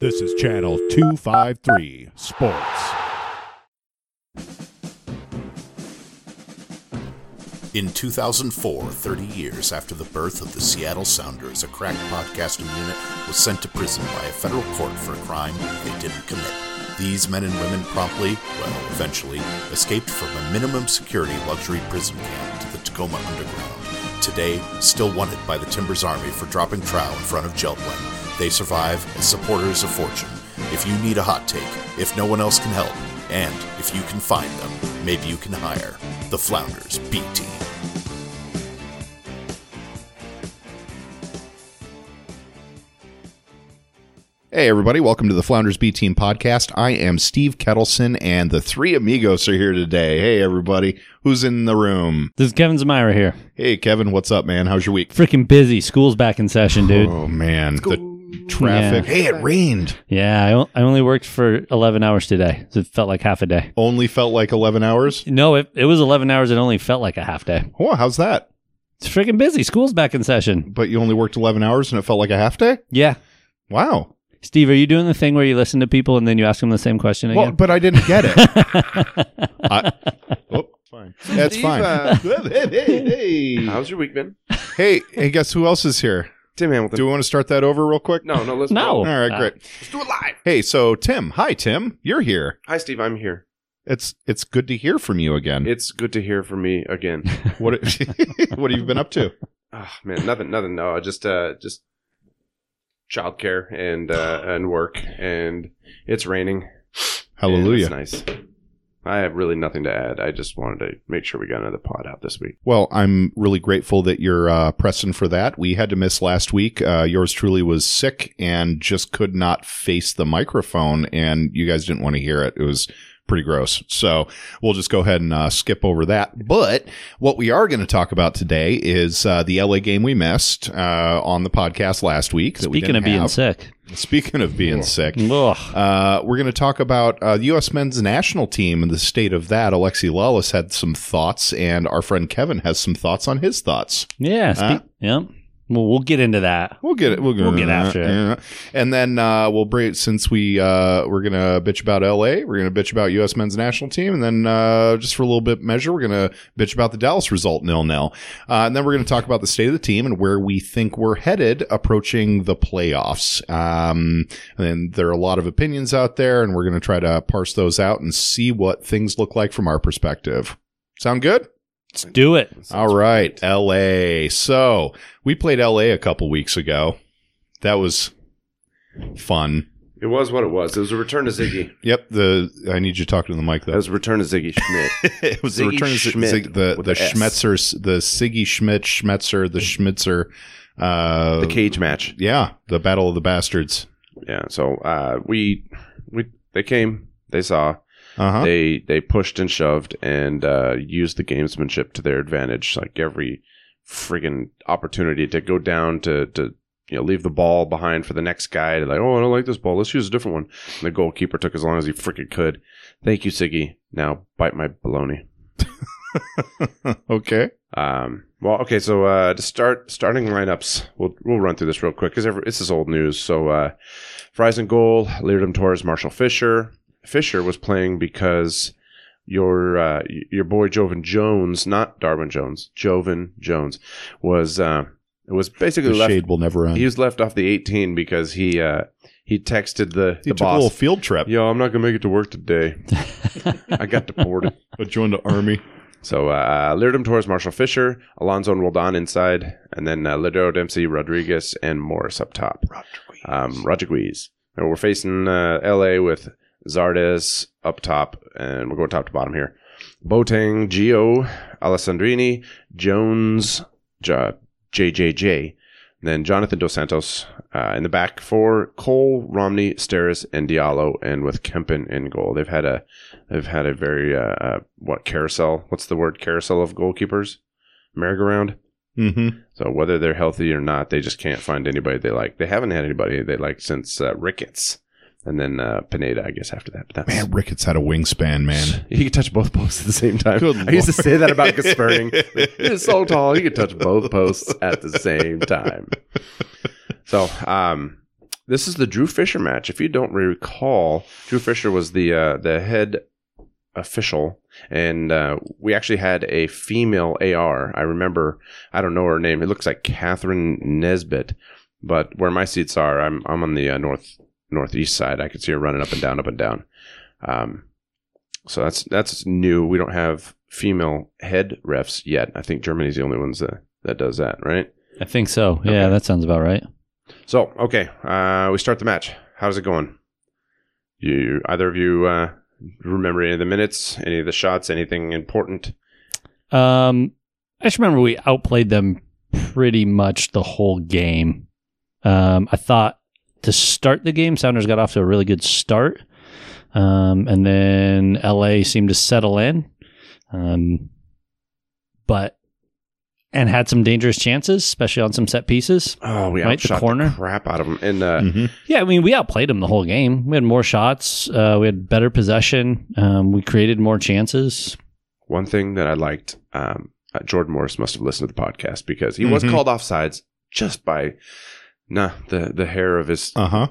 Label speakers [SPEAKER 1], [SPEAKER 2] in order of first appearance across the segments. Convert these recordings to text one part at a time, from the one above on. [SPEAKER 1] This is Channel 253 Sports.
[SPEAKER 2] In 2004, 30 years after the birth of the Seattle Sounders, a crack podcasting unit was sent to prison by a federal court for a crime they didn't commit. These men and women promptly, well, eventually, escaped from a minimum security luxury prison camp to the Tacoma Underground. Today, still wanted by the Timbers Army for dropping trial in front of Jeltwin, they survive as supporters of fortune. If you need a hot take, if no one else can help, and if you can find them, maybe you can hire the Flounders B Team.
[SPEAKER 1] Hey, everybody, welcome to the Flounders B Team podcast. I am Steve Kettleson, and the three amigos are here today. Hey, everybody, who's in the room?
[SPEAKER 3] This is Kevin Zamira here.
[SPEAKER 1] Hey, Kevin, what's up, man? How's your week?
[SPEAKER 3] Freaking busy. School's back in session, dude.
[SPEAKER 1] Oh, man, the traffic.
[SPEAKER 3] Yeah.
[SPEAKER 1] Hey, it rained.
[SPEAKER 3] Yeah, I, o- I only worked for 11 hours today. So it felt like half a day.
[SPEAKER 1] Only felt like 11 hours.
[SPEAKER 3] No, it, it was 11 hours. It only felt like a half day.
[SPEAKER 1] Oh, how's that?
[SPEAKER 3] It's freaking busy. School's back in session.
[SPEAKER 1] But you only worked 11 hours and it felt like a half day?
[SPEAKER 3] Yeah.
[SPEAKER 1] Wow.
[SPEAKER 3] Steve, are you doing the thing where you listen to people and then you ask them the same question
[SPEAKER 1] Well,
[SPEAKER 3] again?
[SPEAKER 1] but I didn't get it. I, oh, fine. That's
[SPEAKER 4] Steve,
[SPEAKER 1] fine.
[SPEAKER 4] uh,
[SPEAKER 1] hey,
[SPEAKER 4] how's your week been?
[SPEAKER 1] hey, hey, guess who else is here?
[SPEAKER 4] Tim Hamilton.
[SPEAKER 1] Do we want to start that over real quick?
[SPEAKER 4] no, no, let's
[SPEAKER 3] No.
[SPEAKER 4] Go.
[SPEAKER 1] All right,
[SPEAKER 3] Uh,
[SPEAKER 1] great.
[SPEAKER 4] Let's do it live.
[SPEAKER 1] Hey, so Tim, hi Tim, you're here.
[SPEAKER 4] Hi, Steve. I'm here.
[SPEAKER 1] It's it's good to hear from you again.
[SPEAKER 4] It's good to hear from me again.
[SPEAKER 1] what what have you been up to?
[SPEAKER 4] oh, man, nothing, nothing. No, just, uh, just childcare and uh, and work, and it's raining.
[SPEAKER 1] Hallelujah.
[SPEAKER 4] And it's nice. I have really nothing to add. I just wanted to make sure we got another pod out this week.
[SPEAKER 1] Well, I'm really grateful that you're uh, pressing for that. We had to miss last week. Uh, yours truly was sick and just could not face the microphone, and you guys didn't want to hear it. It was pretty gross. So we'll just go ahead and uh, skip over that. But what we are going to talk about today is uh, the LA game we missed uh, on the podcast last week. that we
[SPEAKER 3] Speaking
[SPEAKER 1] didn't
[SPEAKER 3] of being
[SPEAKER 1] have.
[SPEAKER 3] sick.
[SPEAKER 1] Speaking of being sick.
[SPEAKER 3] Ugh.
[SPEAKER 1] Uh, we're going to talk about uh, the U.S. men's national team and the state of that. Alexi Lawless had some thoughts, and our friend Kevin has some thoughts on his thoughts.
[SPEAKER 3] Yeah. Spe-
[SPEAKER 1] Huh?
[SPEAKER 3] yeah. Well, we'll get into that.
[SPEAKER 1] We'll get it. We'll,
[SPEAKER 3] We'll get after it.
[SPEAKER 1] Yeah. And then uh, we'll bring it since we uh, we're going to bitch about L.A. We're going to bitch about U.S. men's national team, and then uh, just for a little bit measure, we're going to bitch about the Dallas result nil nil, uh, and then we're going to talk about the state of the team and where we think we're headed approaching the playoffs. Um, and there are a lot of opinions out there, and we're going to try to parse those out and see what things look like from our perspective. Sound good?
[SPEAKER 3] Let's do it.
[SPEAKER 1] All right, LA. So we played LA a couple weeks ago. That was fun.
[SPEAKER 4] It was what it was. It was a return to Ziggy.
[SPEAKER 1] Yep. The I need you to talk to the mic
[SPEAKER 4] That
[SPEAKER 1] though.
[SPEAKER 4] was a return to Ziggy Schmidt.
[SPEAKER 1] it was the
[SPEAKER 4] Ziggy
[SPEAKER 1] return of Zig-
[SPEAKER 4] Schmidt
[SPEAKER 1] Zig- the
[SPEAKER 4] with
[SPEAKER 1] the
[SPEAKER 4] a S.
[SPEAKER 1] Schmetzer, the Siggy Schmidt Schmetzer, the Schmitzer. Uh,
[SPEAKER 4] the cage match.
[SPEAKER 1] yeah, the Battle of the Bastards.
[SPEAKER 4] Yeah. So uh, we we they came. They saw.
[SPEAKER 1] Uh huh.
[SPEAKER 4] they they pushed and shoved and uh, used the gamesmanship to their advantage. Like every friggin' opportunity to go down to to you know leave the ball behind for the next guy to like oh I don't like this ball let's use a different one. And the goalkeeper took as long as he freaking could. Thank you Siggy. Now bite my baloney.
[SPEAKER 1] okay.
[SPEAKER 4] Um, well, okay, so uh, to start starting lineups, we'll we'll run through this real quick because this is old news. So, uh, Fries and goal, Leardom Torres, Marshall Fisher. Fisher was playing because your uh, y- your boy Jovan Jones, not Darwin Jones, Jovan Jones was uh, was basically
[SPEAKER 1] The
[SPEAKER 4] left.
[SPEAKER 1] shade will never end.
[SPEAKER 4] He was left off the 18 because he uh, he texted the
[SPEAKER 1] He
[SPEAKER 4] the
[SPEAKER 1] took a little
[SPEAKER 4] boss.
[SPEAKER 1] field trip.
[SPEAKER 4] Yo, I'm not gonna make it to work today. I got deported.
[SPEAKER 1] I joined the army.
[SPEAKER 4] So uh, Lirdum Torres, Marshall Fisher, Alonzo and Roldan inside, and then uh, Lido Dempsey, Rodriguez, and Morris up top. Um, Rodriguez. And we're facing uh, LA with Zardes up top, and we're going top to bottom here. Boateng, Gio, Alessandrini, Jones, J- JJJ, and then Jonathan Dos Santos uh, in the back for Cole, Romney, Steris, and Diallo, and with Kempen in goal. They've had a They've had a very uh, uh, what carousel? What's the word? Carousel of goalkeepers, merry-go-round.
[SPEAKER 1] hmm
[SPEAKER 4] So whether they're healthy or not, they just can't find anybody they like. They haven't had anybody they like since uh, Ricketts, and then uh, Pineda, I guess after that. But that's
[SPEAKER 1] Man, Ricketts had a wingspan, man.
[SPEAKER 4] He could touch both posts at the same time.
[SPEAKER 1] Good
[SPEAKER 4] I used to
[SPEAKER 1] lord.
[SPEAKER 4] say that about Gaspering. He's so tall, he could touch both posts at the same time. So, um, This is the Drew Fisher match. If you don't recall, Drew Fisher was the uh, the head official, and uh, we actually had a female AR. I remember. I don't know her name. It looks like Catherine Nesbitt, but where my seats are, I'm I'm on the uh, north northeast side. I can see her running up and down, up and down. Um, so that's that's new. We don't have female head refs yet. I think Germany's the only ones that that does that, right?
[SPEAKER 3] I think so. Yeah,
[SPEAKER 4] Okay.
[SPEAKER 3] that sounds about right.
[SPEAKER 4] So, okay, uh, we start the match. How's it going? You either of you uh, remember any of the minutes, any of the shots, anything important?
[SPEAKER 3] Um, I just remember we outplayed them pretty much the whole game. Um, I thought to start the game, Sounders got off to a really good start, um, and then LA seemed to settle in, um, but and had some dangerous chances, especially on some set pieces.
[SPEAKER 4] Oh, we
[SPEAKER 3] Right, the
[SPEAKER 4] outshot the,
[SPEAKER 3] corner. Mm.
[SPEAKER 4] crap out of them, and uh,
[SPEAKER 1] Mhm.
[SPEAKER 3] Yeah, I mean, we outplayed them the whole game. We had more shots. Uh, we had better possession. Um, we created more chances.
[SPEAKER 4] one thing that I liked, um, uh, Jordan Morris must have listened to the podcast because he was
[SPEAKER 3] Mm-hmm.
[SPEAKER 1] Mhm.
[SPEAKER 4] called offsides just by nah the the hair of his
[SPEAKER 1] Uh huh.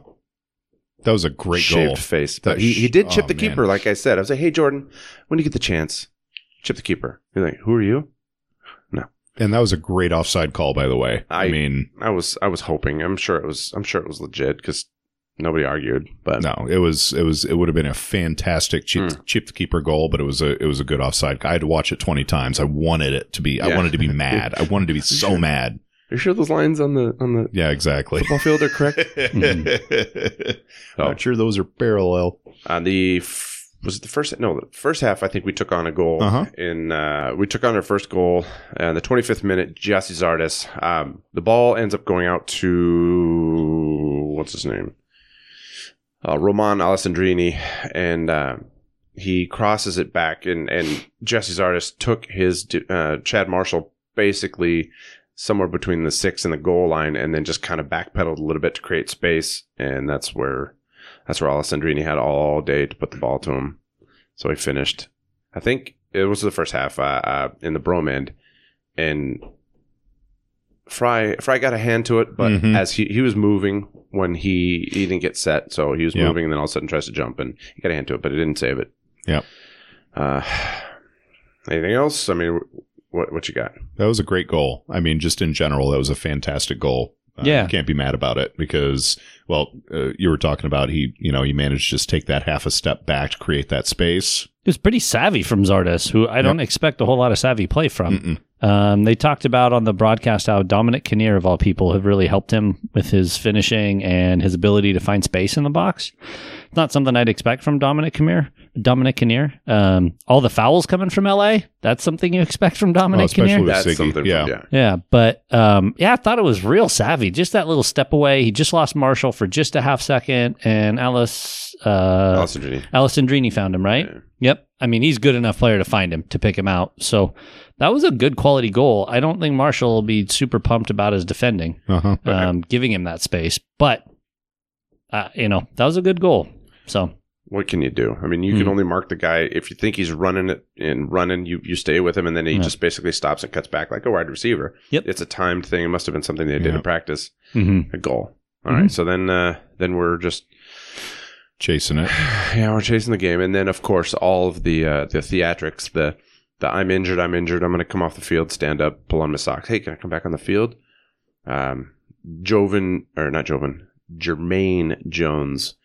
[SPEAKER 1] That was a great
[SPEAKER 4] shaved
[SPEAKER 1] goal.
[SPEAKER 4] face.
[SPEAKER 1] That
[SPEAKER 4] But he,
[SPEAKER 1] sh-
[SPEAKER 4] he did chip
[SPEAKER 1] oh,
[SPEAKER 4] the
[SPEAKER 1] man.
[SPEAKER 4] keeper, like I said. I was like, hey Jordan, when you get the chance, chip the keeper. You're like, who are you?
[SPEAKER 1] And that was a great offside call, by the way. I,
[SPEAKER 4] I-
[SPEAKER 1] mean,
[SPEAKER 4] I was I was hoping. I'm sure it was. I'm sure it was legit because nobody argued. But
[SPEAKER 1] no, it was it was it would have been a fantastic chip, chip the keeper goal, but it was a it was a good offside. I had to watch it twenty times. I wanted it to be. I
[SPEAKER 4] Yeah.
[SPEAKER 1] wanted to be mad. I wanted to be so mad.
[SPEAKER 4] are you sure those lines on the on the
[SPEAKER 1] Yeah, exactly. Hmm.
[SPEAKER 4] football field are correct?
[SPEAKER 1] Not sure those are parallel.
[SPEAKER 4] on Uh, the f- was it the first no the first half I think we took on a goal
[SPEAKER 1] Uh-huh.
[SPEAKER 4] in uh, we took on our first goal uh, in the 25th minute Jesse Zardes um, the ball ends up going out to what's his name uh, Roman Alessandrini and uh, he crosses it back and and Jesse Zardes took his d- uh, Chad Marshall basically somewhere between the six and the goal line and then just kind of backpedaled a little bit to create space and that's where that's where Alessandrini had all day to put the ball to him. So he finished. I think it was the first half uh, uh, in the Brom end, and Fry Fry got a hand to it, but
[SPEAKER 1] Mhm.
[SPEAKER 4] as he, he was moving when he he didn't get set, so he was
[SPEAKER 1] Yeah.
[SPEAKER 4] moving, and then all of a sudden tries to jump and he got a hand to it, but it didn't save it.
[SPEAKER 1] Yep.
[SPEAKER 4] Uh, anything else? I mean, what what you got?
[SPEAKER 1] That was a great goal. I mean, just in general, that was a fantastic goal. Uh,
[SPEAKER 3] Yeah.
[SPEAKER 1] you can't be mad about it because, well, uh, you were talking about he, you know, he managed to just take that half a step back to create that space.
[SPEAKER 3] It was pretty savvy from Zardes, who I don't expect a whole lot of savvy play from. Um, they talked about on the broadcast how Dominic Kinnear, of all people, have really helped him with his finishing and his ability to find space in the box. It's not something I'd expect from Dominic Kinnear. Dominic Kinnear. Um, all the fouls coming from LA, that's something you expect from Dominic Kinnear.
[SPEAKER 1] especially with
[SPEAKER 4] That's
[SPEAKER 1] Siggy.
[SPEAKER 4] something.
[SPEAKER 1] Yeah.
[SPEAKER 4] yeah.
[SPEAKER 3] Yeah, but um, yeah, I thought it was real savvy. Just that little step away. He just lost Marshall for just a half second, and Alice uh,
[SPEAKER 4] Alessandrini.
[SPEAKER 3] Alessandrini found him, right?
[SPEAKER 4] Yeah.
[SPEAKER 3] Yep. I mean, he's good enough player to find him to pick him out. So that was a good quality goal. I don't think Marshall will be super pumped about his defending,
[SPEAKER 1] Uh-huh.
[SPEAKER 3] um, giving him that space. But uh, you know, that was a good goal. So
[SPEAKER 4] what can you do? I mean, you can
[SPEAKER 3] Hmm.
[SPEAKER 4] only mark the guy if you think he's running it and running. You you stay with him, and then he
[SPEAKER 3] Yeah.
[SPEAKER 4] just basically stops and cuts back like a wide receiver.
[SPEAKER 3] Yep.
[SPEAKER 4] it's a timed thing. It must have been something they did
[SPEAKER 1] Yeah.
[SPEAKER 4] in practice.
[SPEAKER 1] Mm-hmm.
[SPEAKER 3] mhm.
[SPEAKER 4] A goal. All right, so then uh, then we're just
[SPEAKER 1] Chasing it.
[SPEAKER 4] yeah we're chasing the game, and then of course all of the uh, the theatrics, the the I'm injured, I'm injured, I'm going to come off the field, stand up, pull on my socks. Hey, can I come back on the field? Um, Jovan or not Jovan, Jermaine Jones,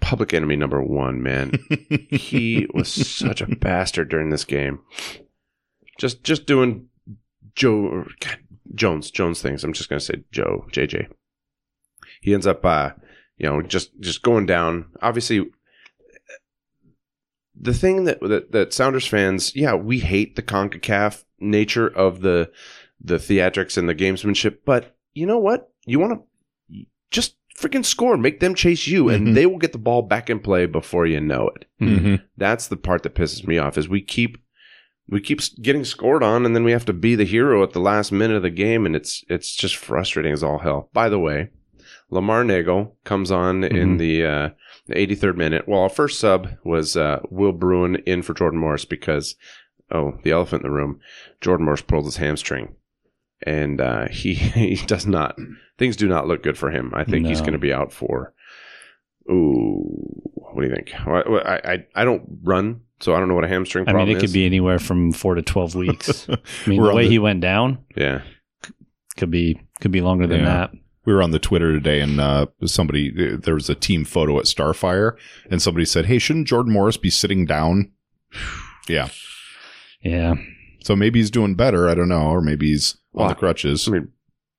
[SPEAKER 4] public enemy number one, man he was such a bastard during this game. Just just doing Joe or, God, Jones Jones things. I'm just gonna say Joe JJ. He ends up, uh, you know, just just going down. Obviously, the thing that that, that Sounders fans, yeah, we hate the Concacaf nature of the the theatrics and the gamesmanship, but you know what? You want to just freaking score, make them chase you, and
[SPEAKER 1] Mhm.
[SPEAKER 4] they will get the ball back in play before you know it
[SPEAKER 3] Mm-hmm.
[SPEAKER 1] hmm
[SPEAKER 4] that's the part that pisses me off is we keep we keep s- getting scored on and then we have to be the hero at the last minute of the game and it's it's just frustrating as all hell by the way lamar nagel comes on in
[SPEAKER 3] Mhm.
[SPEAKER 4] the uh the 83rd minute well our first sub was uh will bruin in for jordan morris because oh the elephant in the room jordan morris pulled his hamstring and uh, he he does not. Things do not look good for him. I think he's
[SPEAKER 3] No.
[SPEAKER 4] going to be out for. Ooh, what do you think? Well, I, I I don't run, so I don't know what a hamstring
[SPEAKER 3] I
[SPEAKER 4] problem
[SPEAKER 3] mean, it could
[SPEAKER 4] is.
[SPEAKER 3] be anywhere from four to twelve weeks. I mean,
[SPEAKER 1] We're
[SPEAKER 3] the
[SPEAKER 1] on
[SPEAKER 3] way
[SPEAKER 1] the-
[SPEAKER 3] he went down
[SPEAKER 4] yeah.
[SPEAKER 3] could be could be longer than
[SPEAKER 1] Yeah.
[SPEAKER 3] that.
[SPEAKER 1] we were on the Twitter today, and uh, somebody there was a team photo at Starfire, and somebody said, "Hey, shouldn't Jordan Morris be sitting down?" Yeah,
[SPEAKER 3] Yeah,
[SPEAKER 1] so maybe he's doing better. I don't know, or maybe he's on
[SPEAKER 4] Well,
[SPEAKER 1] the crutches.
[SPEAKER 4] I mean,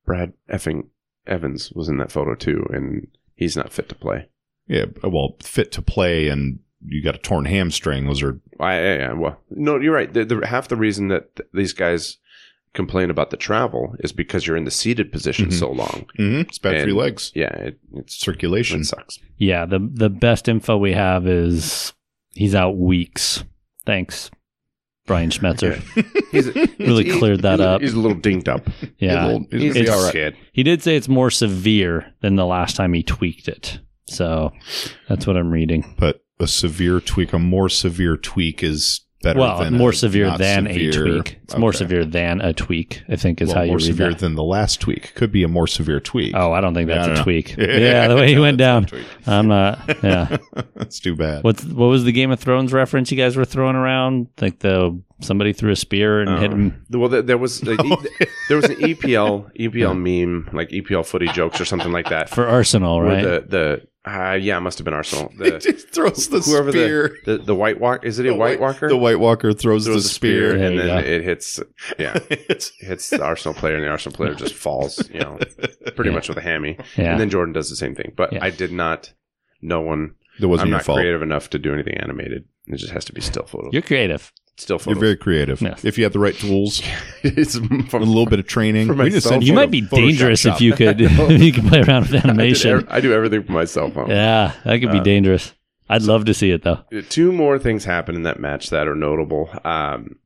[SPEAKER 4] Brad effing Evans was in that photo too, and he's not fit to play.
[SPEAKER 1] Yeah, well, fit to play, and you got a torn hamstring. Those are
[SPEAKER 4] I, I, I- well, no, you're right. The, the, half the reason that th- these guys complain about the travel is because you're in the seated position
[SPEAKER 3] Mm-hmm.
[SPEAKER 1] Mhm.
[SPEAKER 4] so long.
[SPEAKER 1] mhm, it's bad for
[SPEAKER 4] And-
[SPEAKER 1] your legs,
[SPEAKER 4] Yeah, it, it's
[SPEAKER 1] circulation.
[SPEAKER 4] it sucks.
[SPEAKER 3] yeah. The the best info we have is he's out weeks. Thanks, Brian Schmetzer.
[SPEAKER 4] He's,
[SPEAKER 3] Really
[SPEAKER 4] he's-
[SPEAKER 3] cleared that
[SPEAKER 4] he's-
[SPEAKER 3] up.
[SPEAKER 4] He's a little dinged up.
[SPEAKER 3] Yeah,
[SPEAKER 1] He'll- he's
[SPEAKER 4] he's
[SPEAKER 1] gonna be
[SPEAKER 4] a
[SPEAKER 1] all right.
[SPEAKER 4] kid.
[SPEAKER 3] He did say it's more severe than the last time he tweaked it. So that's what I'm reading.
[SPEAKER 1] But a severe tweak, a more severe tweak, is better.
[SPEAKER 3] well,
[SPEAKER 1] than
[SPEAKER 3] more
[SPEAKER 1] a
[SPEAKER 3] severe
[SPEAKER 1] not
[SPEAKER 3] than a
[SPEAKER 1] severe-
[SPEAKER 3] tweak. It's more
[SPEAKER 1] Okay.
[SPEAKER 3] severe than a tweak, I think is
[SPEAKER 1] Well,
[SPEAKER 3] how you
[SPEAKER 1] more
[SPEAKER 3] read
[SPEAKER 1] severe
[SPEAKER 3] that.
[SPEAKER 1] than the last tweak. Could be a more severe tweak.
[SPEAKER 3] oh, um, I don't think
[SPEAKER 1] Yeah,
[SPEAKER 3] that's
[SPEAKER 1] I don't
[SPEAKER 3] a
[SPEAKER 1] know.
[SPEAKER 3] tweak. yeah, the way he went down.
[SPEAKER 1] That's a tweak.
[SPEAKER 3] I'm not yeah.
[SPEAKER 1] That's too bad.
[SPEAKER 3] What's what was the Game of Thrones reference you guys were throwing around? Like the somebody threw a spear and
[SPEAKER 1] Uh-huh.
[SPEAKER 3] hit him.
[SPEAKER 4] Uh, Well, there, there was like, e- there was an EPL EPL meme, like EPL footy jokes or something like that.
[SPEAKER 3] For Arsenal,
[SPEAKER 4] where
[SPEAKER 3] right?
[SPEAKER 4] the the uh, yeah, it must have been Arsenal.
[SPEAKER 1] He
[SPEAKER 4] The,
[SPEAKER 1] just throws the
[SPEAKER 4] whoever
[SPEAKER 1] spear.
[SPEAKER 4] the, the the White Walk is it a
[SPEAKER 1] The
[SPEAKER 4] White Walker?
[SPEAKER 1] The White Walker throws,
[SPEAKER 4] throws
[SPEAKER 1] the spear.
[SPEAKER 3] There
[SPEAKER 4] and
[SPEAKER 3] you
[SPEAKER 4] then
[SPEAKER 3] go.
[SPEAKER 4] it hits yeah
[SPEAKER 1] It's-
[SPEAKER 4] hits the Arsenal player and the Arsenal player just falls you know pretty
[SPEAKER 3] Yeah.
[SPEAKER 4] much with a hammy
[SPEAKER 3] yeah.
[SPEAKER 4] and then Jordan does the same thing but
[SPEAKER 3] Yeah.
[SPEAKER 4] I did not no one
[SPEAKER 1] that wasn't
[SPEAKER 4] I'm
[SPEAKER 1] your
[SPEAKER 4] not
[SPEAKER 1] fault.
[SPEAKER 4] creative enough to do anything animated it just has to be still photos
[SPEAKER 3] You're creative.
[SPEAKER 4] still
[SPEAKER 1] You're
[SPEAKER 4] photos
[SPEAKER 1] very creative.
[SPEAKER 3] Yeah.
[SPEAKER 1] If you had the right tools,
[SPEAKER 4] it's
[SPEAKER 1] a little bit of training,
[SPEAKER 4] For
[SPEAKER 1] We just said
[SPEAKER 4] myself,
[SPEAKER 3] You
[SPEAKER 1] photo-
[SPEAKER 3] might be
[SPEAKER 1] Photoshop
[SPEAKER 3] dangerous
[SPEAKER 1] shop.
[SPEAKER 3] if you could if you could play around with
[SPEAKER 4] I, did
[SPEAKER 3] animation.
[SPEAKER 4] ev- I do everything for my cell phone
[SPEAKER 3] Yeah, that could be
[SPEAKER 4] Uh,
[SPEAKER 3] dangerous. I'd love to see it though.
[SPEAKER 4] two more things happen in that match that are notable um,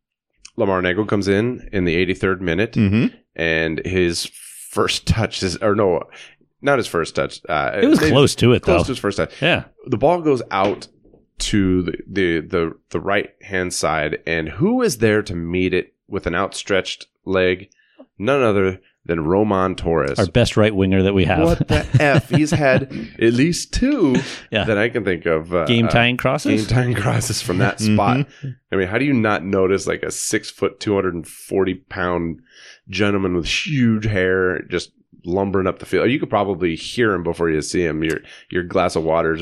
[SPEAKER 4] Lamar Nagel comes in in the 83rd minute
[SPEAKER 3] Hmm.
[SPEAKER 1] Mhm.
[SPEAKER 4] and his first touch is or no not his first touch uh,
[SPEAKER 3] It was
[SPEAKER 4] maybe
[SPEAKER 3] close to it
[SPEAKER 4] close
[SPEAKER 3] though.
[SPEAKER 4] to his first touch
[SPEAKER 3] yeah.
[SPEAKER 4] the ball goes out to the the the, the right hand side, and who is there to meet it with an outstretched leg? None other than Roman Torres.
[SPEAKER 3] Our best right winger that we have.
[SPEAKER 4] What the f? He's had at least two
[SPEAKER 3] Yeah.
[SPEAKER 4] that I can think of. Uh,
[SPEAKER 3] Game
[SPEAKER 4] uh,
[SPEAKER 3] tying crosses?
[SPEAKER 4] Game time crosses from that
[SPEAKER 3] Mm-hmm.
[SPEAKER 4] spot. I mean, how do you not notice like a six foot, 240 pound gentleman with huge hair just lumbering up the field? You could probably hear him before you see him. Your your glass of water is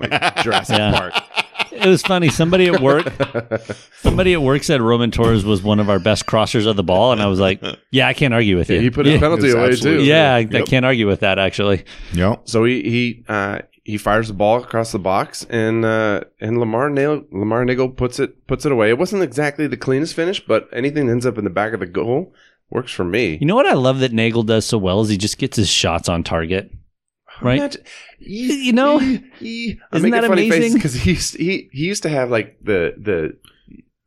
[SPEAKER 4] like Jurassic
[SPEAKER 3] Yeah.
[SPEAKER 4] Park.
[SPEAKER 3] It was funny. Somebody at work somebody at work said Roman Torres was one of our best crossers of the ball, and I was like, Yeah, I can't argue with you.
[SPEAKER 4] he put his penalty
[SPEAKER 1] It's
[SPEAKER 4] away too.
[SPEAKER 1] absolutely-
[SPEAKER 3] yeah, I, I
[SPEAKER 1] Yep.
[SPEAKER 3] can't argue with that actually.
[SPEAKER 1] Yep.
[SPEAKER 4] So he he uh, he fires the ball across the box, and uh, and Lamar Nail Lamar Nagel puts it puts it away. It wasn't exactly the cleanest finish, but anything that ends up in the back of the goal works for me.
[SPEAKER 3] You know what I love that Nagel does so well is he just gets his shots on target. Right?
[SPEAKER 4] Imagine-
[SPEAKER 3] you know?
[SPEAKER 4] I'm
[SPEAKER 3] Isn't
[SPEAKER 4] making
[SPEAKER 3] that
[SPEAKER 4] funny
[SPEAKER 3] amazing?
[SPEAKER 4] faces because he used- he he used to have like the the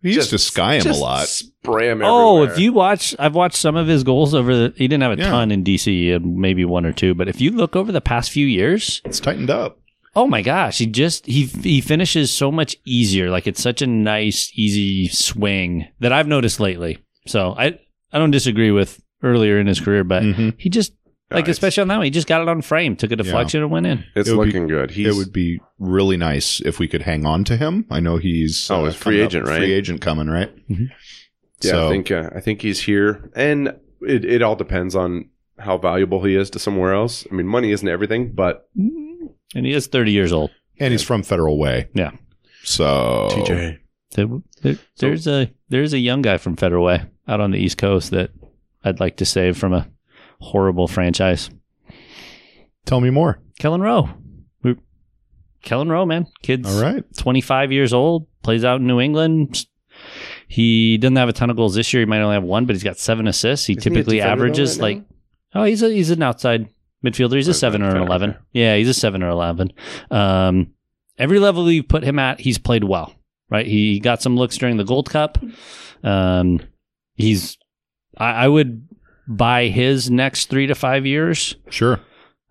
[SPEAKER 1] He used
[SPEAKER 4] Just-
[SPEAKER 1] to sky him a
[SPEAKER 4] just
[SPEAKER 1] lot.
[SPEAKER 4] Spray him.
[SPEAKER 3] Oh,
[SPEAKER 4] everywhere.
[SPEAKER 3] if you watch, I've watched some of his goals over the. He didn't have a
[SPEAKER 1] Yeah.
[SPEAKER 3] ton in DC, and maybe one or two. But if you look over the past few years,
[SPEAKER 1] It's tightened up.
[SPEAKER 3] Oh my gosh, he just he he finishes so much easier. Like it's such a nice easy swing that I've noticed lately. So I I don't disagree with earlier in his career, but
[SPEAKER 1] Mhm.
[SPEAKER 3] he just
[SPEAKER 4] No,
[SPEAKER 3] like
[SPEAKER 4] it's-
[SPEAKER 3] especially on that one, he just got it on frame, took a deflection and went in.
[SPEAKER 4] it's
[SPEAKER 1] it would be-
[SPEAKER 4] looking good. He's
[SPEAKER 1] It would be really nice if we could hang on to him. I know he's uh,
[SPEAKER 4] Oh, he's free
[SPEAKER 1] coming up-
[SPEAKER 4] agent, right? Mm-hmm.
[SPEAKER 1] Free agent coming, right?
[SPEAKER 3] Mhm.
[SPEAKER 4] Yeah,
[SPEAKER 1] So-
[SPEAKER 4] I think uh, I think he's here, and it, it all depends on how valuable he is to somewhere else. I mean, money isn't everything, but
[SPEAKER 3] Mm. And he is 30 years old.
[SPEAKER 1] And he's from Federal Way.
[SPEAKER 3] Yeah.
[SPEAKER 1] So
[SPEAKER 3] There- there- there's a there's a young guy from Federal Way out on the East Coast that I'd like to save from a horrible franchise.
[SPEAKER 1] tell me more.
[SPEAKER 3] Kellen Rowe. We- Kellen Rowe, man. Kids
[SPEAKER 1] All right.
[SPEAKER 3] 25 years old, plays out in New England. He doesn't have a ton of goals this year. He might only have one, but he's got seven assists. He
[SPEAKER 4] Isn't he a
[SPEAKER 3] typically
[SPEAKER 4] defender, though,
[SPEAKER 3] averages
[SPEAKER 4] right Oh,
[SPEAKER 3] like oh, he's a he's an outside midfielder. He's a
[SPEAKER 4] Outside
[SPEAKER 3] seven or an
[SPEAKER 4] defender,
[SPEAKER 3] eleven.
[SPEAKER 4] okay.
[SPEAKER 3] Yeah, he's a seven or eleven. Um, every level you put him at, he's played well. Right, he got some looks during the Gold Cup. Um, he's I, I would buy his next three to five years
[SPEAKER 1] Sure.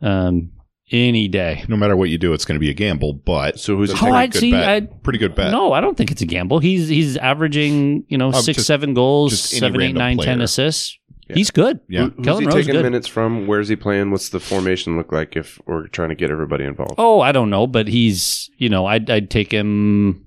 [SPEAKER 3] um, any day.
[SPEAKER 1] No matter what you do, it's going to be a gamble, but
[SPEAKER 4] so who's
[SPEAKER 1] That's
[SPEAKER 3] Oh,
[SPEAKER 1] pretty
[SPEAKER 3] I'd
[SPEAKER 1] good
[SPEAKER 3] see-
[SPEAKER 1] bet.
[SPEAKER 3] I'd-
[SPEAKER 1] pretty good bet.
[SPEAKER 3] No, I don't think it's a gamble. He's he's averaging you know
[SPEAKER 1] Oh,
[SPEAKER 3] six,
[SPEAKER 1] just-
[SPEAKER 3] seven goals,
[SPEAKER 1] just any
[SPEAKER 3] seven, eight,
[SPEAKER 1] random
[SPEAKER 3] nine, ten
[SPEAKER 1] player.
[SPEAKER 3] assists.
[SPEAKER 4] Yeah.
[SPEAKER 3] He's good.
[SPEAKER 1] Yeah.
[SPEAKER 4] Who- who's
[SPEAKER 3] Kellen
[SPEAKER 4] he
[SPEAKER 3] Rowe's
[SPEAKER 4] taking
[SPEAKER 3] good.
[SPEAKER 4] minutes from? Where's he playing? What's the formation look like if we're trying to get everybody involved?
[SPEAKER 3] Oh, I don't know, but he's you know I'd I'd take him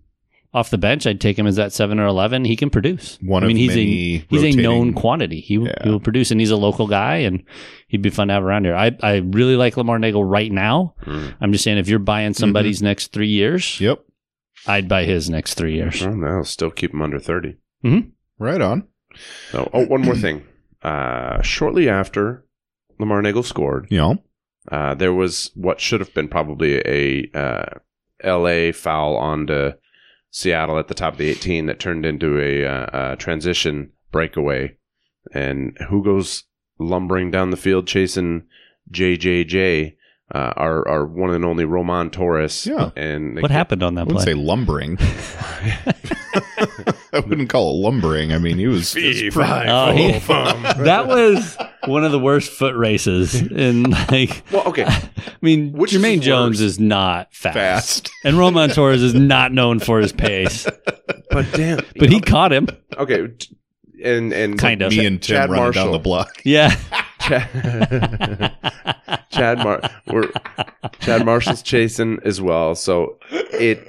[SPEAKER 3] off the bench. I'd take him as that seven or eleven. He can produce.
[SPEAKER 1] One of
[SPEAKER 3] I mean, he's
[SPEAKER 1] many
[SPEAKER 3] a he's
[SPEAKER 1] rotating-
[SPEAKER 3] a known quantity. He will-
[SPEAKER 1] Yeah.
[SPEAKER 3] he will produce, and he's a local guy, and he'd be fun to have around here. I I really like Lamar Nagel right now.
[SPEAKER 4] Mm.
[SPEAKER 3] I'm just saying, if you're buying somebody's
[SPEAKER 1] Mm-hmm.
[SPEAKER 3] next three years,
[SPEAKER 1] Yep.
[SPEAKER 3] I'd buy his next three years.
[SPEAKER 4] Well, that'll still keep him under 30.
[SPEAKER 1] Right on.
[SPEAKER 4] So, oh, one more thing. Uh, shortly after Lamar Nagel scored,
[SPEAKER 1] You know.
[SPEAKER 4] uh, there was what should have been probably a uh, L.A. foul onto Seattle at the top of the 18 that turned into a, uh, a transition breakaway. And who goes lumbering down the field chasing JJJ, uh, our, our one and only Roman Torres?
[SPEAKER 1] Yeah.
[SPEAKER 4] And
[SPEAKER 3] What happened on
[SPEAKER 1] I
[SPEAKER 3] that
[SPEAKER 1] wouldn't say
[SPEAKER 3] play?
[SPEAKER 1] lumbering. I wouldn't call it lumbering. I mean, he was.
[SPEAKER 4] Fee,
[SPEAKER 1] it's pretty-
[SPEAKER 3] Oh, he-
[SPEAKER 4] full thumb.
[SPEAKER 3] that was one of the worst foot races in like.
[SPEAKER 4] well, okay.
[SPEAKER 3] I mean,
[SPEAKER 4] Which is
[SPEAKER 3] Jermaine
[SPEAKER 4] worse?
[SPEAKER 3] Jones is not fast,
[SPEAKER 1] Fast.
[SPEAKER 3] and Roman Torres is not known for his pace.
[SPEAKER 4] But damn.
[SPEAKER 3] But he caught him,
[SPEAKER 4] okay. t- And, and
[SPEAKER 3] kind of.
[SPEAKER 1] Me and Tim
[SPEAKER 4] Chad
[SPEAKER 1] running down
[SPEAKER 4] Marshall.
[SPEAKER 1] the block.
[SPEAKER 3] Yeah.
[SPEAKER 4] Chad, Chad, Mar- we're, Chad Marshall's chasing as well. So it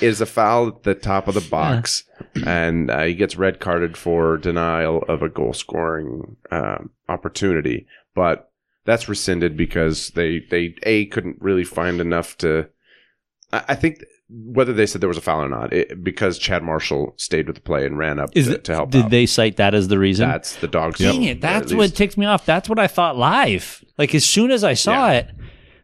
[SPEAKER 4] is a foul at the top of the box, and uh, he gets red carded for denial of a goal scoring um, opportunity. But that's rescinded because they they a couldn't really find enough to. I, I think whether they said there was a foul or not, it, because Chad Marshall stayed with the play and ran up
[SPEAKER 3] Is
[SPEAKER 4] to,
[SPEAKER 3] it,
[SPEAKER 4] to help.
[SPEAKER 3] did
[SPEAKER 4] out.
[SPEAKER 3] they cite that as the reason?
[SPEAKER 4] That's the dog's.
[SPEAKER 3] Dang it.
[SPEAKER 4] whistle, or at
[SPEAKER 3] That's
[SPEAKER 4] least-
[SPEAKER 3] what ticked me off. That's what I thought live. Like, as soon as I saw it,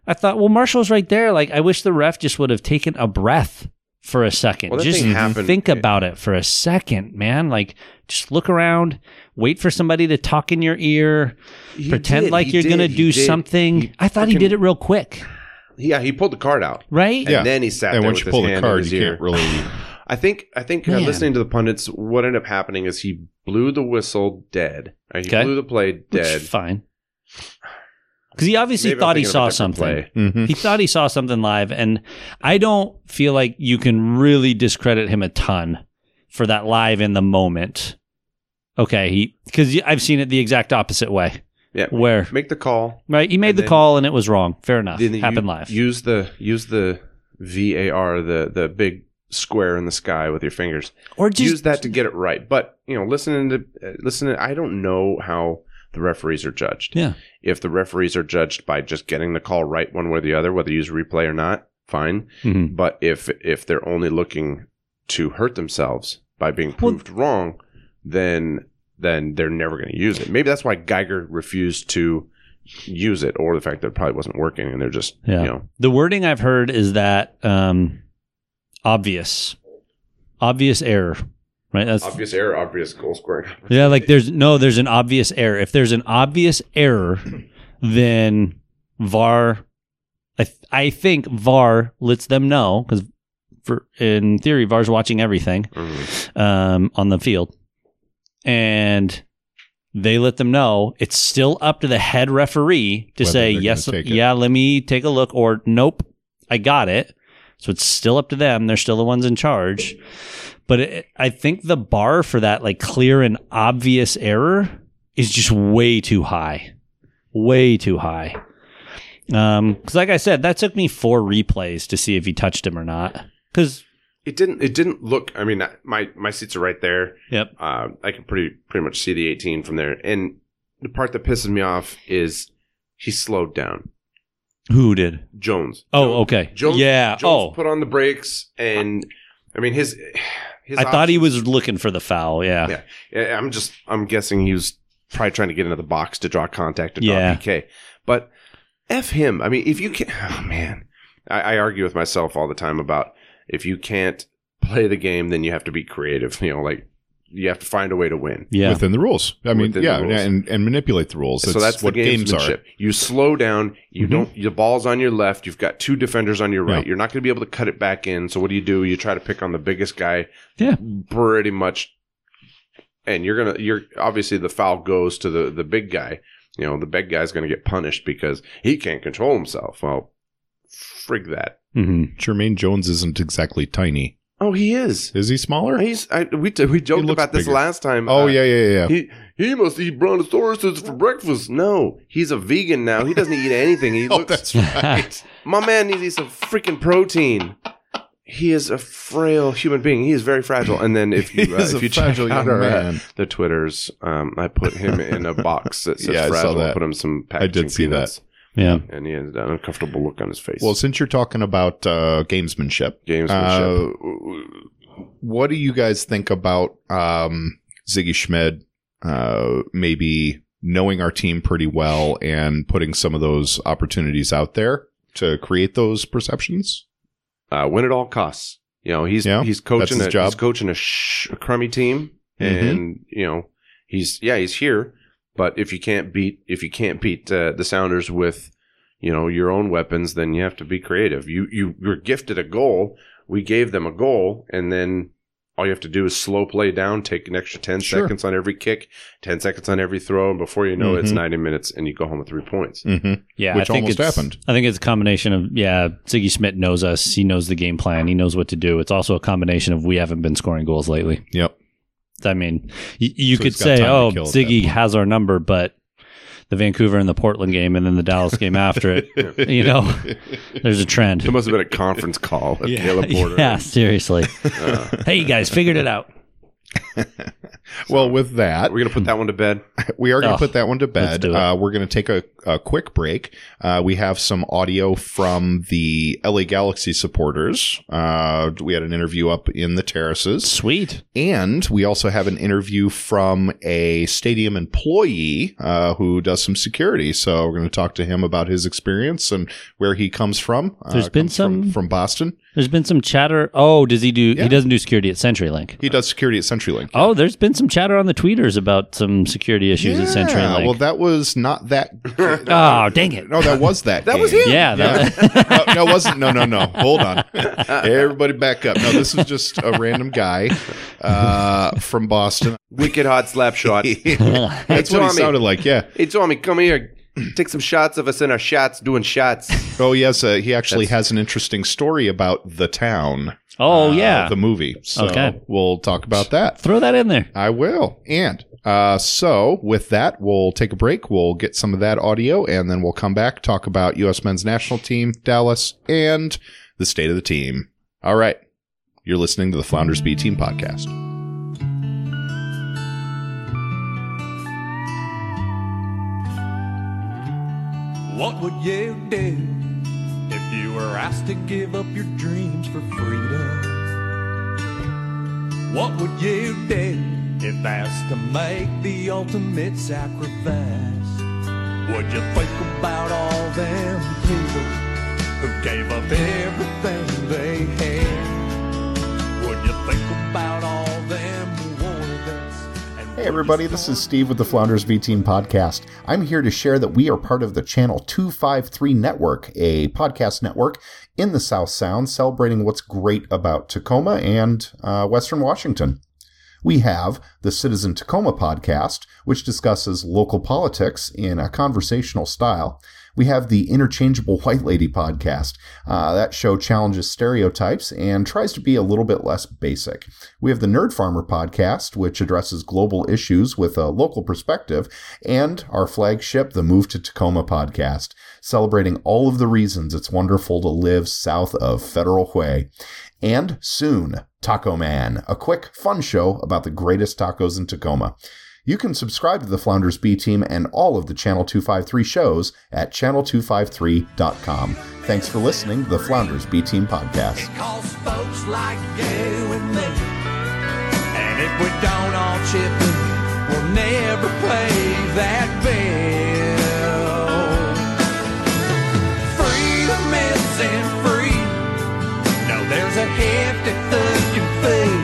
[SPEAKER 3] I thought, well, Marshall's right there. Like, I wish the ref just would have taken a breath for a second.
[SPEAKER 4] Well, that
[SPEAKER 3] just
[SPEAKER 4] thing happened-
[SPEAKER 3] think about it for a second, man. Like, just look around, wait for somebody to talk in your ear,
[SPEAKER 4] He
[SPEAKER 3] pretend
[SPEAKER 4] did,
[SPEAKER 3] like
[SPEAKER 4] he
[SPEAKER 3] you're
[SPEAKER 4] did,
[SPEAKER 3] going to
[SPEAKER 4] he
[SPEAKER 3] do
[SPEAKER 4] did.
[SPEAKER 3] something.
[SPEAKER 4] He
[SPEAKER 3] I thought he
[SPEAKER 4] freaking-
[SPEAKER 3] did it real quick,
[SPEAKER 4] Yeah, he pulled the card out,
[SPEAKER 3] right?
[SPEAKER 4] and
[SPEAKER 1] Yeah.
[SPEAKER 4] then he sat
[SPEAKER 1] And
[SPEAKER 4] there
[SPEAKER 1] once you
[SPEAKER 4] with his
[SPEAKER 1] pull the
[SPEAKER 4] hand in
[SPEAKER 1] card,
[SPEAKER 4] his
[SPEAKER 1] you
[SPEAKER 4] ear.
[SPEAKER 1] can't really.
[SPEAKER 4] I think I think uh,
[SPEAKER 3] Man.
[SPEAKER 4] listening to the pundits, what ended up happening is he blew the whistle dead. Uh, he
[SPEAKER 3] Okay.
[SPEAKER 4] blew the play
[SPEAKER 3] Which
[SPEAKER 4] dead.
[SPEAKER 3] is fine. Because he obviously
[SPEAKER 4] Maybe I'm
[SPEAKER 3] thought he
[SPEAKER 4] thinking of a
[SPEAKER 3] saw
[SPEAKER 4] different
[SPEAKER 3] something.
[SPEAKER 4] play.
[SPEAKER 1] Mhm.
[SPEAKER 3] he thought he saw something live and i don't feel like you can really discredit him a ton for that live in the moment okay he because i've seen it the exact opposite way
[SPEAKER 4] Yeah,
[SPEAKER 3] where
[SPEAKER 4] make the call.
[SPEAKER 3] right he made
[SPEAKER 4] and
[SPEAKER 3] the
[SPEAKER 4] then-
[SPEAKER 3] call and it was wrong fair enough
[SPEAKER 4] Then you
[SPEAKER 3] Ah, happened live
[SPEAKER 4] Use the use the VAR, the the big square in the sky with your fingers.
[SPEAKER 3] or just
[SPEAKER 4] use that to get it right. But you know, listening to uh, listening, I don't know how the referees are judged.
[SPEAKER 3] Yeah.
[SPEAKER 4] If the referees are judged by just getting the call right one way or the other, whether you use replay or not, fine.
[SPEAKER 3] Mhm.
[SPEAKER 4] But if if they're only looking to hurt themselves by being
[SPEAKER 3] Well-
[SPEAKER 4] proved wrong, then then they're never going to use it. Maybe that's why Geiger refused to use it, or the fact that it probably wasn't working, and they're just
[SPEAKER 3] Yeah.
[SPEAKER 4] you know
[SPEAKER 3] the wording i've heard is that um obvious obvious error right that's
[SPEAKER 4] obvious error, obvious goal scoring.
[SPEAKER 3] Yeah, like there's no, there's an obvious error. If there's an obvious error, then VAR, I, th- I think VAR lets them know because for in theory VAR's watching everything
[SPEAKER 4] Mhm.
[SPEAKER 3] um, on the field, and they let them know it's still up to the head referee to
[SPEAKER 1] Whether
[SPEAKER 3] say
[SPEAKER 1] they're gonna
[SPEAKER 3] yes,
[SPEAKER 1] take it.
[SPEAKER 3] yeah, let me take a look, or nope, I got it. So it's still up to them; they're still the ones in charge. But it, I think the bar for that, like clear and obvious error, is just way too high, way too high. Um, because like I said, that took me four replays to see if he touched him or not. Because
[SPEAKER 4] It didn't. It didn't look. I mean, I- my my seats are right there.
[SPEAKER 3] yep,
[SPEAKER 4] uh, I can pretty pretty much see the 18 from there. And the part that pisses me off is he slowed down.
[SPEAKER 3] who did?
[SPEAKER 4] Jones.
[SPEAKER 3] Oh, okay.
[SPEAKER 4] Jones,
[SPEAKER 3] yeah.
[SPEAKER 4] Jones
[SPEAKER 3] oh,
[SPEAKER 4] put on the brakes, and I mean his. his
[SPEAKER 3] I thought he
[SPEAKER 4] options-
[SPEAKER 3] was looking for the foul. Yeah.
[SPEAKER 4] Yeah. Yeah, I'm just. I'm guessing he was probably trying to get into the box to draw contact to draw
[SPEAKER 3] Yeah.
[SPEAKER 4] PK. But f him. I mean, if you can, oh man, I, I argue with myself all the time about if you can't play the game, then you have to be creative. You know, like you have to find a way to win.
[SPEAKER 3] Yeah.
[SPEAKER 1] Within the rules. I mean,
[SPEAKER 4] Within the
[SPEAKER 1] yeah,
[SPEAKER 4] rules.
[SPEAKER 1] and, and manipulate the rules. That's,
[SPEAKER 4] so that's
[SPEAKER 1] what
[SPEAKER 4] the
[SPEAKER 1] games are.
[SPEAKER 4] You slow down. You
[SPEAKER 1] Mhm.
[SPEAKER 4] don't. Your ball's on your left. You've got two defenders on your right.
[SPEAKER 1] Yeah.
[SPEAKER 4] You're not going to be able to cut it back in. So what do you do? You try to pick on the biggest guy.
[SPEAKER 3] Yeah.
[SPEAKER 4] Pretty much. And you're gonna. You're obviously the foul goes to the the big guy. You know the big guy's going to get punished because he can't control himself. Well, frig that.
[SPEAKER 3] Mhm.
[SPEAKER 1] Jermaine Jones isn't exactly tiny.
[SPEAKER 4] Oh, he is.
[SPEAKER 1] Is he smaller?
[SPEAKER 4] He's. I, we t- we joked
[SPEAKER 1] looks
[SPEAKER 4] about this
[SPEAKER 1] bigger.
[SPEAKER 4] last time.
[SPEAKER 1] oh
[SPEAKER 4] Uh,
[SPEAKER 1] yeah, yeah, yeah.
[SPEAKER 4] He he must eat brontosauruses for breakfast. No, he's a vegan now. He doesn't eat anything. He
[SPEAKER 1] oh,
[SPEAKER 4] looks.
[SPEAKER 1] that's right.
[SPEAKER 4] My man needs to eat some freaking protein. He is a frail human being. He is very fragile. And then if
[SPEAKER 1] He
[SPEAKER 4] you uh,
[SPEAKER 1] is
[SPEAKER 4] if
[SPEAKER 1] a
[SPEAKER 4] you check
[SPEAKER 1] fragile
[SPEAKER 4] out
[SPEAKER 1] young
[SPEAKER 4] our, uh,
[SPEAKER 1] man.
[SPEAKER 4] the twitters, um, I put him in a box that says
[SPEAKER 1] Yeah, I saw
[SPEAKER 4] fragile.
[SPEAKER 1] that.
[SPEAKER 4] Put him some.
[SPEAKER 1] I did
[SPEAKER 4] packaging
[SPEAKER 1] see that.
[SPEAKER 4] peanuts.
[SPEAKER 3] Yeah.
[SPEAKER 4] And he has an uncomfortable look on his face.
[SPEAKER 1] well, since you're talking about uh, gamesmanship,
[SPEAKER 4] gamesmanship.
[SPEAKER 1] Uh, what do you guys think about um, Ziggy Schmidt uh, maybe knowing our team pretty well and putting some of those opportunities out there to create those perceptions?
[SPEAKER 4] uh, win at all costs. You know, he's
[SPEAKER 1] Yeah,
[SPEAKER 4] he's
[SPEAKER 1] that's
[SPEAKER 4] coaching
[SPEAKER 1] his
[SPEAKER 4] a
[SPEAKER 1] job. Mm-hmm.
[SPEAKER 4] he's coaching a, sh- a crummy team, and you know he's yeah he's here. But if you can't beat if you can't beat uh, the Sounders with you know your own weapons, then you have to be creative. You you you're gifted a goal. We gave them a goal, and then all you have to do is slow play down, take an extra ten
[SPEAKER 1] Sure.
[SPEAKER 4] seconds on every kick, ten seconds on every throw, and before you know it, it's
[SPEAKER 1] Mhm.
[SPEAKER 4] ninety minutes, and you go home with three points.
[SPEAKER 1] Mm-hmm.
[SPEAKER 3] Yeah.
[SPEAKER 1] Which
[SPEAKER 3] I think
[SPEAKER 1] almost
[SPEAKER 3] it's-
[SPEAKER 1] happened.
[SPEAKER 3] I think it's a combination of, yeah, Ziggy Schmidt knows us. He knows the game plan. He knows what to do. It's also a combination of we haven't been scoring goals lately.
[SPEAKER 1] Yep.
[SPEAKER 3] I mean, y- you
[SPEAKER 1] So
[SPEAKER 3] could
[SPEAKER 1] he's got
[SPEAKER 3] say,
[SPEAKER 1] time to
[SPEAKER 3] oh,
[SPEAKER 1] kill at that
[SPEAKER 3] Ziggy
[SPEAKER 1] point.
[SPEAKER 3] has our number, but the Vancouver and the Portland game and then the Dallas game after it, you know, there's a trend.
[SPEAKER 4] It must have been a conference call with Caleb Porter.
[SPEAKER 3] yeah, seriously.
[SPEAKER 4] Uh,
[SPEAKER 3] hey, you guys, figured it out.
[SPEAKER 1] Well, with that,
[SPEAKER 4] we're gonna put that one to bed.
[SPEAKER 1] we are going to
[SPEAKER 3] Ugh.
[SPEAKER 1] put that one to
[SPEAKER 3] Oh, Let's
[SPEAKER 1] bed.
[SPEAKER 3] do it.
[SPEAKER 1] Uh, we're going to take a, a quick break. Uh, we have some audio from the LA Galaxy supporters. Uh, we had an interview up in the terraces.
[SPEAKER 3] Sweet.
[SPEAKER 1] And we also have an interview from a stadium employee uh, who does some security. So we're going to talk to him about his experience and where he comes from. Uh,
[SPEAKER 3] There's been
[SPEAKER 1] comes from-
[SPEAKER 3] some-
[SPEAKER 1] from Boston.
[SPEAKER 3] There's been some chatter. Oh, does he do?
[SPEAKER 1] Yeah.
[SPEAKER 3] He doesn't do security at CenturyLink.
[SPEAKER 1] He does security at CenturyLink.
[SPEAKER 3] Oh, there's been some chatter on the tweeters about some security issues at
[SPEAKER 1] Yeah,
[SPEAKER 3] CenturyLink.
[SPEAKER 1] Well, that was not that.
[SPEAKER 3] oh, dang it.
[SPEAKER 1] No, that was that.
[SPEAKER 4] That was
[SPEAKER 1] game.
[SPEAKER 4] him.
[SPEAKER 3] Yeah, that-
[SPEAKER 1] no, no, it wasn't. No, no, no. Hold on. Everybody back up. No, this is just a random guy uh, from Boston.
[SPEAKER 4] Wicked hot slap shot.
[SPEAKER 1] That's what he
[SPEAKER 4] Tommy.
[SPEAKER 1] sounded like. Yeah.
[SPEAKER 4] hey Tommy, come here. Take some shots of us in our shots doing shots.
[SPEAKER 1] Oh, yes. Uh, he actually has an interesting story about the town.
[SPEAKER 3] oh,
[SPEAKER 1] uh,
[SPEAKER 3] yeah.
[SPEAKER 1] The movie. So
[SPEAKER 3] Okay.
[SPEAKER 1] we'll talk about that.
[SPEAKER 3] Throw that in there.
[SPEAKER 1] I will. And uh, so with that, we'll take a break. We'll get some of that audio and then we'll come back, talk about U.S. men's national team, Dallas, and the state of the team. All right. You're listening to the Flounders B Team podcast.
[SPEAKER 5] What would you do if you were asked to give up your dreams for freedom? What would you do if asked to make the ultimate sacrifice? Would you think about all them people who gave up everything they had? Would you think about all them who wanted us? and would
[SPEAKER 2] Hey
[SPEAKER 5] you
[SPEAKER 2] everybody, this is Steve with the Flounders V Team podcast. I'm here to share that we are part of the Channel 253 Network, a podcast network in the South Sound celebrating what's great about Tacoma and uh, Western Washington. We have the Citizen Tacoma podcast, which discusses local politics in a conversational style. We have the Interchangeable White Lady podcast. Uh, that show challenges stereotypes and tries to be a little bit less basic. We have the Nerd Farmer podcast, which addresses global issues with a local perspective, and our flagship, the Move to Tacoma podcast, celebrating all of the reasons it's wonderful to live south of Federal Way. And soon, Taco Man, a quick, fun show about the greatest tacos in Tacoma. You can subscribe to the Flounders B Team and all of the Channel 253 shows at channel253.com. Thanks for listening to the Flounders B Team podcast.
[SPEAKER 5] Cause folks like you and me. And if we don't all chip in, we'll never pay that bill. Freedom isn't free. No, there's a hefty fucking fee.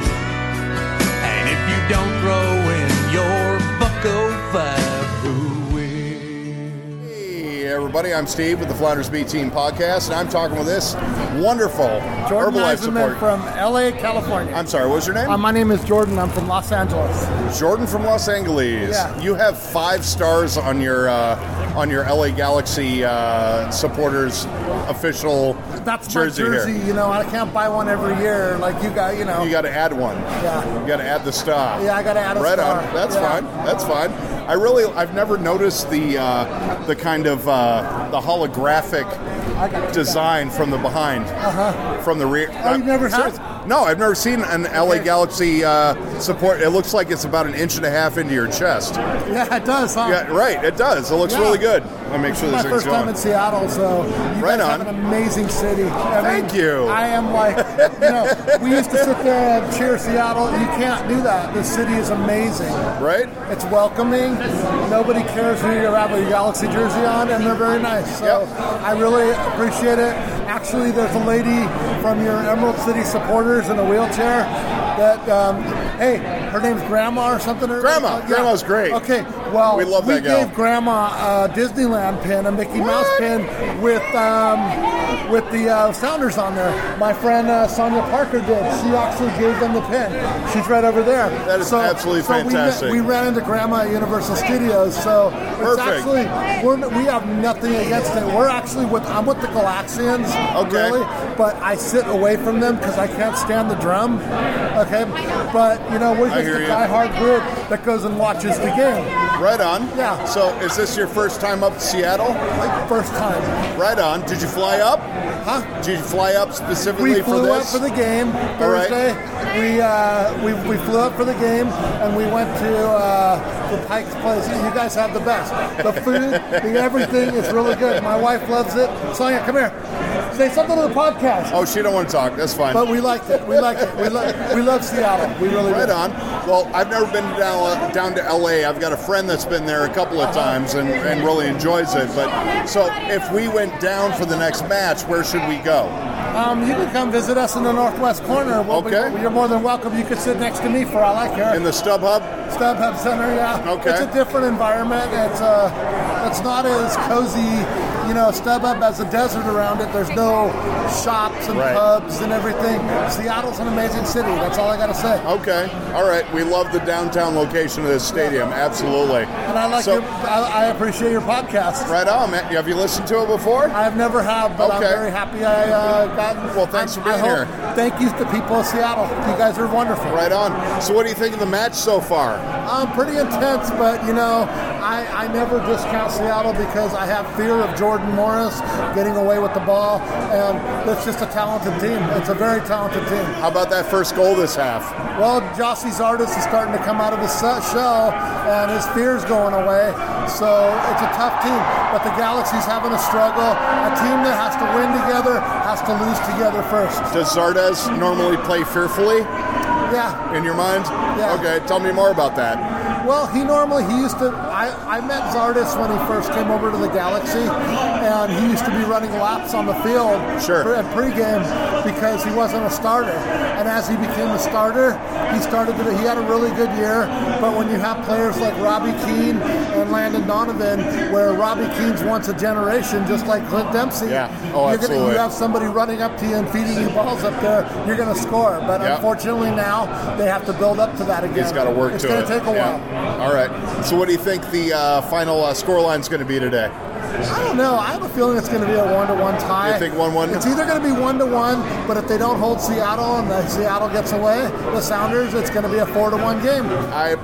[SPEAKER 5] And if you don't throw in your buckle five, who will?
[SPEAKER 2] Hey everybody, I'm Steve with the Flounders B Team podcast, and I'm talking with this wonderful
[SPEAKER 6] Jordan
[SPEAKER 2] Herbalife
[SPEAKER 6] Eisenman
[SPEAKER 2] support.
[SPEAKER 6] from LA, California.
[SPEAKER 2] I'm sorry, what was your name?
[SPEAKER 6] Uh, my name is Jordan. I'm from Los Angeles.
[SPEAKER 2] Jordan from Los Angeles.
[SPEAKER 6] Yeah.
[SPEAKER 2] You have five stars on your uh, on your LA Galaxy uh, supporters official
[SPEAKER 6] That's
[SPEAKER 2] jersey,
[SPEAKER 6] my jersey.
[SPEAKER 2] here.
[SPEAKER 6] You know, I can't buy one every year. Like you got, you know.
[SPEAKER 2] You got to add one.
[SPEAKER 6] yeah.
[SPEAKER 2] You got to add the star.
[SPEAKER 6] Yeah, I gotta add a
[SPEAKER 2] right
[SPEAKER 6] star.
[SPEAKER 2] on. That's
[SPEAKER 6] Yeah.
[SPEAKER 2] fine. That's fine. I really, I've never noticed the uh, the kind of uh, the holographic
[SPEAKER 6] I got
[SPEAKER 2] design from the behind,
[SPEAKER 6] Uh-huh.
[SPEAKER 2] from the rear.
[SPEAKER 6] Oh, you've never had-
[SPEAKER 2] Seriously. No, I've never seen an LA Galaxy uh, support. It looks like it's about an inch and a half into your chest.
[SPEAKER 6] Yeah, it does, huh?
[SPEAKER 2] Yeah, right. It does. It looks
[SPEAKER 6] Yeah.
[SPEAKER 2] really good. I'll make sure this
[SPEAKER 6] my
[SPEAKER 2] thing's
[SPEAKER 6] first time
[SPEAKER 2] going.
[SPEAKER 6] in Seattle, so you
[SPEAKER 2] Right
[SPEAKER 6] guys
[SPEAKER 2] on.
[SPEAKER 6] have an amazing city. I
[SPEAKER 2] Thank you.
[SPEAKER 6] I am like, you know, we used to sit there and cheer Seattle. You can't do that. This city is amazing.
[SPEAKER 2] Right?
[SPEAKER 6] It's welcoming. Nobody cares who you have a Galaxy jersey on, and they're very nice. So
[SPEAKER 2] Yep.
[SPEAKER 6] I really appreciate it. Actually, there's a lady from your Emerald City supporters in a wheelchair that, um, hey, her name's Grandma or something. or-
[SPEAKER 2] Grandma. Grandma's great.
[SPEAKER 6] Okay, well,
[SPEAKER 2] We love that gal.
[SPEAKER 6] gave Grandma a Disneyland pin, a Mickey Mouse pin with um, with the uh, Sounders on there. My friend uh, Sonia Parker did. She actually gave them the pin. She's right over there.
[SPEAKER 2] That is absolutely
[SPEAKER 6] we met-
[SPEAKER 2] fantastic.
[SPEAKER 6] We, ran into Grandma at Universal Studios, so it's
[SPEAKER 2] Perfect.
[SPEAKER 6] actually we're, we have nothing against it. We're actually with I'm with the Galaxians,
[SPEAKER 2] Okay.
[SPEAKER 6] really, but I sit away from them because I can't stand the drum. Okay, but you know we're
[SPEAKER 2] I
[SPEAKER 6] just
[SPEAKER 2] hear
[SPEAKER 6] a
[SPEAKER 2] you.
[SPEAKER 6] diehard group that goes and watches the game.
[SPEAKER 2] Right on.
[SPEAKER 6] Yeah.
[SPEAKER 2] So, is this your first time up to Seattle?
[SPEAKER 6] Like first time,
[SPEAKER 2] Right on. Did you fly up?
[SPEAKER 6] huh?
[SPEAKER 2] Did you fly up
[SPEAKER 6] We
[SPEAKER 2] specifically for
[SPEAKER 6] flew up
[SPEAKER 2] this?
[SPEAKER 6] for the game
[SPEAKER 2] right.
[SPEAKER 6] Thursday. We, uh, we we flew up for the game and we went to uh, the Pike's Place. You guys have the best. The food, the everything is really good. My wife loves it. Sonia, come here. Say something to the podcast.
[SPEAKER 2] oh, she don't want to talk. That's fine.
[SPEAKER 6] But we liked it. We liked it. We love we love Seattle. We really
[SPEAKER 2] Right
[SPEAKER 6] do.
[SPEAKER 2] on. Well, I've never been down, down to LA. I've got a friend that's been there a couple of times and, and really enjoys it. But so, if we went down for the next match, where should we go?
[SPEAKER 6] Um, you can come visit us in the northwest corner. We'll be-
[SPEAKER 2] Okay.
[SPEAKER 6] you're more than welcome. You could sit next to me for all I care.
[SPEAKER 2] In the stub hub?
[SPEAKER 6] StubHub Center, yeah.
[SPEAKER 2] Okay.
[SPEAKER 6] It's a different environment. It's uh, it's not as cozy. You know, StubHub has a desert around it. There's no shops and
[SPEAKER 2] Right.
[SPEAKER 6] pubs and everything. Seattle's an amazing city. That's all I gotta say.
[SPEAKER 2] Okay. All right. We love the downtown location of this stadium. Absolutely.
[SPEAKER 6] And I like
[SPEAKER 2] so,
[SPEAKER 6] your. I, I appreciate your podcast.
[SPEAKER 2] Right on, man. Have you listened to it before?
[SPEAKER 6] I've never have, but I'm
[SPEAKER 2] Okay.
[SPEAKER 6] very happy I uh, got.
[SPEAKER 2] Well, thanks for
[SPEAKER 6] I-
[SPEAKER 2] being
[SPEAKER 6] I hope-
[SPEAKER 2] here.
[SPEAKER 6] Thank you to people of Seattle. You guys are wonderful.
[SPEAKER 2] Right on. So, what do you think of the match so far?
[SPEAKER 6] Um, pretty intense, but you know, I, I never discount Seattle because I have fear of Jordan Morris getting away with the ball, and that's just a talented team. It's a very talented team.
[SPEAKER 2] How about that first goal this half?
[SPEAKER 6] Well, Jossie's artist is starting to come out of his se- shell, and his fear's going away. So it's a tough team, but the Galaxy's having a struggle. A team that has to win together has to lose together first.
[SPEAKER 2] Does Zardes normally play fearfully
[SPEAKER 6] Yeah,
[SPEAKER 2] in your mind?
[SPEAKER 6] Yeah.
[SPEAKER 2] Okay, tell me more about that.
[SPEAKER 6] Well, he normally he used to. I, I met Zardis when he first came over to the Galaxy, and he used to be running laps on the field
[SPEAKER 2] Sure.
[SPEAKER 6] pre- at pregame because he wasn't a starter. And as he became a starter, he started. To, he had a really good year. But when you have players like Robbie Keane and Landon Donovan, where Robbie Keane's once a generation, just like Clint Dempsey,
[SPEAKER 2] Yeah. Oh,
[SPEAKER 6] you're gonna,
[SPEAKER 2] absolutely.
[SPEAKER 6] you have somebody running up to you and feeding you balls up there. You're going to score. But
[SPEAKER 2] Yeah.
[SPEAKER 6] unfortunately, now they have to build up to that again.
[SPEAKER 2] He's got to work
[SPEAKER 6] It's
[SPEAKER 2] to
[SPEAKER 6] gonna
[SPEAKER 2] it.
[SPEAKER 6] take a
[SPEAKER 2] Yeah.
[SPEAKER 6] while.
[SPEAKER 2] All right. So, what do you think the uh, final uh, scoreline's going to be today?
[SPEAKER 6] I don't know. I have a feeling it's going to be a one-to-one tie.
[SPEAKER 2] You think 1-1?
[SPEAKER 6] It's either going to be one-to-one, but if they don't hold Seattle and the Seattle gets away, the Sounders, it's going to be a four-to-one game.
[SPEAKER 2] I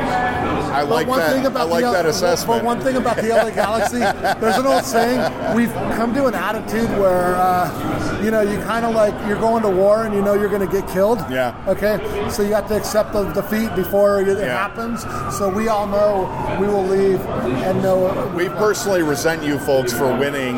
[SPEAKER 2] I like
[SPEAKER 6] one
[SPEAKER 2] that.
[SPEAKER 6] thing
[SPEAKER 2] I
[SPEAKER 6] about
[SPEAKER 2] like
[SPEAKER 6] the,
[SPEAKER 2] that
[SPEAKER 6] L-
[SPEAKER 2] assessment.
[SPEAKER 6] But one thing about the LA Galaxy, there's an old saying: we've come to an attitude where, uh, you know, you kind of like you're going to war and you know you're going to get killed.
[SPEAKER 2] Yeah.
[SPEAKER 6] Okay. So you have to accept the defeat before it
[SPEAKER 2] Yeah.
[SPEAKER 6] happens. So we all know we will leave and know
[SPEAKER 2] We personally resent you folks for winning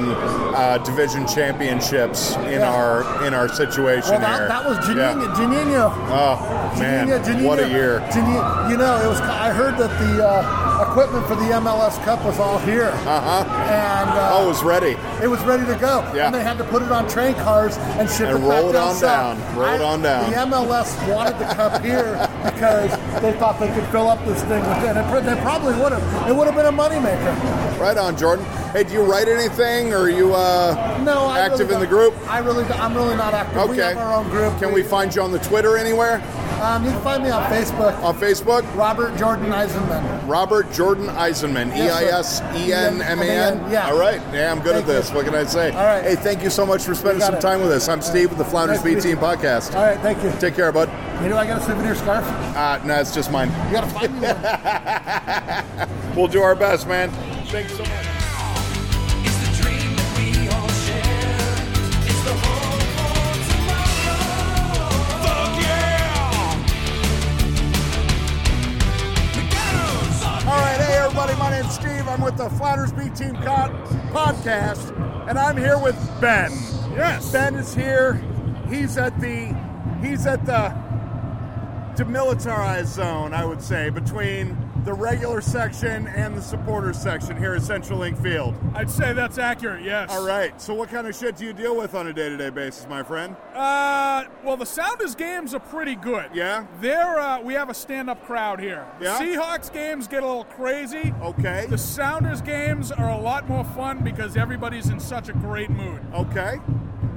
[SPEAKER 2] uh, division championships in
[SPEAKER 6] Yeah.
[SPEAKER 2] our in our situation
[SPEAKER 6] Well, that,
[SPEAKER 2] here.
[SPEAKER 6] that was
[SPEAKER 2] Yeah.
[SPEAKER 6] Janino. Janino.
[SPEAKER 2] Oh man,
[SPEAKER 6] Janino, Janino.
[SPEAKER 2] what a year!
[SPEAKER 6] Janino, you know, it was. I heard that the uh, equipment for the MLS Cup was all here,
[SPEAKER 2] Uh huh.
[SPEAKER 6] and uh,
[SPEAKER 2] Oh, it was ready.
[SPEAKER 6] it was ready to go.
[SPEAKER 2] Yeah.
[SPEAKER 6] And they had to put it on train cars and ship
[SPEAKER 2] And
[SPEAKER 6] it
[SPEAKER 2] roll
[SPEAKER 6] back
[SPEAKER 2] it
[SPEAKER 6] down
[SPEAKER 2] on
[SPEAKER 6] south.
[SPEAKER 2] down. Roll it on down.
[SPEAKER 6] The MLS wanted the cup here because they thought they could fill up this thing with it. And it pr- they probably would have. It would have been a moneymaker.
[SPEAKER 2] Right on, Jordan. Hey, do you write anything, or are you uh,
[SPEAKER 6] No, I
[SPEAKER 2] active
[SPEAKER 6] really
[SPEAKER 2] in the
[SPEAKER 6] don't-
[SPEAKER 2] group?
[SPEAKER 6] I really, don't- I'm really not active. We
[SPEAKER 2] Okay.
[SPEAKER 6] have our own group.
[SPEAKER 2] Can we find you on the Twitter anywhere? Um, you can find me on Facebook,
[SPEAKER 6] On Facebook,
[SPEAKER 2] Robert Jordan Eisenman.
[SPEAKER 6] Robert Jordan Eisenman, E I S
[SPEAKER 2] Yes,
[SPEAKER 6] E N M A N.
[SPEAKER 2] Yeah.
[SPEAKER 6] All right. Yeah, I'm good
[SPEAKER 2] Thank
[SPEAKER 6] at this.
[SPEAKER 2] you.
[SPEAKER 6] What can I say?
[SPEAKER 2] All right.
[SPEAKER 6] Hey, thank you so much for spending
[SPEAKER 2] You got
[SPEAKER 6] some
[SPEAKER 2] it.
[SPEAKER 6] time with us. I'm Steve with the Flounders
[SPEAKER 2] Nice to
[SPEAKER 6] B
[SPEAKER 2] meet
[SPEAKER 6] Team
[SPEAKER 2] you.
[SPEAKER 6] podcast.
[SPEAKER 2] All right, thank you.
[SPEAKER 6] Take care, bud.
[SPEAKER 2] You know, I got a souvenir scarf.
[SPEAKER 6] Uh, no, it's just mine.
[SPEAKER 2] You got to find me one.
[SPEAKER 6] We'll do our best, man. Thanks so much.
[SPEAKER 5] It's the dream that we all share. It's the hope for tomorrow. Fuck yeah! McDonald's on
[SPEAKER 2] All right, hey everybody, my name's Steve. I'm with the Flatters B Team Con- podcast, and I'm here with Ben. Yes, Ben is here. He's at the he's at the demilitarized zone, I would say, between the regular section and the supporter section here at Central Link Field.
[SPEAKER 7] I'd say that's accurate, yes.
[SPEAKER 2] All right, so what kind of shit do you deal with on a day-to-day basis, my friend?
[SPEAKER 7] Uh, well, the Sounders games are pretty good.
[SPEAKER 2] Yeah?
[SPEAKER 7] They're, uh, we have a stand up crowd here.
[SPEAKER 2] Yeah?
[SPEAKER 7] The Seahawks games get a little crazy.
[SPEAKER 2] Okay,
[SPEAKER 7] The Sounders games are a lot more fun because everybody's in such a great mood.
[SPEAKER 2] okay,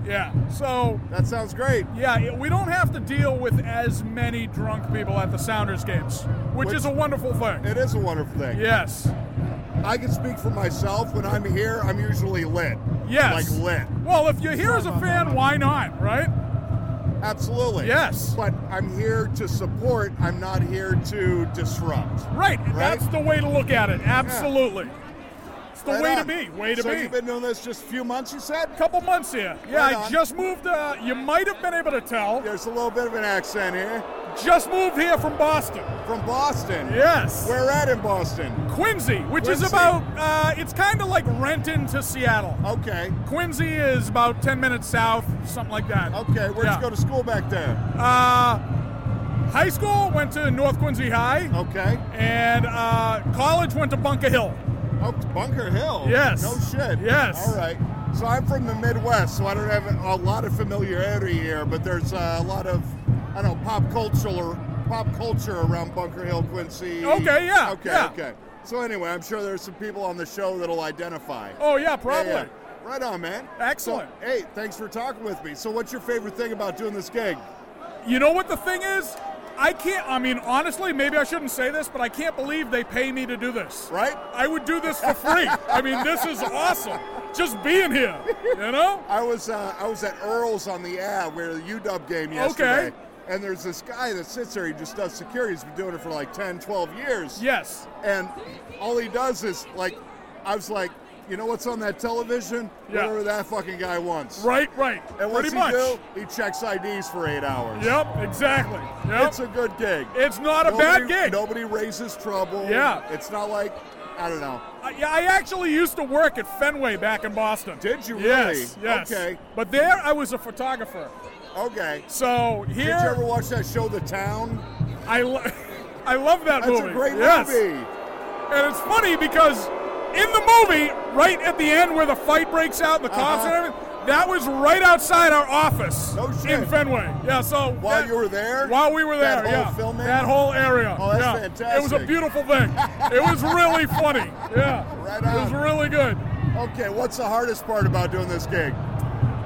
[SPEAKER 7] Yeah. So,
[SPEAKER 2] that sounds great.
[SPEAKER 7] yeah, it- we don't have to deal with as many drunk people at the Sounders games, which,
[SPEAKER 2] Which-
[SPEAKER 7] is a wonderful thing.
[SPEAKER 2] It is a wonderful thing.
[SPEAKER 7] yes.
[SPEAKER 2] I can speak for myself. When I'm here, I'm usually lit.
[SPEAKER 7] Yes.
[SPEAKER 2] Like lit.
[SPEAKER 7] Well, if you're here as a fan, why not, right?
[SPEAKER 2] Absolutely.
[SPEAKER 7] Yes.
[SPEAKER 2] But I'm here to support. I'm not here to disrupt.
[SPEAKER 7] Right. That's the way to look at it. Absolutely. It's the
[SPEAKER 2] Right
[SPEAKER 7] way
[SPEAKER 2] on.
[SPEAKER 7] to be. Way to
[SPEAKER 2] uh, so
[SPEAKER 7] be.
[SPEAKER 2] you've been doing this just a few months, you said?
[SPEAKER 7] couple months here. Yeah,
[SPEAKER 2] Right
[SPEAKER 7] I
[SPEAKER 2] on.
[SPEAKER 7] just moved. Uh, you might have been able to tell.
[SPEAKER 2] There's a little bit of an accent here.
[SPEAKER 7] Just moved here from Boston.
[SPEAKER 2] From Boston.
[SPEAKER 7] Yes.
[SPEAKER 2] Where at in Boston?
[SPEAKER 7] Quincy, which
[SPEAKER 2] Quincy.
[SPEAKER 7] is about. Uh, it's kind of like Renton to Seattle.
[SPEAKER 2] Okay.
[SPEAKER 7] Quincy is about 10 minutes south, something like that.
[SPEAKER 2] Okay. Where'd
[SPEAKER 7] Yeah.
[SPEAKER 2] you go to school back there?
[SPEAKER 7] Uh, high school went to North Quincy High,
[SPEAKER 2] Okay.
[SPEAKER 7] and uh, college went to Bunker Hill.
[SPEAKER 2] Oh, Bunker Hill.
[SPEAKER 7] Yes.
[SPEAKER 2] No shit.
[SPEAKER 7] Yes.
[SPEAKER 2] All right. So I'm from the Midwest, so I don't have a lot of familiarity here, but there's uh, a lot of I don't know pop culture pop culture around Bunker Hill, Quincy.
[SPEAKER 7] Okay, yeah,
[SPEAKER 2] Okay.
[SPEAKER 7] yeah.
[SPEAKER 2] Okay. So anyway, I'm sure there's some people on the show that'll identify.
[SPEAKER 7] Oh yeah,
[SPEAKER 2] Yeah,
[SPEAKER 7] probably.
[SPEAKER 2] yeah. Right on, man.
[SPEAKER 7] Excellent.
[SPEAKER 2] So, hey, thanks for talking with me. So, what's your favorite thing about doing this gig?
[SPEAKER 7] You know what the thing is? I can't. I mean, honestly, maybe I shouldn't say this, but I can't believe they pay me to do this.
[SPEAKER 2] Right?
[SPEAKER 7] I would do this for free. I mean, this is awesome. Just being here, you know?
[SPEAKER 2] I was uh, I was at Earl's on the Ave where the UW game yesterday. And there's this guy that sits there, he just does security. He's been doing it for like 10, 12 years.
[SPEAKER 7] Yes.
[SPEAKER 2] And all he does is, like, I was like, you know what's on that television?
[SPEAKER 7] Yeah.
[SPEAKER 2] Whatever that fucking guy wants.
[SPEAKER 7] Right, right.
[SPEAKER 2] And what's
[SPEAKER 7] Pretty
[SPEAKER 2] he
[SPEAKER 7] much.
[SPEAKER 2] do? He checks IDs for eight hours.
[SPEAKER 7] Yep, exactly. Yep.
[SPEAKER 2] It's a good gig.
[SPEAKER 7] It's not a bad gig.
[SPEAKER 2] Nobody raises trouble.
[SPEAKER 7] Yeah.
[SPEAKER 2] It's not like, I don't know.
[SPEAKER 7] I, yeah, I actually used to work at Fenway back in Boston.
[SPEAKER 2] Did you
[SPEAKER 7] Yes,
[SPEAKER 2] really?
[SPEAKER 7] yes.
[SPEAKER 2] Okay.
[SPEAKER 7] But there I was a photographer.
[SPEAKER 2] Okay.
[SPEAKER 7] So
[SPEAKER 2] Did
[SPEAKER 7] here
[SPEAKER 2] you ever watch that show, The Town?
[SPEAKER 7] I lo- I love that
[SPEAKER 2] That's
[SPEAKER 7] movie.
[SPEAKER 2] a great
[SPEAKER 7] yes.
[SPEAKER 2] movie.
[SPEAKER 7] And it's funny because in the movie, right at the end where the fight breaks out, and the cops
[SPEAKER 2] Uh-huh.
[SPEAKER 7] and everything, that was right outside our office
[SPEAKER 2] No shit.
[SPEAKER 7] in Fenway. Yeah, so
[SPEAKER 2] While
[SPEAKER 7] that-
[SPEAKER 2] you were there?
[SPEAKER 7] while we were there,
[SPEAKER 2] That whole
[SPEAKER 7] yeah,
[SPEAKER 2] filming?
[SPEAKER 7] that whole area.
[SPEAKER 2] Oh, that's
[SPEAKER 7] yeah. It was a
[SPEAKER 2] fantastic.
[SPEAKER 7] beautiful thing. it was really funny. Yeah,
[SPEAKER 2] Right
[SPEAKER 7] It was
[SPEAKER 2] on.
[SPEAKER 7] really good.
[SPEAKER 2] Okay, what's the hardest part about doing this gig?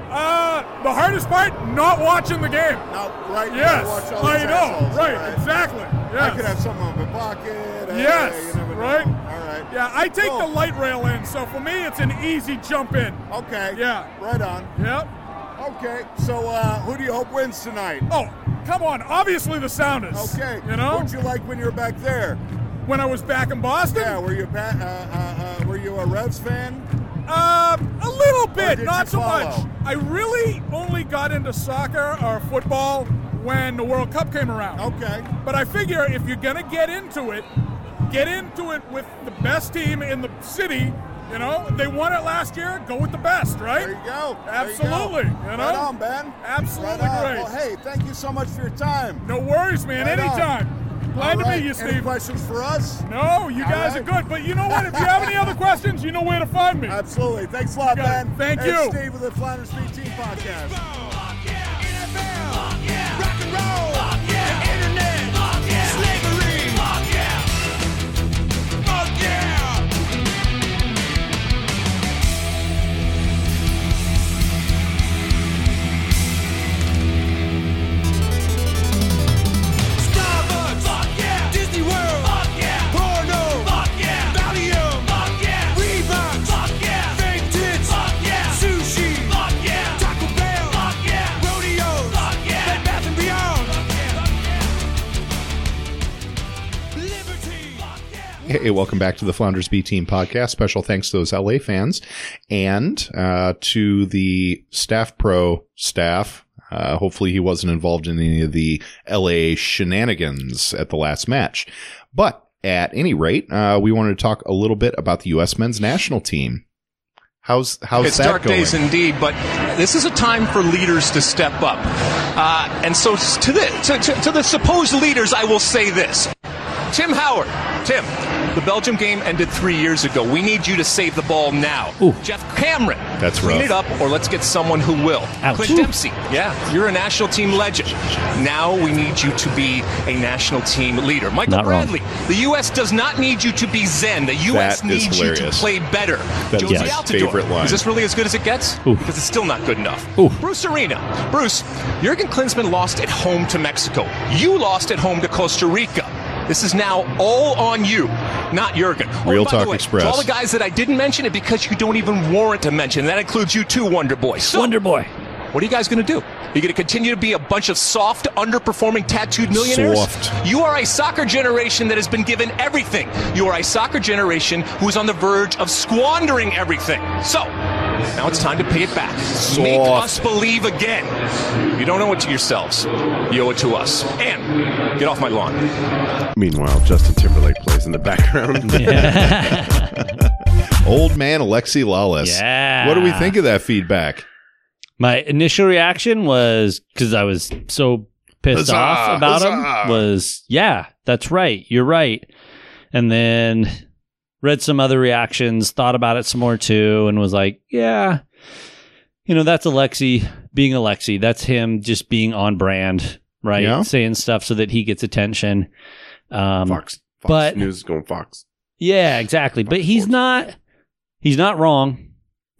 [SPEAKER 7] Uh, the hardest part, not watching the game.
[SPEAKER 2] Now, right? you
[SPEAKER 7] Yes,
[SPEAKER 2] gotta watch all
[SPEAKER 7] I
[SPEAKER 2] these
[SPEAKER 7] know.
[SPEAKER 2] assholes,
[SPEAKER 7] Right,
[SPEAKER 2] all
[SPEAKER 7] exactly.
[SPEAKER 2] I
[SPEAKER 7] Yes.
[SPEAKER 2] could have something in my pocket. hey,
[SPEAKER 7] Yes,
[SPEAKER 2] you never know.
[SPEAKER 7] right?
[SPEAKER 2] All right.
[SPEAKER 7] Yeah, I take
[SPEAKER 2] Cool.
[SPEAKER 7] the light rail in, so for me it's an easy jump in.
[SPEAKER 2] Okay.
[SPEAKER 7] Yeah.
[SPEAKER 2] Right on.
[SPEAKER 7] Yep.
[SPEAKER 2] Okay. So, uh, who do you hope wins tonight?
[SPEAKER 7] Oh, come on. Obviously the Sounders.
[SPEAKER 2] Okay.
[SPEAKER 7] You know?
[SPEAKER 2] What'd you like when you were back there?
[SPEAKER 7] when I was back in Boston?
[SPEAKER 2] Yeah. Were you a Pat- uh, uh, uh, Were you a Revs fan?
[SPEAKER 7] Uh, a little bit,
[SPEAKER 2] did
[SPEAKER 7] not
[SPEAKER 2] you
[SPEAKER 7] so
[SPEAKER 2] follow?
[SPEAKER 7] much. I really only got into soccer or football when the World Cup came around.
[SPEAKER 2] Okay.
[SPEAKER 7] But I figure if you're going to get into it, get into it with the best team in the city. You know, they won it last year, go with the best, right?
[SPEAKER 2] There you go. There you go.
[SPEAKER 7] Absolutely, you know?
[SPEAKER 2] Right on, Ben.
[SPEAKER 7] Absolutely
[SPEAKER 2] right on.
[SPEAKER 7] great.
[SPEAKER 2] Well, hey, thank you so much for your time.
[SPEAKER 7] No worries, man.
[SPEAKER 2] Right on.
[SPEAKER 7] Anytime. Glad
[SPEAKER 2] All
[SPEAKER 7] to
[SPEAKER 2] right,
[SPEAKER 7] meet you,
[SPEAKER 2] Any
[SPEAKER 7] Steve.
[SPEAKER 2] questions for us?
[SPEAKER 7] No, you
[SPEAKER 2] All
[SPEAKER 7] guys
[SPEAKER 2] right.
[SPEAKER 7] are good. But you know what? If you have any other questions, you know where to find me.
[SPEAKER 2] Absolutely. Thanks a lot,
[SPEAKER 7] You got it.
[SPEAKER 2] Ben.
[SPEAKER 7] Thank
[SPEAKER 2] And
[SPEAKER 7] you.
[SPEAKER 2] Steve with the Flanders Street Team Podcast.
[SPEAKER 5] Fuck yeah! NFL! Fuck yeah! Rock and roll! Fuck yeah! The internet! Fuck yeah! Slavery! Fuck yeah! Fuck yeah!
[SPEAKER 1] Hey, welcome back to the Flounders B Team podcast. Special thanks to those LA fans and uh, to the staff pro staff. Uh, hopefully, he wasn't involved in any of the LA shenanigans at the last match. But at any rate, uh, we wanted to talk a little bit about the U.S. men's national team. How's how's
[SPEAKER 5] it's
[SPEAKER 1] that
[SPEAKER 5] dark
[SPEAKER 1] going?
[SPEAKER 5] days indeed, but this is a time for leaders to step up. Uh, and so to the, to, to, to the supposed leaders, I will say this. Tim Howard, Tim, the Belgium game ended three years ago. We need you to save the ball now. Jeff Cameron,
[SPEAKER 1] That's
[SPEAKER 5] clean
[SPEAKER 1] rough.
[SPEAKER 5] it up, or let's get someone who will.
[SPEAKER 3] Ouch.
[SPEAKER 5] Clint
[SPEAKER 3] Ooh.
[SPEAKER 5] Dempsey, yeah, you're a national team legend. Now we need you to be a national team leader. Michael
[SPEAKER 3] Not wrong.
[SPEAKER 5] Bradley, the U.S. does not need you to be zen. The U.S.
[SPEAKER 1] That is
[SPEAKER 5] needs you to
[SPEAKER 1] hilarious.
[SPEAKER 5] play better.
[SPEAKER 1] That is
[SPEAKER 5] Josie
[SPEAKER 1] my
[SPEAKER 5] Altidore,
[SPEAKER 1] favorite line.
[SPEAKER 5] Is this really as good as it gets?
[SPEAKER 3] Ooh.
[SPEAKER 5] Because it's still not good enough.
[SPEAKER 3] Ooh.
[SPEAKER 5] Bruce Arena. Bruce, Jurgen Klinsmann lost at home to Mexico. You lost at home to Costa Rica. This is now all on you, not Jurgen. Oh,
[SPEAKER 1] Real
[SPEAKER 5] and by the
[SPEAKER 1] Talk
[SPEAKER 5] way,
[SPEAKER 1] Express.
[SPEAKER 5] To all the guys that I didn't mention it because you don't even warrant a mention. That includes you too, Wonder Boy. So,
[SPEAKER 3] Wonder Boy.
[SPEAKER 5] what are you guys going to do? Are you going to continue to be a bunch of soft, underperforming, tattooed millionaires?
[SPEAKER 1] Soft.
[SPEAKER 5] You are a soccer generation that has been given everything. You are a soccer generation who is on the verge of squandering everything. So, now it's time to pay it back. Make
[SPEAKER 1] Soft.
[SPEAKER 5] us believe again. You don't owe it to yourselves. You owe it to us. And get off my lawn.
[SPEAKER 4] Meanwhile, Justin Timberlake plays in the
[SPEAKER 3] Um,
[SPEAKER 4] background.
[SPEAKER 1] Old man Alexi Lawless.
[SPEAKER 3] Yeah.
[SPEAKER 1] What do we think of that feedback?
[SPEAKER 3] My initial reaction was because I was so pissed
[SPEAKER 1] Huzzah,
[SPEAKER 3] off about
[SPEAKER 1] huzzah.
[SPEAKER 3] him was, yeah, that's right, you're right. And then read some other reactions, thought about it some more too, and was like, yeah, you know, that's Alexi being Alexi. That's him just being on brand, right?
[SPEAKER 1] Yeah.
[SPEAKER 3] Saying stuff so that he gets attention. Um,
[SPEAKER 4] Fox. Fox
[SPEAKER 3] But-
[SPEAKER 4] News is going Fox.
[SPEAKER 3] yeah, exactly. But he's
[SPEAKER 4] Fox.
[SPEAKER 3] not he's not wrong.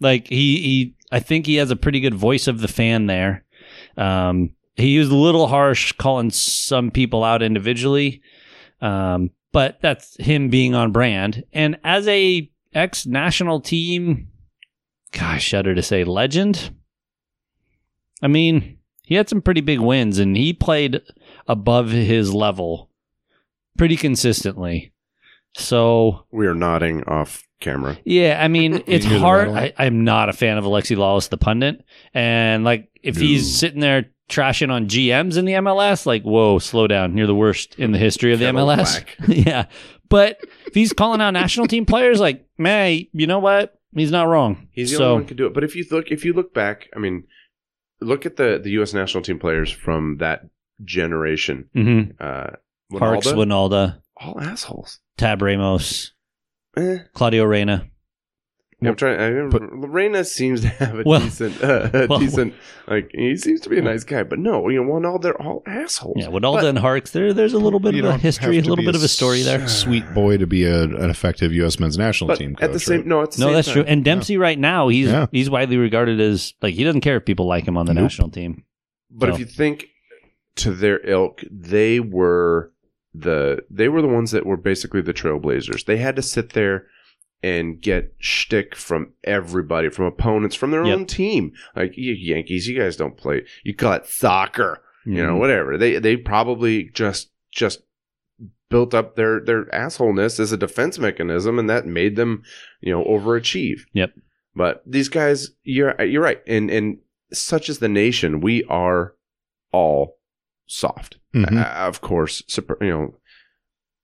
[SPEAKER 3] Like he he I think he has a pretty good voice of the fan there. Um he was a little harsh calling some people out individually. Um but that's him being on brand. And as a ex national team gosh, shudder to say legend. I mean, he had some pretty big wins and he played above his level pretty consistently. So
[SPEAKER 4] We are nodding off camera.
[SPEAKER 3] yeah, I mean it's
[SPEAKER 1] hear the
[SPEAKER 3] hard.
[SPEAKER 1] rattling?
[SPEAKER 3] I, I'm not a fan of Alexi Lawless, the pundit, and like if he's sitting there trashing on GMs in the MLS, like whoa, slow down. You're the worst in the history of the
[SPEAKER 4] Kettle
[SPEAKER 3] MLS. yeah, but if he's calling out national team players, like man, you know what? He's not wrong.
[SPEAKER 4] He's the
[SPEAKER 3] so
[SPEAKER 4] only one who can do it. But if you look, if you look back, I mean, look at the the U.S. national team players from that generation.
[SPEAKER 3] mhm.
[SPEAKER 4] Uh,
[SPEAKER 3] Parks,
[SPEAKER 4] Wijnaldum,
[SPEAKER 3] Winalda,
[SPEAKER 4] all assholes.
[SPEAKER 3] Tab Ramos,
[SPEAKER 4] Eh.
[SPEAKER 3] Claudio Reyna.
[SPEAKER 4] I'm trying. I remember, Lorena seems to have a
[SPEAKER 3] Well-
[SPEAKER 4] decent, uh, a
[SPEAKER 3] well-
[SPEAKER 4] decent. Like he seems to be a nice guy, but no, you know, one all they're all assholes.
[SPEAKER 3] Yeah, Winalda and Harks. There, there's a little bit
[SPEAKER 1] You
[SPEAKER 3] of a
[SPEAKER 1] don't
[SPEAKER 3] history, a
[SPEAKER 1] have to
[SPEAKER 3] little
[SPEAKER 1] be
[SPEAKER 3] bit of a story there.
[SPEAKER 1] s- Sweet boy to be a, an effective U.S. men's national
[SPEAKER 4] but
[SPEAKER 1] team coach.
[SPEAKER 4] at the same,
[SPEAKER 1] right?
[SPEAKER 4] no, at the
[SPEAKER 3] No,
[SPEAKER 4] same
[SPEAKER 3] that's
[SPEAKER 4] time,
[SPEAKER 3] true. And Dempsey right now, he's
[SPEAKER 1] Yeah.
[SPEAKER 3] he's widely regarded as like he doesn't care if people like him on the
[SPEAKER 1] Nope.
[SPEAKER 3] national team.
[SPEAKER 4] But
[SPEAKER 3] So-
[SPEAKER 4] if you think to their ilk, they were the they were the ones that were basically the trailblazers. They had to sit there and get shtick from everybody, from opponents, from their
[SPEAKER 3] Yep.
[SPEAKER 4] own team. Like you Yankees, you guys don't play. You call it soccer, you
[SPEAKER 3] Mm. Mm-hmm.
[SPEAKER 4] know, whatever. They they probably just just built up their their assholeness as a defense mechanism, and that made them you know overachieve.
[SPEAKER 3] Yep.
[SPEAKER 4] But these guys, you're you're right, and and such is the nation. We are all soft,
[SPEAKER 1] Mhm.
[SPEAKER 4] Uh, of course. super- you know,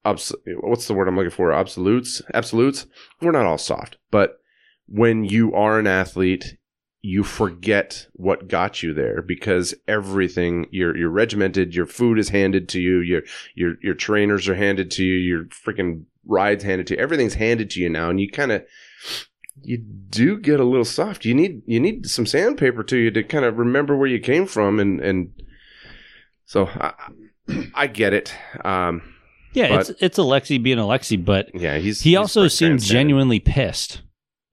[SPEAKER 4] obs- what's the word I'm looking for? Absolutes, absolutes. We're not all soft, but when you are an athlete, you forget what got you there because everything you're you're regimented. Your food is handed to you. Your your your trainers are handed to you. Your freaking rides handed to you. Everything's handed to you now, and you kind of you do get a little soft. You need you need some sandpaper to you to kind of remember where you came from, and and so I, I get it. Um,
[SPEAKER 3] Yeah,
[SPEAKER 4] But-
[SPEAKER 3] it's it's Alexi being Alexi, but
[SPEAKER 4] yeah, he's
[SPEAKER 3] he
[SPEAKER 4] he's
[SPEAKER 3] also
[SPEAKER 4] pretty
[SPEAKER 3] seemed
[SPEAKER 4] transcendent.
[SPEAKER 3] genuinely pissed,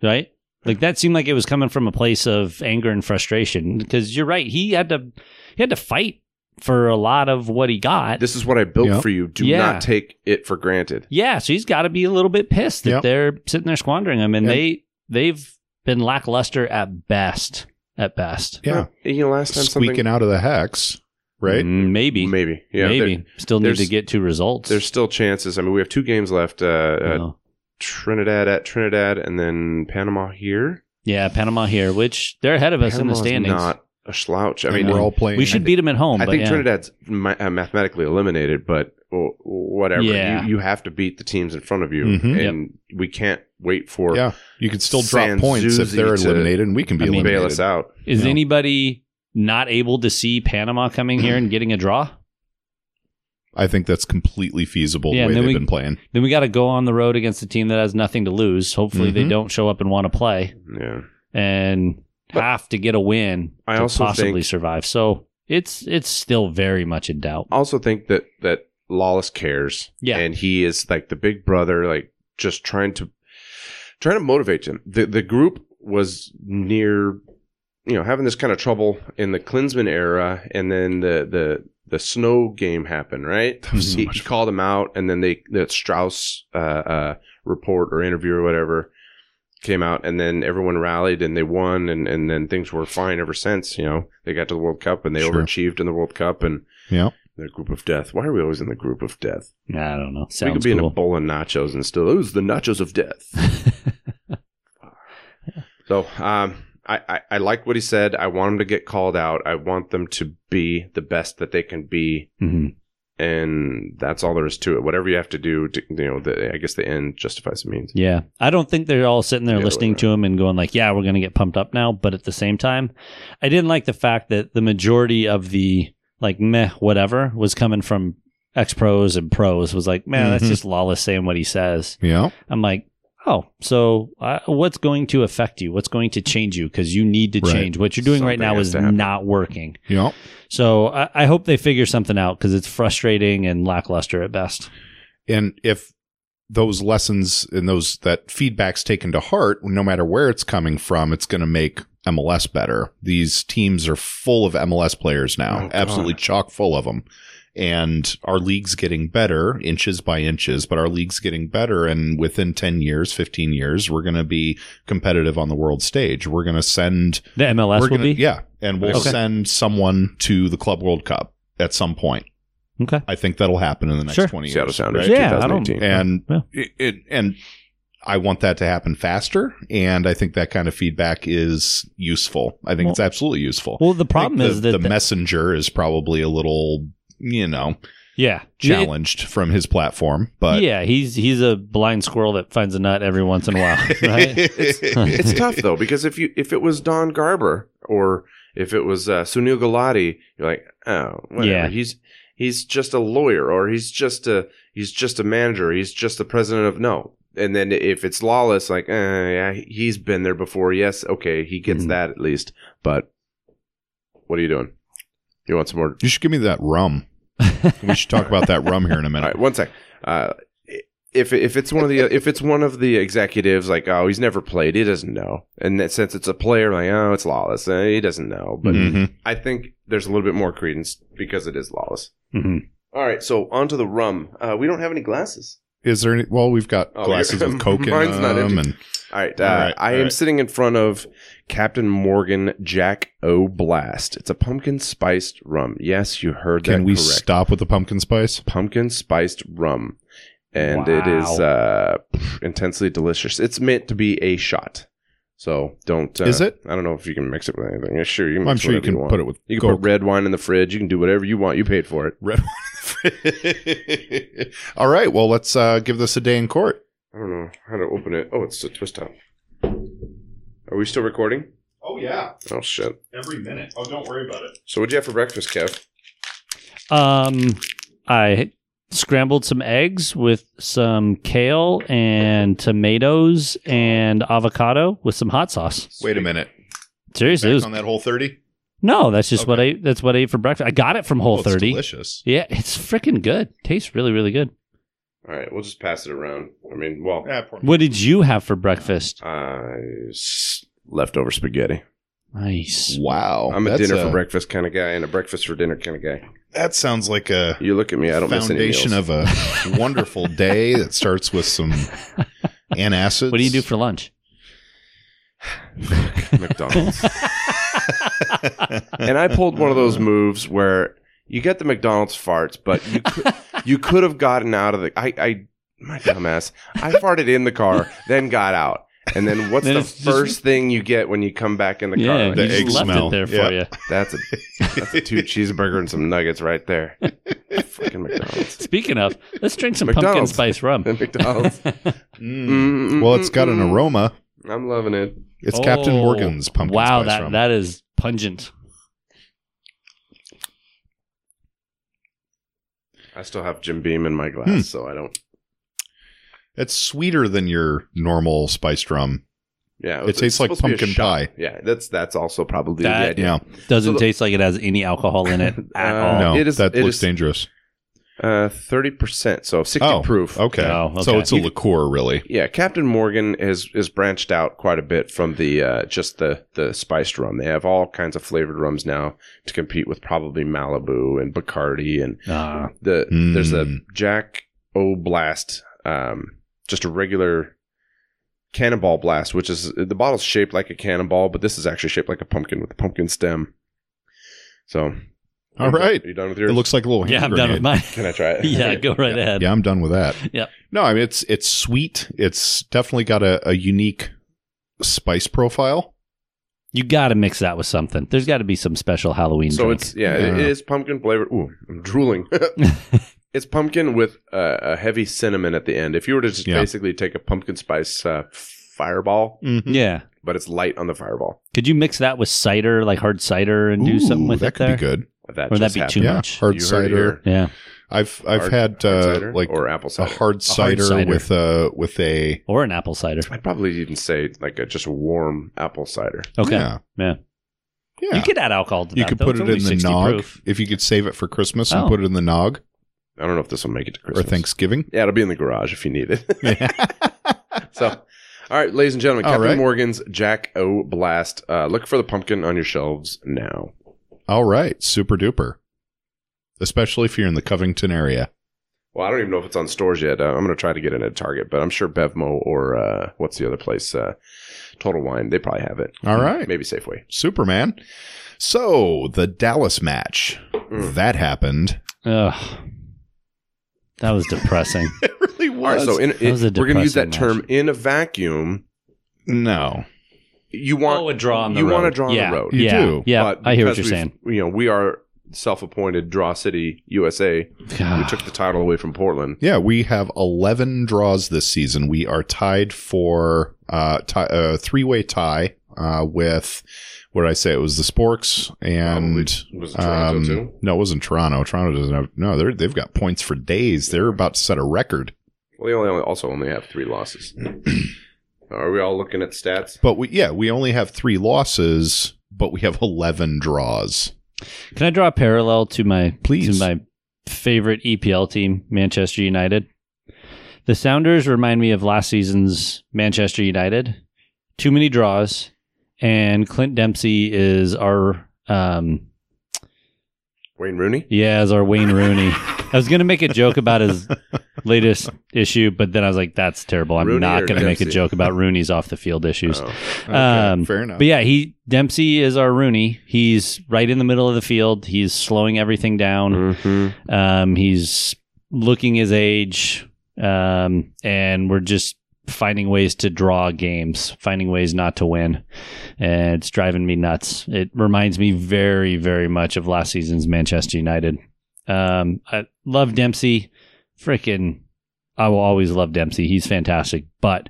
[SPEAKER 3] right? Like that seemed like it was coming from a place of anger and frustration because you're right. He had to he had to fight for a lot of what he got.
[SPEAKER 4] This is what I built
[SPEAKER 1] Yeah.
[SPEAKER 4] for you. Do
[SPEAKER 3] Yeah.
[SPEAKER 4] not take it for granted.
[SPEAKER 3] yeah, so he's got to be a little bit pissed that
[SPEAKER 1] Yep.
[SPEAKER 3] they're sitting there squandering him, and
[SPEAKER 1] Yeah.
[SPEAKER 3] they they've been lackluster at best. At best,
[SPEAKER 1] yeah,
[SPEAKER 4] You know, last time
[SPEAKER 1] squeaking
[SPEAKER 4] something Mm-hmm.
[SPEAKER 1] out of the hex. right?
[SPEAKER 3] Mm, Maybe.
[SPEAKER 4] Maybe. Yeah.
[SPEAKER 3] Maybe.
[SPEAKER 4] there-
[SPEAKER 3] Still need
[SPEAKER 4] there's-
[SPEAKER 3] to get two results.
[SPEAKER 4] there's still chances. I mean, we have two games left. Uh, uh,
[SPEAKER 3] Oh.
[SPEAKER 4] Trinidad at Trinidad, and then Panama here.
[SPEAKER 3] Yeah, Panama here, which they're ahead of us in the
[SPEAKER 4] Panama's
[SPEAKER 3] standings.
[SPEAKER 4] Not a slouch. I
[SPEAKER 1] I
[SPEAKER 4] mean,
[SPEAKER 1] mean, we're all playing.
[SPEAKER 3] we should beat them at home.
[SPEAKER 4] I
[SPEAKER 3] but
[SPEAKER 4] think
[SPEAKER 3] yeah.
[SPEAKER 4] Trinidad's ma- uh, mathematically eliminated, but w- whatever.
[SPEAKER 3] Yeah. Mm-hmm.
[SPEAKER 4] You, you have to beat the teams in front of you,
[SPEAKER 1] Mhm.
[SPEAKER 4] and we can't wait for
[SPEAKER 1] Yeah, you can still drop
[SPEAKER 4] Sans
[SPEAKER 1] points if
[SPEAKER 4] Zuzi
[SPEAKER 1] they're
[SPEAKER 4] to-
[SPEAKER 1] eliminated, and we can be
[SPEAKER 3] I mean,
[SPEAKER 1] eliminated.
[SPEAKER 4] bail us out.
[SPEAKER 3] Is
[SPEAKER 1] No.
[SPEAKER 3] anybody not able to see Panama coming here and getting a draw?
[SPEAKER 1] I think that's completely feasible
[SPEAKER 3] Yeah,
[SPEAKER 1] the way
[SPEAKER 3] and then
[SPEAKER 1] they've
[SPEAKER 3] we-
[SPEAKER 1] been playing.
[SPEAKER 3] Then we got to go on the road against a team that has nothing to lose. Hopefully, they
[SPEAKER 4] Mm-hmm.
[SPEAKER 1] Mhm.
[SPEAKER 3] don't show up and want to play
[SPEAKER 4] Yeah.
[SPEAKER 3] and have to get a win
[SPEAKER 4] I
[SPEAKER 3] to
[SPEAKER 4] also
[SPEAKER 3] possibly
[SPEAKER 4] think-
[SPEAKER 3] survive. So it's it's still very much in doubt.
[SPEAKER 4] Also, think that that Lawless cares.
[SPEAKER 3] Yeah.
[SPEAKER 4] and he is like the big brother, like just trying to trying to motivate him. The the group was near, you know, having this kind of trouble in the Klinsman era, and then the the the snow game happened, right?
[SPEAKER 1] was so
[SPEAKER 4] he,
[SPEAKER 1] much
[SPEAKER 4] he
[SPEAKER 1] fun.
[SPEAKER 4] called him out, and then they that Strauss uh, uh, report or interview or whatever came out, and then everyone rallied and they won, and and then things were fine ever since. You know, they got to the World Cup and they
[SPEAKER 1] Sure.
[SPEAKER 4] overachieved in the World Cup, and
[SPEAKER 1] Yeah,
[SPEAKER 4] the group of death. Why are we always in the group of death?
[SPEAKER 3] I don't know.
[SPEAKER 4] we could
[SPEAKER 3] Sounds
[SPEAKER 4] be in a
[SPEAKER 3] cool.
[SPEAKER 4] bowl of nachos and still it was the nachos of death. so um, I, I I like what he said. I want them to get called out. I want them to be the best that they can be,
[SPEAKER 3] Mhm.
[SPEAKER 4] and that's all there is to it. Whatever you have to do, to, you know, the, I guess the end justifies the means.
[SPEAKER 3] Yeah, I don't think they're all sitting there
[SPEAKER 4] Yeah,
[SPEAKER 3] listening
[SPEAKER 4] right.
[SPEAKER 3] to him and going like, "Yeah, we're going to get pumped up now." But at the same time, I didn't like the fact that the majority of the like meh whatever was coming from ex pros and pros. Was like, man, that's
[SPEAKER 4] Mm-hmm.
[SPEAKER 1] Mhm.
[SPEAKER 3] just lawless saying what he says.
[SPEAKER 1] yeah,
[SPEAKER 3] I'm like, oh, so uh, what's going to affect you? What's going to change you? Because you need to
[SPEAKER 1] Right.
[SPEAKER 3] change. What you're doing right
[SPEAKER 4] Something
[SPEAKER 3] now
[SPEAKER 4] has
[SPEAKER 3] is
[SPEAKER 4] to happen.
[SPEAKER 3] not working.
[SPEAKER 1] yeah.
[SPEAKER 3] So I, I hope they figure something out because it's frustrating and lackluster at best.
[SPEAKER 1] And if those lessons and those that feedback's taken to heart, no matter where it's coming from, it's going to make MLS better. These teams are full of MLS players now,
[SPEAKER 4] Oh, God.
[SPEAKER 1] absolutely chock full of them. And our league's getting better inches by inches, but our league's getting better. And within 10 years, 15 years, we're going to be competitive on the world stage. We're going to send
[SPEAKER 3] The
[SPEAKER 1] we're
[SPEAKER 3] MLS will
[SPEAKER 1] gonna,
[SPEAKER 3] be
[SPEAKER 1] Yeah. And we'll
[SPEAKER 3] Okay.
[SPEAKER 1] send someone to the Club World Cup at some point.
[SPEAKER 3] okay.
[SPEAKER 1] I think that'll happen in the next
[SPEAKER 3] Sure.
[SPEAKER 1] 20 years.
[SPEAKER 4] Seattle Sounders,
[SPEAKER 1] right?
[SPEAKER 3] Yeah, I don't-
[SPEAKER 4] 2018.
[SPEAKER 1] And
[SPEAKER 3] Yeah.
[SPEAKER 1] it, it and I want that to happen faster. And I think that kind of feedback is useful. I think
[SPEAKER 3] Well-
[SPEAKER 1] it's absolutely useful.
[SPEAKER 3] Well, the
[SPEAKER 1] I think
[SPEAKER 3] problem is
[SPEAKER 1] the,
[SPEAKER 3] that
[SPEAKER 1] the
[SPEAKER 3] the-
[SPEAKER 1] messenger is probably a little, you know,
[SPEAKER 3] yeah
[SPEAKER 1] challenged from his platform, but
[SPEAKER 3] yeah, he's he's a blind squirrel that finds a nut every once in a while, right?
[SPEAKER 4] it's tough though because if you if it was Don Garber or if it was uh, Sunil Gulati, you're like, oh, whatever.
[SPEAKER 3] Yeah.
[SPEAKER 4] He's he's just a lawyer or he's just a he's just a manager. He's just the president of no. And then if it's lawless, like, eh, yeah, he's been there before. Yes, okay, he gets
[SPEAKER 3] Mhm.
[SPEAKER 4] that at least. But what are you doing? You want some more?
[SPEAKER 1] you should give me that rum. we should talk about that rum here in a
[SPEAKER 4] All
[SPEAKER 1] minute.
[SPEAKER 4] right, one sec. Uh, if if it's one of the if it's one of the executives, like, oh, he's never played, he doesn't know. And that since it's a player, like, oh, it's lawless, eh, he doesn't know. But
[SPEAKER 1] Mhm.
[SPEAKER 4] I think there's a little bit more credence because it is lawless.
[SPEAKER 1] Mm-hmm.
[SPEAKER 3] Mhm.
[SPEAKER 4] All right, so on to the rum. Uh, we don't have any glasses.
[SPEAKER 1] Is there any? Well, we've got
[SPEAKER 4] Oh,
[SPEAKER 1] glasses
[SPEAKER 4] you're-
[SPEAKER 1] of Coke in
[SPEAKER 4] mine's not
[SPEAKER 1] them,
[SPEAKER 4] empty.
[SPEAKER 1] and
[SPEAKER 4] All right, uh,
[SPEAKER 1] All right,
[SPEAKER 4] I
[SPEAKER 1] all
[SPEAKER 4] am
[SPEAKER 1] right.
[SPEAKER 4] sitting in front of Captain Morgan Jack O Blast. It's a pumpkin spiced rum. Yes, you heard that.
[SPEAKER 1] can we
[SPEAKER 4] correct.
[SPEAKER 1] stop with the pumpkin spice?
[SPEAKER 4] pumpkin spiced rum, and it
[SPEAKER 3] Wow.
[SPEAKER 4] is uh, intensely delicious. It's meant to be a shot, so don't. Uh,
[SPEAKER 1] Is it?
[SPEAKER 4] I don't know if you can mix it with anything. Yeah, Sure, you can.
[SPEAKER 1] I'm
[SPEAKER 4] mix
[SPEAKER 1] sure you
[SPEAKER 4] whatever
[SPEAKER 1] can
[SPEAKER 4] want.
[SPEAKER 1] put it with
[SPEAKER 4] You can
[SPEAKER 1] Coke.
[SPEAKER 4] put red wine in the fridge. You can do whatever you want. You paid for it.
[SPEAKER 1] Red All right. Well, let's uh, give this a day in court.
[SPEAKER 4] I don't know how to open it. Oh, it's a twist top. Are we still recording?
[SPEAKER 1] Oh yeah,
[SPEAKER 4] Oh shit!
[SPEAKER 1] every minute. Oh, don't worry about it.
[SPEAKER 4] So what'd you have for breakfast, Kev?
[SPEAKER 3] Um, I scrambled some eggs with some kale and tomatoes and avocado with some hot sauce.
[SPEAKER 1] Wait a minute.
[SPEAKER 3] Seriously, it was,
[SPEAKER 1] Back on that whole thirty.
[SPEAKER 3] no, that's just what I that's what I ate for breakfast. I got it from Whole
[SPEAKER 1] Oh, it's
[SPEAKER 3] Thirty.
[SPEAKER 1] delicious.
[SPEAKER 3] Yeah, it's freaking good. Tastes really really good.
[SPEAKER 4] All right, we'll just pass it around. I mean, well,
[SPEAKER 1] Yeah, poor-
[SPEAKER 3] What did you have for breakfast?
[SPEAKER 4] uh, s- leftover spaghetti.
[SPEAKER 3] Nice. Oh,
[SPEAKER 1] Wow.
[SPEAKER 4] I'm a
[SPEAKER 1] That's
[SPEAKER 4] dinner for breakfast kind of guy and a breakfast for dinner kind of guy.
[SPEAKER 1] That sounds like a
[SPEAKER 4] You look at me. I don't miss any meals.
[SPEAKER 1] foundation of a wonderful day that starts with some antacids.
[SPEAKER 3] What do you do for lunch?
[SPEAKER 4] McDonald's. and I pulled one of those moves where you get the McDonald's farts, but you could, you could have gotten out of the. I, I my dumbass, I farted in the car, then got out, and then what's
[SPEAKER 3] Then
[SPEAKER 4] the
[SPEAKER 3] it's just-
[SPEAKER 4] first thing you get when you come back in the car?
[SPEAKER 3] yeah,
[SPEAKER 4] Like,
[SPEAKER 1] the
[SPEAKER 3] you
[SPEAKER 1] egg
[SPEAKER 3] just left
[SPEAKER 1] smell.
[SPEAKER 3] it there for
[SPEAKER 1] Yeah.
[SPEAKER 3] you.
[SPEAKER 4] that's a that's a two cheeseburger and some nuggets right there. Freaking McDonald's.
[SPEAKER 3] Speaking of, let's drink some pumpkin
[SPEAKER 4] McDonald's.
[SPEAKER 3] spice rum.
[SPEAKER 4] McDonald's. Mm, mm,
[SPEAKER 1] Well, it's got an
[SPEAKER 4] mm,
[SPEAKER 1] aroma.
[SPEAKER 4] mm. I'm loving it.
[SPEAKER 1] It's Captain
[SPEAKER 3] Mm-hmm. Oh,
[SPEAKER 1] Morgan's pumpkin
[SPEAKER 3] Wow,
[SPEAKER 1] spice
[SPEAKER 3] that
[SPEAKER 1] rum.
[SPEAKER 3] that is pungent.
[SPEAKER 4] I still have Jim Beam in my glass,
[SPEAKER 1] Hmm.
[SPEAKER 4] so I don't.
[SPEAKER 1] It's sweeter than your normal spiced rum.
[SPEAKER 4] Yeah,
[SPEAKER 1] It
[SPEAKER 4] Oh, it's
[SPEAKER 1] tastes like
[SPEAKER 4] supposed to be a
[SPEAKER 1] pumpkin
[SPEAKER 4] shot.
[SPEAKER 1] pie.
[SPEAKER 4] Yeah, that's that's also probably
[SPEAKER 3] That-
[SPEAKER 4] the idea.
[SPEAKER 1] Yeah,
[SPEAKER 3] Doesn't
[SPEAKER 4] So the-
[SPEAKER 3] taste like it has any alcohol in it at
[SPEAKER 4] Uh,
[SPEAKER 3] all.
[SPEAKER 1] no,
[SPEAKER 4] it is-
[SPEAKER 1] that
[SPEAKER 4] it
[SPEAKER 1] looks
[SPEAKER 4] is- uh,
[SPEAKER 1] dangerous.
[SPEAKER 4] thirty percent. So sixty
[SPEAKER 1] Oh,
[SPEAKER 4] proof.
[SPEAKER 1] Okay.
[SPEAKER 3] Oh, okay.
[SPEAKER 1] so it's a liqueur, really.
[SPEAKER 4] Yeah, Captain Morgan is is branched out quite a bit from the uh, just the the spiced rum. They have all kinds of flavored rums now to compete with probably Malibu and Bacardi and
[SPEAKER 3] Ah.
[SPEAKER 4] the
[SPEAKER 1] Mm.
[SPEAKER 4] there's a Jack O Blast, um, just a regular cannonball blast, which is the bottle's shaped like a cannonball, but this is actually shaped like a pumpkin with a pumpkin stem. So,
[SPEAKER 1] All right.
[SPEAKER 4] you done with
[SPEAKER 1] It
[SPEAKER 4] yours?
[SPEAKER 1] looks like a little.
[SPEAKER 3] yeah,
[SPEAKER 1] hand
[SPEAKER 3] I'm done
[SPEAKER 1] grenade.
[SPEAKER 3] with mine.
[SPEAKER 4] Can I try it?
[SPEAKER 3] yeah, go right ahead.
[SPEAKER 1] Yeah, I'm done with that.
[SPEAKER 3] Yeah.
[SPEAKER 1] No, I mean it's it's sweet. It's definitely got a, a unique spice profile.
[SPEAKER 3] You got to mix that with something. There's got to be some special Halloween
[SPEAKER 4] So
[SPEAKER 3] drink.
[SPEAKER 4] it's yeah, it-
[SPEAKER 1] Yeah.
[SPEAKER 4] it is pumpkin flavor. Ooh, I'm drooling. it's pumpkin with uh, a heavy cinnamon at the end. If you were to just
[SPEAKER 1] Yeah. Mm.
[SPEAKER 4] basically take a pumpkin spice uh, fireball,
[SPEAKER 3] Mm-hmm. yeah.
[SPEAKER 4] but it's light on the fireball.
[SPEAKER 3] Could you mix that with cider, like hard cider, and do something
[SPEAKER 1] Ooh,
[SPEAKER 3] with
[SPEAKER 1] that
[SPEAKER 3] it
[SPEAKER 1] could
[SPEAKER 3] there?
[SPEAKER 1] be good.
[SPEAKER 4] That
[SPEAKER 3] Or would that
[SPEAKER 4] just
[SPEAKER 3] be
[SPEAKER 4] happened.
[SPEAKER 3] too
[SPEAKER 1] yeah,
[SPEAKER 3] much?
[SPEAKER 1] hard
[SPEAKER 4] You heard it
[SPEAKER 1] cider.
[SPEAKER 4] here.
[SPEAKER 3] Yeah.
[SPEAKER 1] I've I've
[SPEAKER 4] Hard-
[SPEAKER 1] had
[SPEAKER 4] hard
[SPEAKER 1] uh,
[SPEAKER 4] cider
[SPEAKER 1] like
[SPEAKER 4] or apple
[SPEAKER 1] a
[SPEAKER 4] cider.
[SPEAKER 1] hard cider,
[SPEAKER 3] cider.
[SPEAKER 1] with a with a
[SPEAKER 3] Or an apple cider.
[SPEAKER 4] I'd probably even say like a just warm apple cider.
[SPEAKER 3] Okay.
[SPEAKER 1] yeah
[SPEAKER 3] Yeah.
[SPEAKER 1] yeah.
[SPEAKER 3] You could add alcohol to that.
[SPEAKER 1] You could
[SPEAKER 3] though.
[SPEAKER 1] put
[SPEAKER 3] It's
[SPEAKER 1] it
[SPEAKER 3] only
[SPEAKER 1] in the
[SPEAKER 3] 60
[SPEAKER 1] nog
[SPEAKER 3] proof.
[SPEAKER 1] if you could save it for Christmas and
[SPEAKER 3] Oh.
[SPEAKER 1] put it in the nog
[SPEAKER 4] I don't know if this will make it to Christmas.
[SPEAKER 1] or Thanksgiving.
[SPEAKER 4] Yeah, it'll be in the garage if you need it. so, all right, ladies and gentlemen,
[SPEAKER 1] All
[SPEAKER 4] Captain
[SPEAKER 1] right.
[SPEAKER 4] Morgan's Jack O Blast. Uh, look for the pumpkin on your shelves now.
[SPEAKER 1] All right, super duper. Especially if you're in the Covington area.
[SPEAKER 4] Well, I don't even know if it's on stores yet. Uh, I'm going to try to get it at Target, but I'm sure Bevmo or uh, what's the other place? Uh, Total Wine. They probably have it.
[SPEAKER 1] All right.
[SPEAKER 4] Maybe Safeway.
[SPEAKER 1] Superman. So the Dallas match
[SPEAKER 4] Mm.
[SPEAKER 1] that happened.
[SPEAKER 3] Ugh. That was depressing.
[SPEAKER 1] It really was.
[SPEAKER 4] All right. So in,
[SPEAKER 3] was a
[SPEAKER 4] it- we're going to use that
[SPEAKER 3] depressing
[SPEAKER 4] term
[SPEAKER 3] match.
[SPEAKER 4] in a vacuum.
[SPEAKER 1] no,
[SPEAKER 4] You want
[SPEAKER 3] Oh, a draw on the
[SPEAKER 4] you
[SPEAKER 3] road.
[SPEAKER 4] want to draw on
[SPEAKER 3] Yeah.
[SPEAKER 4] the road.
[SPEAKER 1] You
[SPEAKER 3] yeah.
[SPEAKER 1] do,
[SPEAKER 3] Yeah.
[SPEAKER 4] But
[SPEAKER 3] I hear what you're
[SPEAKER 4] because
[SPEAKER 3] saying.
[SPEAKER 4] we've- You know, we are self-appointed Draw City USA. we took the title away from Portland.
[SPEAKER 1] yeah, we have eleven draws this season. We are tied for uh, tie, uh three way tie uh, with what did I say? It was the Sporks and
[SPEAKER 4] Probably. was it Toronto
[SPEAKER 1] um,
[SPEAKER 4] too.
[SPEAKER 1] no, it wasn't Toronto. Toronto doesn't have no. They're, they've got points for days. They're about to set a record.
[SPEAKER 4] Well, they only also only have three losses. are we all looking at stats?
[SPEAKER 1] But we yeah, we only have three losses, but we have eleven draws.
[SPEAKER 3] Can I draw a parallel to my
[SPEAKER 1] Please.
[SPEAKER 3] to my favorite EPL team, Manchester United? The Sounders remind me of last season's Manchester United. Too many draws, and Clint Dempsey is our um,
[SPEAKER 4] Wayne Rooney.
[SPEAKER 3] yeah, is our Wayne Rooney. I was gonna make a joke about his latest issue, but then I was like, that's terrible. I'm
[SPEAKER 4] Rooney
[SPEAKER 3] not
[SPEAKER 4] or
[SPEAKER 3] gonna make a
[SPEAKER 4] Dempsey?
[SPEAKER 3] joke about Rooney's off the field issues.
[SPEAKER 4] Oh.
[SPEAKER 1] Okay,
[SPEAKER 3] Um,
[SPEAKER 1] fair enough.
[SPEAKER 3] But yeah, he Dempsey is our Rooney. He's right in the middle of the field. He's slowing everything down.
[SPEAKER 4] Mm-hmm.
[SPEAKER 3] Um, he's looking his age, um, and we're just finding ways to draw games, finding ways not to win, and it's driving me nuts. It reminds me very, very much of last season's Manchester United. Um, I love Dempsey, freaking. I will always love Dempsey. He's fantastic, but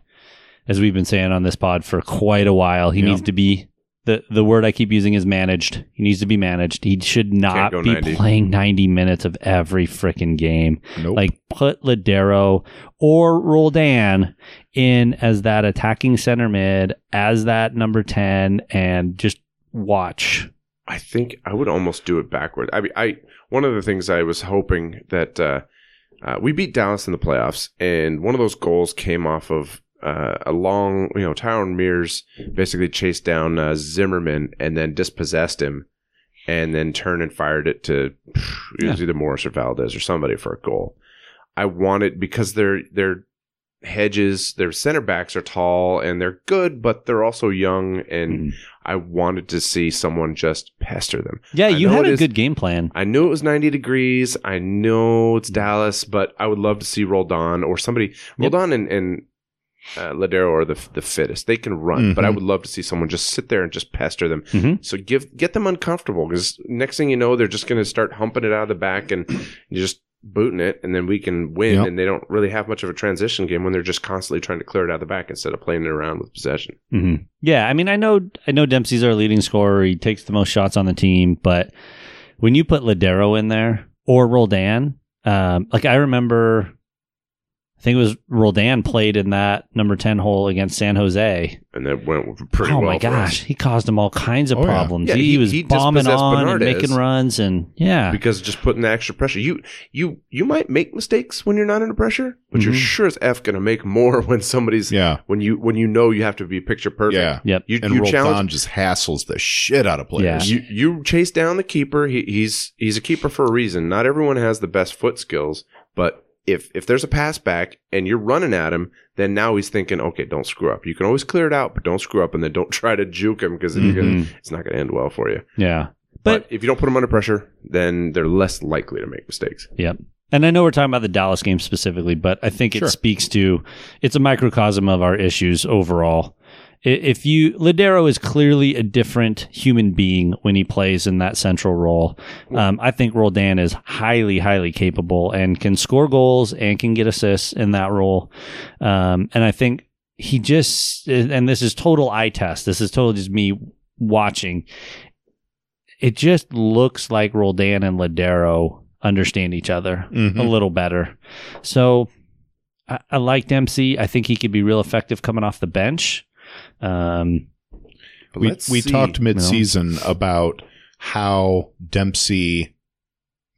[SPEAKER 3] as we've been saying on this pod for quite a while, he
[SPEAKER 1] Yeah.
[SPEAKER 3] needs to be the the word I keep using is managed. He needs to be managed. He should not
[SPEAKER 4] go
[SPEAKER 3] be
[SPEAKER 4] 90.
[SPEAKER 3] playing 90 minutes of every freaking game.
[SPEAKER 1] Nope.
[SPEAKER 3] Like put Ladero or Roldan in as that attacking center mid, as that number 10 and just watch.
[SPEAKER 4] I think I would almost do it backward. I mean, I one of the things I was hoping that uh, uh, we beat Dallas in the playoffs, and one of those goals came off of uh, a long, you know, Tyron Mears basically chased down uh, Zimmerman and then dispossessed him, and then turned and fired it to it was either Morris or Valdez or somebody for a goal. I wanted because they're they're Hedges, their center backs are tall and they're good, but they're also young. And I wanted to see someone just pester them.
[SPEAKER 3] Yeah,
[SPEAKER 4] I
[SPEAKER 3] you
[SPEAKER 4] know
[SPEAKER 3] had
[SPEAKER 4] it
[SPEAKER 3] a
[SPEAKER 4] is-
[SPEAKER 3] good game plan.
[SPEAKER 4] I knew it was 90 degrees. I know it's Dallas, but I would love to see Roldan or somebody.
[SPEAKER 3] Yep.
[SPEAKER 4] Roldan and, and uh, Ladero are the, the fittest. They can run, but
[SPEAKER 3] Mm-hmm.
[SPEAKER 4] I would love to see someone just sit there and just pester them.
[SPEAKER 3] Mhm.
[SPEAKER 4] So give get them uncomfortable because next thing you know, they're just going to start humping it out of the back and you're just booting it, and then we can win.
[SPEAKER 1] Yep.
[SPEAKER 4] And they don't really have much of a transition game when they're just constantly trying to clear it out of the back instead of playing it around with possession.
[SPEAKER 3] hmm Yeah, I mean, I know, I know Dempsey's our leading scorer. He takes the most shots on the team, but when you put Ladero in there or Roldan, um, like I remember, I think it was Roldan played in that number ten hole against San Jose.
[SPEAKER 4] And that went pretty
[SPEAKER 3] oh
[SPEAKER 4] well.
[SPEAKER 3] my
[SPEAKER 4] for us.
[SPEAKER 3] gosh, he caused them all kinds of
[SPEAKER 1] Oh, yeah.
[SPEAKER 3] problems.
[SPEAKER 4] Yeah,
[SPEAKER 3] he,
[SPEAKER 4] he-
[SPEAKER 3] was
[SPEAKER 4] he
[SPEAKER 3] bombing
[SPEAKER 4] dispossessed
[SPEAKER 3] on and
[SPEAKER 4] Bernardes.
[SPEAKER 3] making runs, and
[SPEAKER 1] Ah.
[SPEAKER 3] yeah,
[SPEAKER 4] because just putting the extra pressure, you you you might make mistakes when you're not under pressure, but you're
[SPEAKER 3] Mhm.
[SPEAKER 4] sure as f gonna make more when somebody's
[SPEAKER 1] Mm-hmm. Yeah.
[SPEAKER 4] when you when you know you have to be picture perfect.
[SPEAKER 1] Yeah.
[SPEAKER 3] Yep.
[SPEAKER 4] you,
[SPEAKER 1] And
[SPEAKER 4] you
[SPEAKER 1] Roldan
[SPEAKER 4] challenge.
[SPEAKER 1] just hassles the shit out of players.
[SPEAKER 4] You, you chase down the keeper. He, he's he's a keeper for a reason. Not everyone has the best foot skills, but if if there's a pass back and you're running at him, then now he's thinking, okay, don't screw up. You can always clear it out, but don't screw up, and then don't try to juke him because
[SPEAKER 3] Mhm.
[SPEAKER 1] Mm-hmm.
[SPEAKER 4] it's not gonna end well for you.
[SPEAKER 3] yeah.
[SPEAKER 4] But,
[SPEAKER 3] But-
[SPEAKER 4] if you don't put them under pressure, then they're less likely to make mistakes.
[SPEAKER 3] Yep. And I know we're talking about the Dallas game specifically, but I think it speaks to it's a microcosm of our issues overall. I- If you Ladero is clearly a different human being when he plays in that central role. Um, I think Roldan is highly, highly capable and can score goals and can get assists in that role. Um, and I think he just and this is total eye test. This is totally just me watching it just looks like Roldan and Ladero understand each other a little better. So I, I like Dempsey. I think he could be real effective coming off the bench. Um,
[SPEAKER 4] But
[SPEAKER 1] we,
[SPEAKER 4] let's
[SPEAKER 1] we
[SPEAKER 4] see.
[SPEAKER 1] talked mid-season about how Dempsey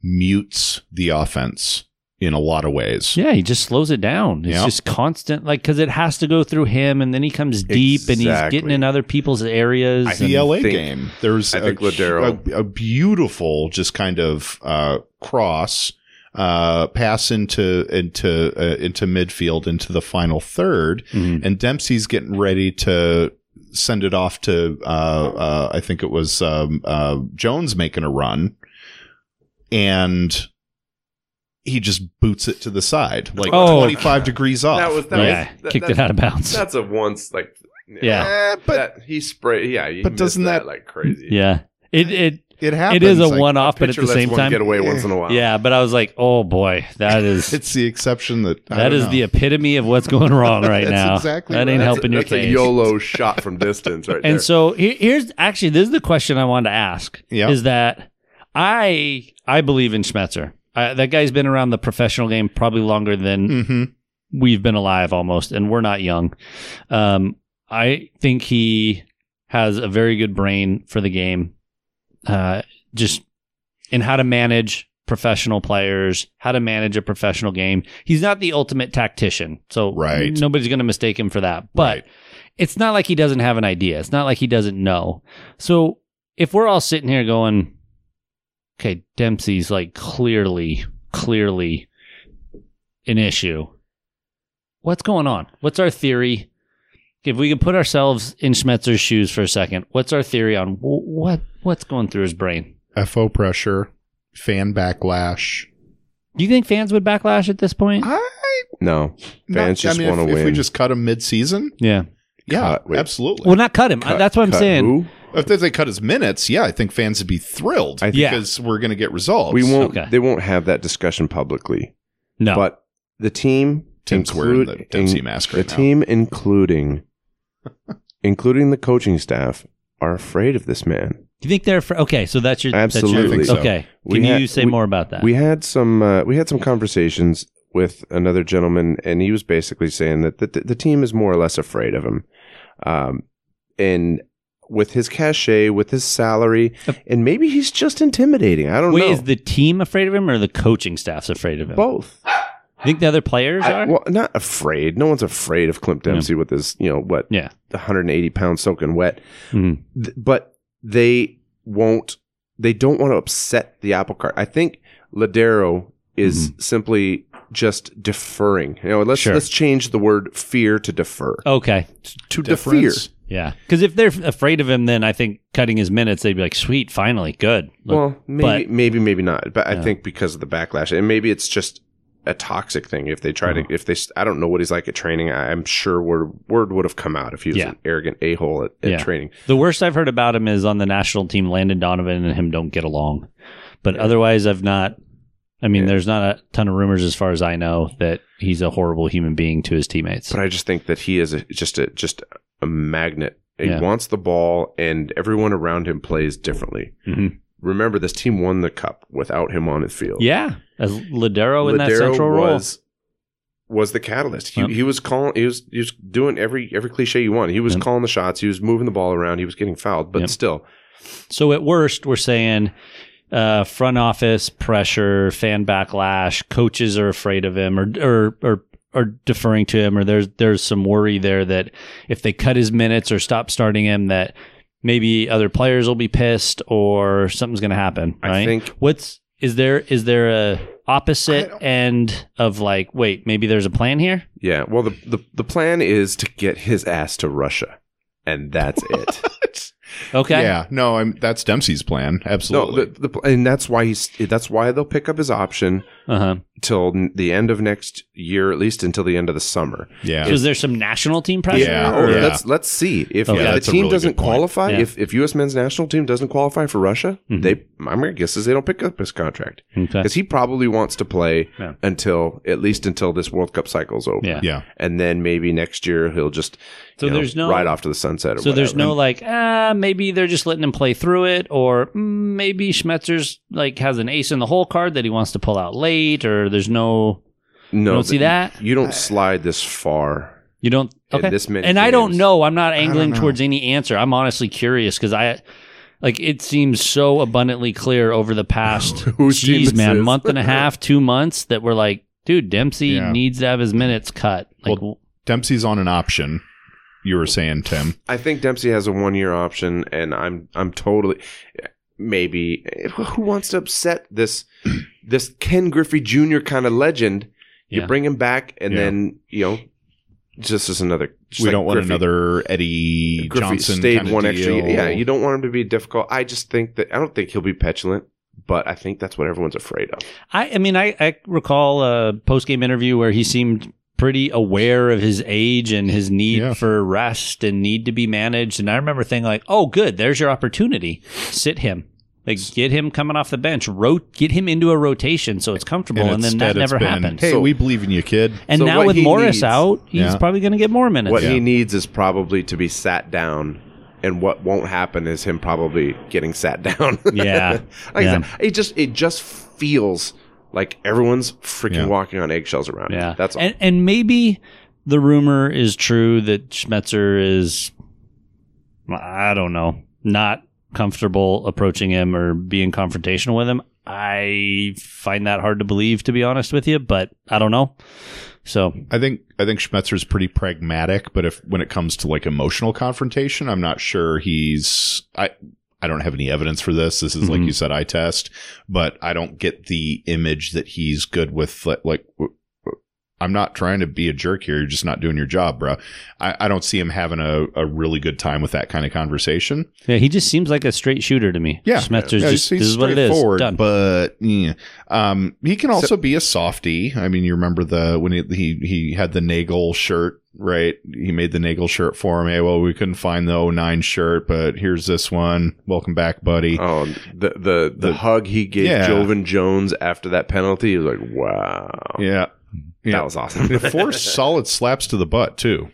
[SPEAKER 1] mutes the offense in a lot of ways.
[SPEAKER 3] yeah, he just slows it down. It's
[SPEAKER 1] Yeah.
[SPEAKER 3] just constant, like because it has to go through him, and then he comes deep, and he's
[SPEAKER 4] Exactly.
[SPEAKER 3] getting in other people's areas.
[SPEAKER 4] I
[SPEAKER 1] The
[SPEAKER 4] and
[SPEAKER 1] LA
[SPEAKER 4] think-
[SPEAKER 1] game, there's
[SPEAKER 4] I
[SPEAKER 1] a,
[SPEAKER 4] think Ladero-
[SPEAKER 1] a, a beautiful just kind of uh, cross uh, pass into into uh, into midfield into the final third,
[SPEAKER 3] Mhm.
[SPEAKER 1] and Dempsey's getting ready to send it off to uh, uh, I think it was um, uh, Jones making a run, and he just boots it to the side like
[SPEAKER 3] Oh.
[SPEAKER 1] 25 degrees off.
[SPEAKER 4] That was that
[SPEAKER 3] yeah,
[SPEAKER 4] was, that,
[SPEAKER 3] kicked
[SPEAKER 4] that-
[SPEAKER 3] it out of bounds.
[SPEAKER 4] That's a once like
[SPEAKER 3] Yeah.
[SPEAKER 4] eh, but he sprayed. Yeah, he
[SPEAKER 1] But
[SPEAKER 4] missed
[SPEAKER 1] doesn't that-
[SPEAKER 4] like crazy?
[SPEAKER 3] Yeah, it it
[SPEAKER 1] it happens.
[SPEAKER 3] it is a
[SPEAKER 1] like,
[SPEAKER 3] one-off, but at
[SPEAKER 4] Pitcher
[SPEAKER 3] the
[SPEAKER 4] lets
[SPEAKER 3] same
[SPEAKER 4] one
[SPEAKER 3] time,
[SPEAKER 4] get away once in a while.
[SPEAKER 3] yeah. But I was like, oh boy, that is
[SPEAKER 1] It's the exception that I
[SPEAKER 3] That
[SPEAKER 1] don't
[SPEAKER 3] is
[SPEAKER 1] know.
[SPEAKER 3] the epitome of what's going wrong right
[SPEAKER 1] That's
[SPEAKER 3] now.
[SPEAKER 1] exactly
[SPEAKER 3] that
[SPEAKER 1] right.
[SPEAKER 3] ain't
[SPEAKER 1] That's
[SPEAKER 3] helping your
[SPEAKER 4] that's a
[SPEAKER 3] case.
[SPEAKER 4] YOLO shot from distance right there.
[SPEAKER 3] And so he- here's actually this is the question I wanted to ask.
[SPEAKER 1] Yeah.
[SPEAKER 3] Is that I I believe in Schmetzer. I, that guy's been around the professional game probably longer than
[SPEAKER 1] Mhm.
[SPEAKER 3] we've been alive almost, and we're not young. Um, I think he has a very good brain for the game, uh, just in how to manage professional players, how to manage a professional game. He's not the ultimate tactician, so
[SPEAKER 1] Right.
[SPEAKER 3] nobody's going to mistake him for that. But
[SPEAKER 1] Right.
[SPEAKER 3] it's not like he doesn't have an idea. It's not like he doesn't know. So if we're all sitting here going, okay, Dempsey's like clearly, clearly an issue. What's going on? What's our theory? If we can put ourselves in Schmetzer's shoes for a second, what's our theory on wh- what what's going through his brain?
[SPEAKER 1] FO pressure, fan backlash.
[SPEAKER 3] Do you think fans would backlash at this point?
[SPEAKER 1] I
[SPEAKER 4] no, fans just
[SPEAKER 1] I mean, if-
[SPEAKER 4] want to
[SPEAKER 1] if,
[SPEAKER 4] win.
[SPEAKER 1] we just cut him mid-season,
[SPEAKER 3] yeah.
[SPEAKER 1] yeah,
[SPEAKER 4] Cut, wait.
[SPEAKER 1] absolutely.
[SPEAKER 3] Well, not cut him. I- That's what I'm
[SPEAKER 4] Cut
[SPEAKER 3] saying.
[SPEAKER 4] who?
[SPEAKER 1] if they- they cut his minutes, yeah, I think fans would be thrilled
[SPEAKER 4] I think-
[SPEAKER 3] Yeah.
[SPEAKER 1] because we're going to get results.
[SPEAKER 4] We won't.
[SPEAKER 3] Okay.
[SPEAKER 4] They won't have that discussion publicly.
[SPEAKER 3] No.
[SPEAKER 4] But the team,
[SPEAKER 1] Tim's wearing the Dempsey
[SPEAKER 4] in-
[SPEAKER 1] mask
[SPEAKER 4] The
[SPEAKER 1] right now.
[SPEAKER 4] team, including including the coaching staff, are afraid of this man.
[SPEAKER 3] Do you think they're fr- okay? So that's your that's your-
[SPEAKER 4] Absolutely. I think
[SPEAKER 1] so.
[SPEAKER 3] okay.
[SPEAKER 4] We
[SPEAKER 3] Can
[SPEAKER 4] had-
[SPEAKER 3] you say
[SPEAKER 4] we-
[SPEAKER 3] more about that?
[SPEAKER 4] We had some uh, we had some conversations with another gentleman, and he was basically saying that the, the team is more or less afraid of him, um, and with his cachet, with his salary, and maybe he's just intimidating. I don't
[SPEAKER 3] Wait,
[SPEAKER 4] know.
[SPEAKER 3] is the team afraid of him or the coaching staff's afraid of him?
[SPEAKER 4] both.
[SPEAKER 3] You think the other players
[SPEAKER 4] I-
[SPEAKER 3] are?
[SPEAKER 4] well, not afraid. No one's afraid of Clint Dempsey with his, you know, what,
[SPEAKER 3] yeah.
[SPEAKER 4] 180 pounds soaking wet.
[SPEAKER 3] Mhm.
[SPEAKER 4] Th- but they won't they don't want to upset the apple cart i think ladero is simply just deferring. You know, let's
[SPEAKER 3] Mm-hmm. Sure. Oh,
[SPEAKER 4] let's change the word fear to defer.
[SPEAKER 3] Okay.
[SPEAKER 4] to
[SPEAKER 1] Deference.
[SPEAKER 4] defer.
[SPEAKER 3] Yeah. Because if they're afraid of him, then I think cutting his minutes, they'd be like, sweet, finally, good. Look,
[SPEAKER 4] Well, maybe
[SPEAKER 3] but-
[SPEAKER 4] maybe maybe not. But I
[SPEAKER 3] Yeah.
[SPEAKER 4] think because of the backlash, and maybe it's just a toxic thing. If they try
[SPEAKER 3] Uh-huh.
[SPEAKER 4] to, if they, s- I don't know what he's like at training. I, I'm sure word word would have come out if he was
[SPEAKER 3] Yeah.
[SPEAKER 4] an arrogant a hole at, at
[SPEAKER 3] Yeah.
[SPEAKER 4] training.
[SPEAKER 3] The worst I've heard about him is on the national team, Landon Donovan and him don't get along. But otherwise, I've not. I mean, there's not a ton of rumors as far as I know that he's a horrible human being to his teammates.
[SPEAKER 4] But I just think that he is a, just a just a magnet. He
[SPEAKER 3] Yeah.
[SPEAKER 4] wants the ball, and everyone around him plays differently.
[SPEAKER 3] Mhm.
[SPEAKER 4] Remember, this team won the cup without him on the field.
[SPEAKER 3] yeah. As Ladero in that
[SPEAKER 4] Ladero
[SPEAKER 3] central role.
[SPEAKER 4] was, was the catalyst. He,
[SPEAKER 3] Yep.
[SPEAKER 4] he was calling. He was he was doing every every cliche you want. He was
[SPEAKER 3] Yep.
[SPEAKER 4] calling the shots. He was moving the ball around. He was getting fouled, but
[SPEAKER 3] Yep.
[SPEAKER 4] still,
[SPEAKER 3] So at worst, we're saying uh, front office pressure, fan backlash, coaches are afraid of him, or or or are deferring to him, or there's there's some worry there that if they cut his minutes or stop starting him, that maybe other players will be pissed or something's going to happen.
[SPEAKER 4] I
[SPEAKER 3] Right?
[SPEAKER 4] think-
[SPEAKER 3] what's is there is there a opposite end of like wait maybe there's a plan here
[SPEAKER 4] yeah. Well, the the, the plan is to get his ass to Russia, and that's it.
[SPEAKER 3] okay
[SPEAKER 1] Yeah, no, I'm, that's Dempsey's plan.
[SPEAKER 4] no,
[SPEAKER 1] Absolutely.
[SPEAKER 4] the, the pl- and that's why he's that's why they'll pick up his option
[SPEAKER 3] uh-huh
[SPEAKER 4] till n- the end of next year, at least until the end of the summer.
[SPEAKER 1] yeah.
[SPEAKER 3] is there some national team pressure
[SPEAKER 1] Yeah. Oh,
[SPEAKER 4] Or
[SPEAKER 1] Yeah.
[SPEAKER 4] let's let's see if,
[SPEAKER 3] Okay.
[SPEAKER 4] if
[SPEAKER 3] Oh, Yeah,
[SPEAKER 4] the
[SPEAKER 1] that's a
[SPEAKER 4] team
[SPEAKER 1] really
[SPEAKER 4] doesn't
[SPEAKER 1] good point.
[SPEAKER 4] qualify.
[SPEAKER 3] Yeah.
[SPEAKER 4] If if U.S. men's national team doesn't qualify for Russia,
[SPEAKER 3] Mhm.
[SPEAKER 4] they my mere guess is they don't pick up his contract
[SPEAKER 3] okay.
[SPEAKER 4] because he probably wants to play
[SPEAKER 3] Yeah.
[SPEAKER 4] until at least until this World Cup cycle's over.
[SPEAKER 3] yeah
[SPEAKER 1] yeah.
[SPEAKER 4] And then maybe next year he'll just
[SPEAKER 3] So
[SPEAKER 4] you know,
[SPEAKER 3] there's no-
[SPEAKER 4] ride off to the sunset. Or
[SPEAKER 3] So there's
[SPEAKER 4] whatever.
[SPEAKER 3] no like, ah, maybe they're just letting him play through it, or mm, maybe Schmetzer's like has an ace in the hole card that he wants to pull out late, or there's no,
[SPEAKER 4] no.
[SPEAKER 3] you don't see that.
[SPEAKER 4] You don't slide this far.
[SPEAKER 3] You don't.
[SPEAKER 4] In
[SPEAKER 3] Okay.
[SPEAKER 4] this many
[SPEAKER 3] and I don't
[SPEAKER 4] games.
[SPEAKER 3] know. I'm not angling
[SPEAKER 1] know.
[SPEAKER 3] towards any answer. I'm honestly curious because I, like, it seems so abundantly clear over the past,
[SPEAKER 4] Whose team
[SPEAKER 3] geez,
[SPEAKER 4] this
[SPEAKER 3] man,
[SPEAKER 4] is.
[SPEAKER 3] month and a half, two months that we're like, dude, Dempsey
[SPEAKER 1] Yeah.
[SPEAKER 3] needs to have his minutes cut. Like,
[SPEAKER 1] Well, Dempsey's on an option. You were saying, Tim.
[SPEAKER 4] I think Dempsey has a one year option, and I'm I'm totally maybe who wants to upset this this Ken Griffey Jr. kind of legend. You
[SPEAKER 3] Yeah.
[SPEAKER 4] bring him back, and
[SPEAKER 1] Yeah.
[SPEAKER 4] then you know, just as another. just
[SPEAKER 1] we
[SPEAKER 4] like
[SPEAKER 1] don't want
[SPEAKER 4] Griffey.
[SPEAKER 1] another Eddie
[SPEAKER 4] Griffey
[SPEAKER 1] Johnson.
[SPEAKER 4] stayed
[SPEAKER 1] kinda
[SPEAKER 4] one extra.
[SPEAKER 1] deal.
[SPEAKER 4] Year. Yeah, you don't want him to be difficult. I just think that I don't think he'll be petulant, but I think that's what everyone's afraid of.
[SPEAKER 3] I, I mean, I, I recall a post game interview where he seemed pretty aware of his age and his need
[SPEAKER 1] Yeah.
[SPEAKER 3] for rest and need to be managed. And I remember thinking like, "Oh, good, there's your opportunity. Sit him, like get him coming off the bench, rot- get him into a rotation so it's comfortable." And, then that
[SPEAKER 1] instead it's
[SPEAKER 3] never
[SPEAKER 1] been,
[SPEAKER 3] happened.
[SPEAKER 1] Hey, we believe in you, kid.
[SPEAKER 3] and
[SPEAKER 4] so
[SPEAKER 3] now
[SPEAKER 4] what
[SPEAKER 3] with
[SPEAKER 4] he
[SPEAKER 3] Morris
[SPEAKER 4] needs-
[SPEAKER 3] out, he's
[SPEAKER 1] Yeah.
[SPEAKER 3] probably going to get more minutes.
[SPEAKER 4] What he needs is probably to be sat down, and what won't happen is him probably getting sat down.
[SPEAKER 3] Yeah.
[SPEAKER 4] like I
[SPEAKER 3] Yeah.
[SPEAKER 4] said, it just it just feels like everyone's freaking
[SPEAKER 1] Yeah.
[SPEAKER 4] walking on eggshells around. him.
[SPEAKER 3] Yeah,
[SPEAKER 4] that's all.
[SPEAKER 3] And, and maybe the rumor is true that Schmetzer is, I don't know, not comfortable approaching him or being confrontational with him. I find that hard to believe, to be honest with you, but I don't know. So
[SPEAKER 1] I think I think Schmetzer's pretty pragmatic, but if when it comes to like emotional confrontation, I'm not sure he's I I don't have any evidence for this. This is like
[SPEAKER 3] Mhm.
[SPEAKER 1] you said, I test, but I don't get the image that he's good with like, like w- w- I'm not trying to be a jerk here. You're just not doing your job, bro. I, I don't see him having a, a really good time with that kind of conversation.
[SPEAKER 3] yeah, he just seems like a straight shooter to me.
[SPEAKER 1] Yeah.
[SPEAKER 3] Schmetzer's
[SPEAKER 1] Yeah,
[SPEAKER 3] just
[SPEAKER 1] he's-
[SPEAKER 3] this
[SPEAKER 1] he's
[SPEAKER 3] is what it is.
[SPEAKER 1] straightforward,
[SPEAKER 3] Done.
[SPEAKER 1] But yeah. um, he can also be a softie. I mean, you remember the when he, he he had the Nagel shirt, right? He made the Nagel shirt for him. Hey, well, we couldn't find the 09 shirt, but here's this one. Welcome back, buddy.
[SPEAKER 4] Oh, the the, the
[SPEAKER 1] The-
[SPEAKER 4] hug he gave
[SPEAKER 1] Yeah.
[SPEAKER 4] Jovan Jones after that penalty he was like, wow,
[SPEAKER 1] yeah, yeah.
[SPEAKER 4] that was awesome.
[SPEAKER 1] Four solid slaps to the butt too.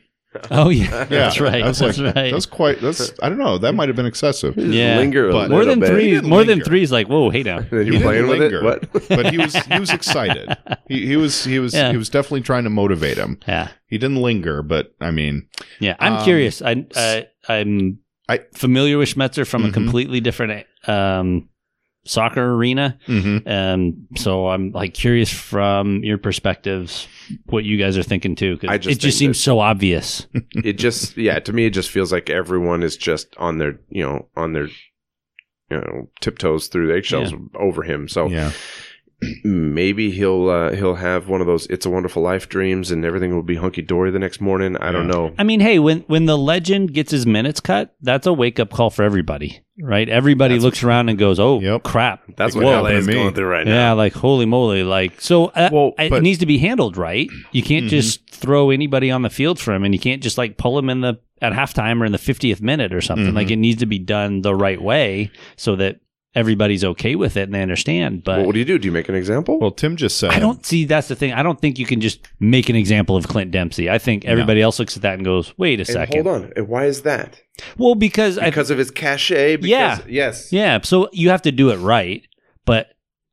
[SPEAKER 3] oh yeah, that's
[SPEAKER 1] Yeah,
[SPEAKER 3] right.
[SPEAKER 1] I was
[SPEAKER 3] that's
[SPEAKER 1] like,
[SPEAKER 3] right.
[SPEAKER 1] That's quite. That's I don't know. That might have been excessive.
[SPEAKER 3] yeah.
[SPEAKER 4] linger a
[SPEAKER 1] But-
[SPEAKER 3] more
[SPEAKER 4] little
[SPEAKER 3] than
[SPEAKER 4] bit.
[SPEAKER 3] three.
[SPEAKER 1] didn't
[SPEAKER 3] More than
[SPEAKER 1] linger.
[SPEAKER 3] three is like, whoa, hey now.
[SPEAKER 4] You're
[SPEAKER 1] He didn't
[SPEAKER 4] playing with
[SPEAKER 1] linger,
[SPEAKER 4] it. What?
[SPEAKER 1] but he was he was excited. He, he was he was
[SPEAKER 3] Yeah.
[SPEAKER 1] he was definitely trying to motivate him.
[SPEAKER 3] Yeah.
[SPEAKER 1] He didn't linger, but I mean,
[SPEAKER 3] Yeah, I'm
[SPEAKER 1] Um,
[SPEAKER 3] curious. I, I I'm
[SPEAKER 1] I-
[SPEAKER 3] familiar with Schmetzer from a
[SPEAKER 1] Mhm.
[SPEAKER 3] completely different um, soccer arena,
[SPEAKER 1] mhm.
[SPEAKER 3] um, so I'm like curious from your perspectives what you guys are thinking too,
[SPEAKER 4] I
[SPEAKER 3] because
[SPEAKER 4] just
[SPEAKER 3] it just
[SPEAKER 4] think
[SPEAKER 3] seems so obvious.
[SPEAKER 4] it just yeah to me it just feels like everyone is just on their you know on their you know tiptoes through the eggshells over him so
[SPEAKER 1] Yeah.
[SPEAKER 4] maybe he'll uh, he'll have one of those "It's a Wonderful Life" dreams, and everything will be hunky dory the next morning. I don't know.
[SPEAKER 3] I mean, hey, when when the legend gets his minutes cut, that's a wake up call for everybody, right? Everybody looks around and goes, "Oh,
[SPEAKER 1] Yep.
[SPEAKER 3] crap."
[SPEAKER 4] That's
[SPEAKER 1] It
[SPEAKER 4] what
[SPEAKER 1] could
[SPEAKER 4] LA
[SPEAKER 1] happen to
[SPEAKER 4] is
[SPEAKER 1] me.
[SPEAKER 4] going through right
[SPEAKER 3] yeah,
[SPEAKER 4] now.
[SPEAKER 3] like holy moly, like so. Uh,
[SPEAKER 1] Well,
[SPEAKER 3] I- it
[SPEAKER 1] but-
[SPEAKER 3] needs to be handled right. You can't
[SPEAKER 4] Mm-hmm.
[SPEAKER 3] just throw anybody on the field for him, and you can't just like pull him in the at halftime or in the fiftieth minute or something.
[SPEAKER 4] Mm-hmm.
[SPEAKER 3] Like it needs to be done the right way so that everybody's okay with it and they understand. But
[SPEAKER 4] Well, what do you do? Do you make an example?
[SPEAKER 1] Well, Tim just said
[SPEAKER 3] I don't see that's the thing. I don't think you can just make an example of Clint Dempsey. I think everybody else looks at that and goes, "Wait a
[SPEAKER 4] And
[SPEAKER 3] second.
[SPEAKER 4] hold on. And Why is that?
[SPEAKER 3] Well, because, I
[SPEAKER 4] Because of his cachet. Because,
[SPEAKER 3] Yeah.
[SPEAKER 4] Yes.
[SPEAKER 3] yeah, so you have to do it right, but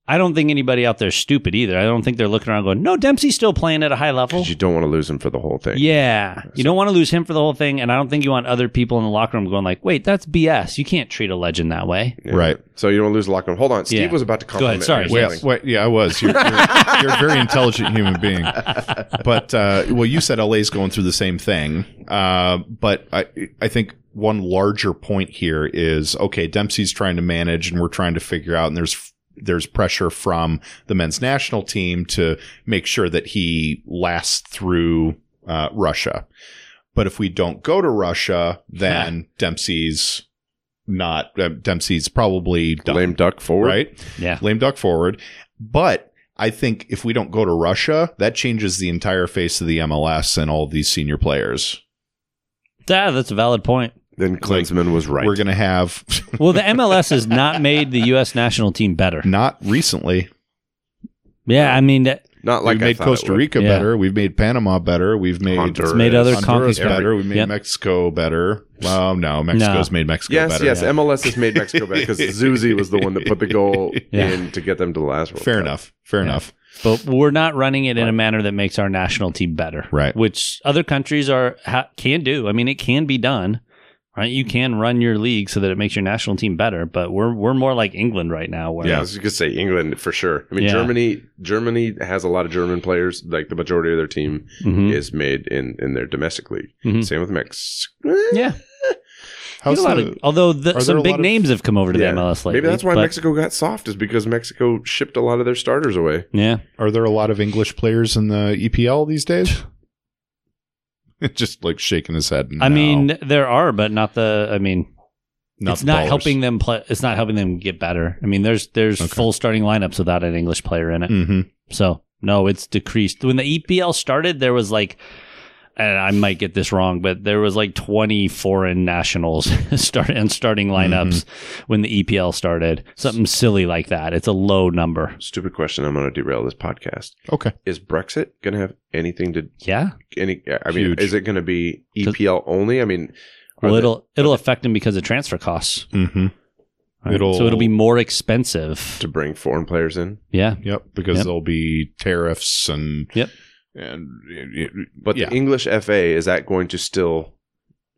[SPEAKER 3] I don't think anybody out there's stupid either. I don't think they're looking around going, "No, Dempsey's still playing at a high level."
[SPEAKER 4] 'Cause You don't want to lose him for the whole thing.
[SPEAKER 3] Yeah, you don't want to lose him for the whole thing, and I don't think you want other people in the locker room going like, "Wait, that's BS. You can't treat a legend that way."
[SPEAKER 4] Yeah.
[SPEAKER 1] Right.
[SPEAKER 4] So you don't lose locker room. Hold on. Steve
[SPEAKER 3] Yeah.
[SPEAKER 4] was about to
[SPEAKER 3] Go ahead.
[SPEAKER 4] compliment.
[SPEAKER 3] Sorry.
[SPEAKER 4] me.
[SPEAKER 1] Wait, wait, yeah, I was. You're, you're, you're a very intelligent human being. But, uh, well, you said LA's going through the same thing. Uh, but I, I think one larger point here is okay, Dempsey's trying to manage and we're trying to figure out, and there's, there's pressure from the men's national team to make sure that he lasts through uh, Russia. But if we don't go to Russia, then Dempsey's not, uh, Dempsey's probably done.
[SPEAKER 4] Lame duck forward.
[SPEAKER 1] Right?
[SPEAKER 3] Yeah.
[SPEAKER 1] lame duck forward. But I think if we don't go to Russia, that changes the entire face of the MLS and all these senior players.
[SPEAKER 3] Yeah, that's a valid point.
[SPEAKER 4] Then Klinsman was right.
[SPEAKER 1] We're going to have
[SPEAKER 3] Well, the MLS has not made the U.S. national team better.
[SPEAKER 1] not recently.
[SPEAKER 3] Yeah, I mean, that-
[SPEAKER 4] Not like
[SPEAKER 1] we've
[SPEAKER 4] I
[SPEAKER 1] made
[SPEAKER 4] thought
[SPEAKER 1] Costa
[SPEAKER 4] it would.
[SPEAKER 1] Rica
[SPEAKER 3] Yeah.
[SPEAKER 1] better. We've made Panama better. We've made
[SPEAKER 4] Honduras.
[SPEAKER 3] made other
[SPEAKER 1] Honduras
[SPEAKER 3] countries better.
[SPEAKER 1] better. We've made
[SPEAKER 3] Yep.
[SPEAKER 1] Mexico better. Well, no, Mexico's made Mexico
[SPEAKER 4] Yes,
[SPEAKER 1] better.
[SPEAKER 4] yes. MLS has made Mexico better because Zuzi was the one that put the goal
[SPEAKER 3] Yeah.
[SPEAKER 4] in to get them to the last World
[SPEAKER 1] Fair
[SPEAKER 4] Cup.
[SPEAKER 1] enough. Fair enough.
[SPEAKER 3] but we're not running it in a manner that makes our national team better,
[SPEAKER 1] Right.
[SPEAKER 3] Which other countries are ha- can do. I mean, it can be done, right? You can run your league so that it makes your national team better, but we're we're more like England right now. Where
[SPEAKER 4] Yeah, as you could say England for sure. I mean,
[SPEAKER 3] Yeah.
[SPEAKER 4] Germany. Germany has a lot of German players. Like the majority of their team
[SPEAKER 3] Mhm.
[SPEAKER 4] is made in in their domestic league.
[SPEAKER 3] Mhm.
[SPEAKER 4] Same with Mexico.
[SPEAKER 3] yeah.
[SPEAKER 1] How's
[SPEAKER 3] Get a lot
[SPEAKER 1] the-
[SPEAKER 3] of- although
[SPEAKER 1] there
[SPEAKER 3] the,
[SPEAKER 1] a
[SPEAKER 3] some
[SPEAKER 1] lot
[SPEAKER 3] big
[SPEAKER 1] of-
[SPEAKER 3] names have come over to
[SPEAKER 4] Yeah.
[SPEAKER 3] the MLS lately.
[SPEAKER 4] Maybe that's why
[SPEAKER 3] but-
[SPEAKER 4] Mexico got soft is because Mexico shipped a lot of their starters away.
[SPEAKER 3] Yeah,
[SPEAKER 1] are there a lot of English players in the EPL these days? Just like shaking his head.
[SPEAKER 3] I
[SPEAKER 1] no.
[SPEAKER 3] mean there are, but not the. I mean, it's
[SPEAKER 1] the
[SPEAKER 3] not
[SPEAKER 1] ballers.
[SPEAKER 3] helping them play. It's not helping them get better. I mean, there's there's full starting lineups without an English player in it.
[SPEAKER 1] Mhm.
[SPEAKER 3] So no, it's decreased. When the EPL started, there was like, and I might get this wrong, but there was like 20 foreign nationals start and starting
[SPEAKER 1] Mm-hmm.
[SPEAKER 3] lineups when the EPL started. Something silly like that. It's a low number.
[SPEAKER 4] Stupid question. I'm going to derail this podcast.
[SPEAKER 1] Okay.
[SPEAKER 4] Is Brexit going to have anything to
[SPEAKER 3] Yeah.
[SPEAKER 4] any? I mean,
[SPEAKER 1] Huge.
[SPEAKER 4] is it going to be EPL only? I mean, are
[SPEAKER 3] Well,
[SPEAKER 4] they-
[SPEAKER 3] it'll it'll affect them because of transfer costs.
[SPEAKER 1] Mm-hmm.
[SPEAKER 3] right?
[SPEAKER 1] It'll-
[SPEAKER 3] so it'll be more expensive.
[SPEAKER 4] to bring foreign players in,
[SPEAKER 3] yeah.
[SPEAKER 1] Yep, because
[SPEAKER 3] Yep.
[SPEAKER 1] there'll be tariffs and
[SPEAKER 3] Yep.
[SPEAKER 1] and it- it-
[SPEAKER 4] but
[SPEAKER 1] yeah.
[SPEAKER 4] the English FA is that going to still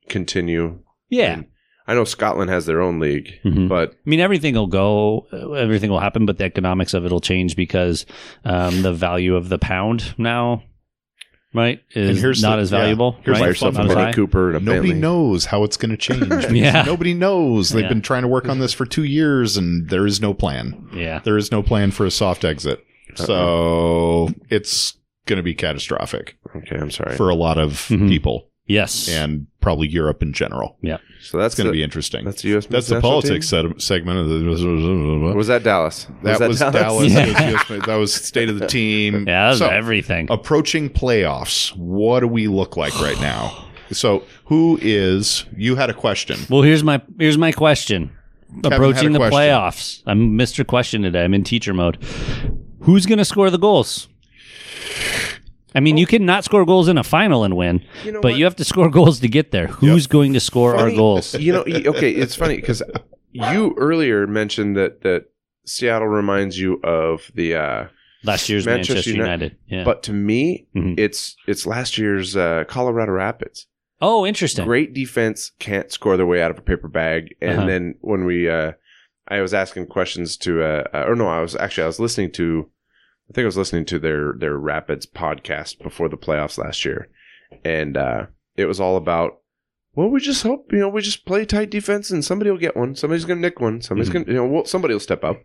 [SPEAKER 4] continue?
[SPEAKER 3] Yeah.
[SPEAKER 4] And I know Scotland has their own league,
[SPEAKER 1] Mm-hmm.
[SPEAKER 3] Mhm.
[SPEAKER 4] but
[SPEAKER 3] I mean, everything will go, everything will happen, but the economics of it will change because um, the value of the pound now, right, is
[SPEAKER 1] And here's
[SPEAKER 3] not
[SPEAKER 1] the-
[SPEAKER 3] as
[SPEAKER 1] yeah.
[SPEAKER 3] valuable.
[SPEAKER 1] Here's
[SPEAKER 3] right?
[SPEAKER 4] buy
[SPEAKER 1] my
[SPEAKER 4] yourself
[SPEAKER 1] thought
[SPEAKER 4] a
[SPEAKER 3] Not as
[SPEAKER 4] Mini
[SPEAKER 3] high.
[SPEAKER 4] Cooper and a
[SPEAKER 1] nobody
[SPEAKER 4] Bentley.
[SPEAKER 1] knows how it's going to change. because
[SPEAKER 3] Yeah.
[SPEAKER 1] nobody knows. They've
[SPEAKER 3] Yeah.
[SPEAKER 1] been trying to work on this for two years, and there is no plan.
[SPEAKER 3] Yeah.
[SPEAKER 1] There is no plan for a soft exit.
[SPEAKER 4] Uh-uh.
[SPEAKER 1] So it's going to be catastrophic
[SPEAKER 4] Okay, I'm sorry.
[SPEAKER 1] for a lot of
[SPEAKER 3] Mhm.
[SPEAKER 1] people
[SPEAKER 3] Yes.
[SPEAKER 1] and probably Europe in general.
[SPEAKER 4] so that's
[SPEAKER 1] It's going to
[SPEAKER 4] the-
[SPEAKER 1] be interesting.
[SPEAKER 4] That's
[SPEAKER 1] That's,
[SPEAKER 4] the U.S.
[SPEAKER 1] the
[SPEAKER 4] national
[SPEAKER 1] politics
[SPEAKER 4] team?
[SPEAKER 1] seg- segment of the.
[SPEAKER 4] Or Was that Dallas?
[SPEAKER 1] that was Dallas.
[SPEAKER 3] Yeah.
[SPEAKER 1] That was US that was state of the team.
[SPEAKER 3] yeah, that was
[SPEAKER 1] So,
[SPEAKER 3] everything.
[SPEAKER 1] approaching playoffs what do we look like right now so who is you had a question
[SPEAKER 3] well, here's my here's my question.
[SPEAKER 1] had
[SPEAKER 3] Approaching
[SPEAKER 1] a
[SPEAKER 3] the
[SPEAKER 1] question.
[SPEAKER 3] playoffs, I'm Mr. Question today. I'm in teacher mode. Who's going to score the goals? I mean, you can not score goals in a final and win, but you have to score goals to get there. Who's going to score our goals?
[SPEAKER 4] you know, y- okay, it's funny because you earlier mentioned that that Seattle reminds you of the, uh,
[SPEAKER 3] Last year's
[SPEAKER 4] Manchester
[SPEAKER 3] Manchester,
[SPEAKER 4] United.
[SPEAKER 3] United. Yeah.
[SPEAKER 4] but to me,
[SPEAKER 1] Mm-hmm.
[SPEAKER 3] Mhm.
[SPEAKER 4] it's it's last year's uh, Colorado Rapids.
[SPEAKER 3] Oh, interesting.
[SPEAKER 4] Great defense can't score their way out of a paper bag, and
[SPEAKER 3] Uh-huh.
[SPEAKER 4] then when we, uh, I was asking questions to, uh, uh, or no, I was actually I was listening to, I think I was listening to their their Rapids podcast before the playoffs last year, and uh, it was all about. Well, we just hope
[SPEAKER 3] Mm-hmm.
[SPEAKER 4] you know we just play tight defense and somebody will get one. Somebody's gonna nick one. Somebody's gonna you know well, somebody will step up,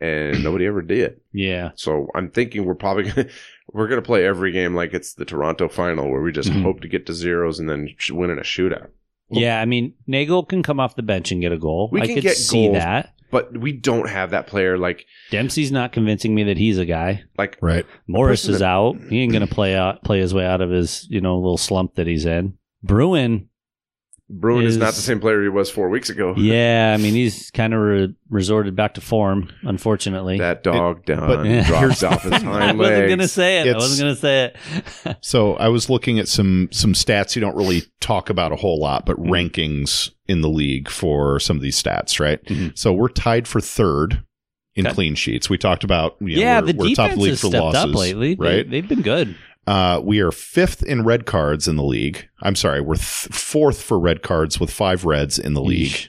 [SPEAKER 4] and nobody ever did.
[SPEAKER 3] Yeah.
[SPEAKER 4] So I'm thinking we're probably gonna, we're going to play every game like it's the Toronto final, where we just
[SPEAKER 1] Mm-hmm.
[SPEAKER 3] Mhm.
[SPEAKER 4] hope to get to zeros and then sh- win in a shootout.
[SPEAKER 3] Yeah, I mean Nagel can come off the bench and get a goal.
[SPEAKER 4] We
[SPEAKER 3] I
[SPEAKER 4] can
[SPEAKER 3] could
[SPEAKER 4] get
[SPEAKER 3] see
[SPEAKER 4] goals.
[SPEAKER 3] that.
[SPEAKER 4] But we don't have that player like
[SPEAKER 3] Dempsey's not convincing me that he's a guy.
[SPEAKER 4] like
[SPEAKER 1] Right.
[SPEAKER 3] Morris
[SPEAKER 4] person
[SPEAKER 3] is
[SPEAKER 4] that-
[SPEAKER 3] out. He ain't gonna play out play his way out of his, you know, little slump that he's in. Bruin,
[SPEAKER 4] Bruin is,
[SPEAKER 3] Is-
[SPEAKER 4] not the same player he was four weeks ago.
[SPEAKER 3] yeah, I mean he's kind of re- resorted back to form, unfortunately.
[SPEAKER 4] That dog down
[SPEAKER 1] but-
[SPEAKER 4] drops off his
[SPEAKER 3] I
[SPEAKER 4] hind
[SPEAKER 3] wasn't
[SPEAKER 4] legs.
[SPEAKER 3] gonna say it. I
[SPEAKER 1] It's-
[SPEAKER 3] wasn't gonna say it.
[SPEAKER 1] So I was looking at some some stats you don't really talk about a whole lot, but rankings in the league for some of these stats, right?
[SPEAKER 3] Mhm.
[SPEAKER 1] So we're tied for third in
[SPEAKER 3] Okay.
[SPEAKER 1] clean sheets. We talked about you know,
[SPEAKER 3] yeah,
[SPEAKER 1] we're,
[SPEAKER 3] the
[SPEAKER 1] we're
[SPEAKER 3] defense
[SPEAKER 1] top of the league
[SPEAKER 3] has
[SPEAKER 1] for
[SPEAKER 3] stepped
[SPEAKER 1] losses,
[SPEAKER 3] up lately.
[SPEAKER 1] right?
[SPEAKER 3] They, have been good.
[SPEAKER 1] Uh, we are fifth in red cards in the league. I'm sorry, we're th- fourth for red cards with five reds in the league,
[SPEAKER 3] Yeesh.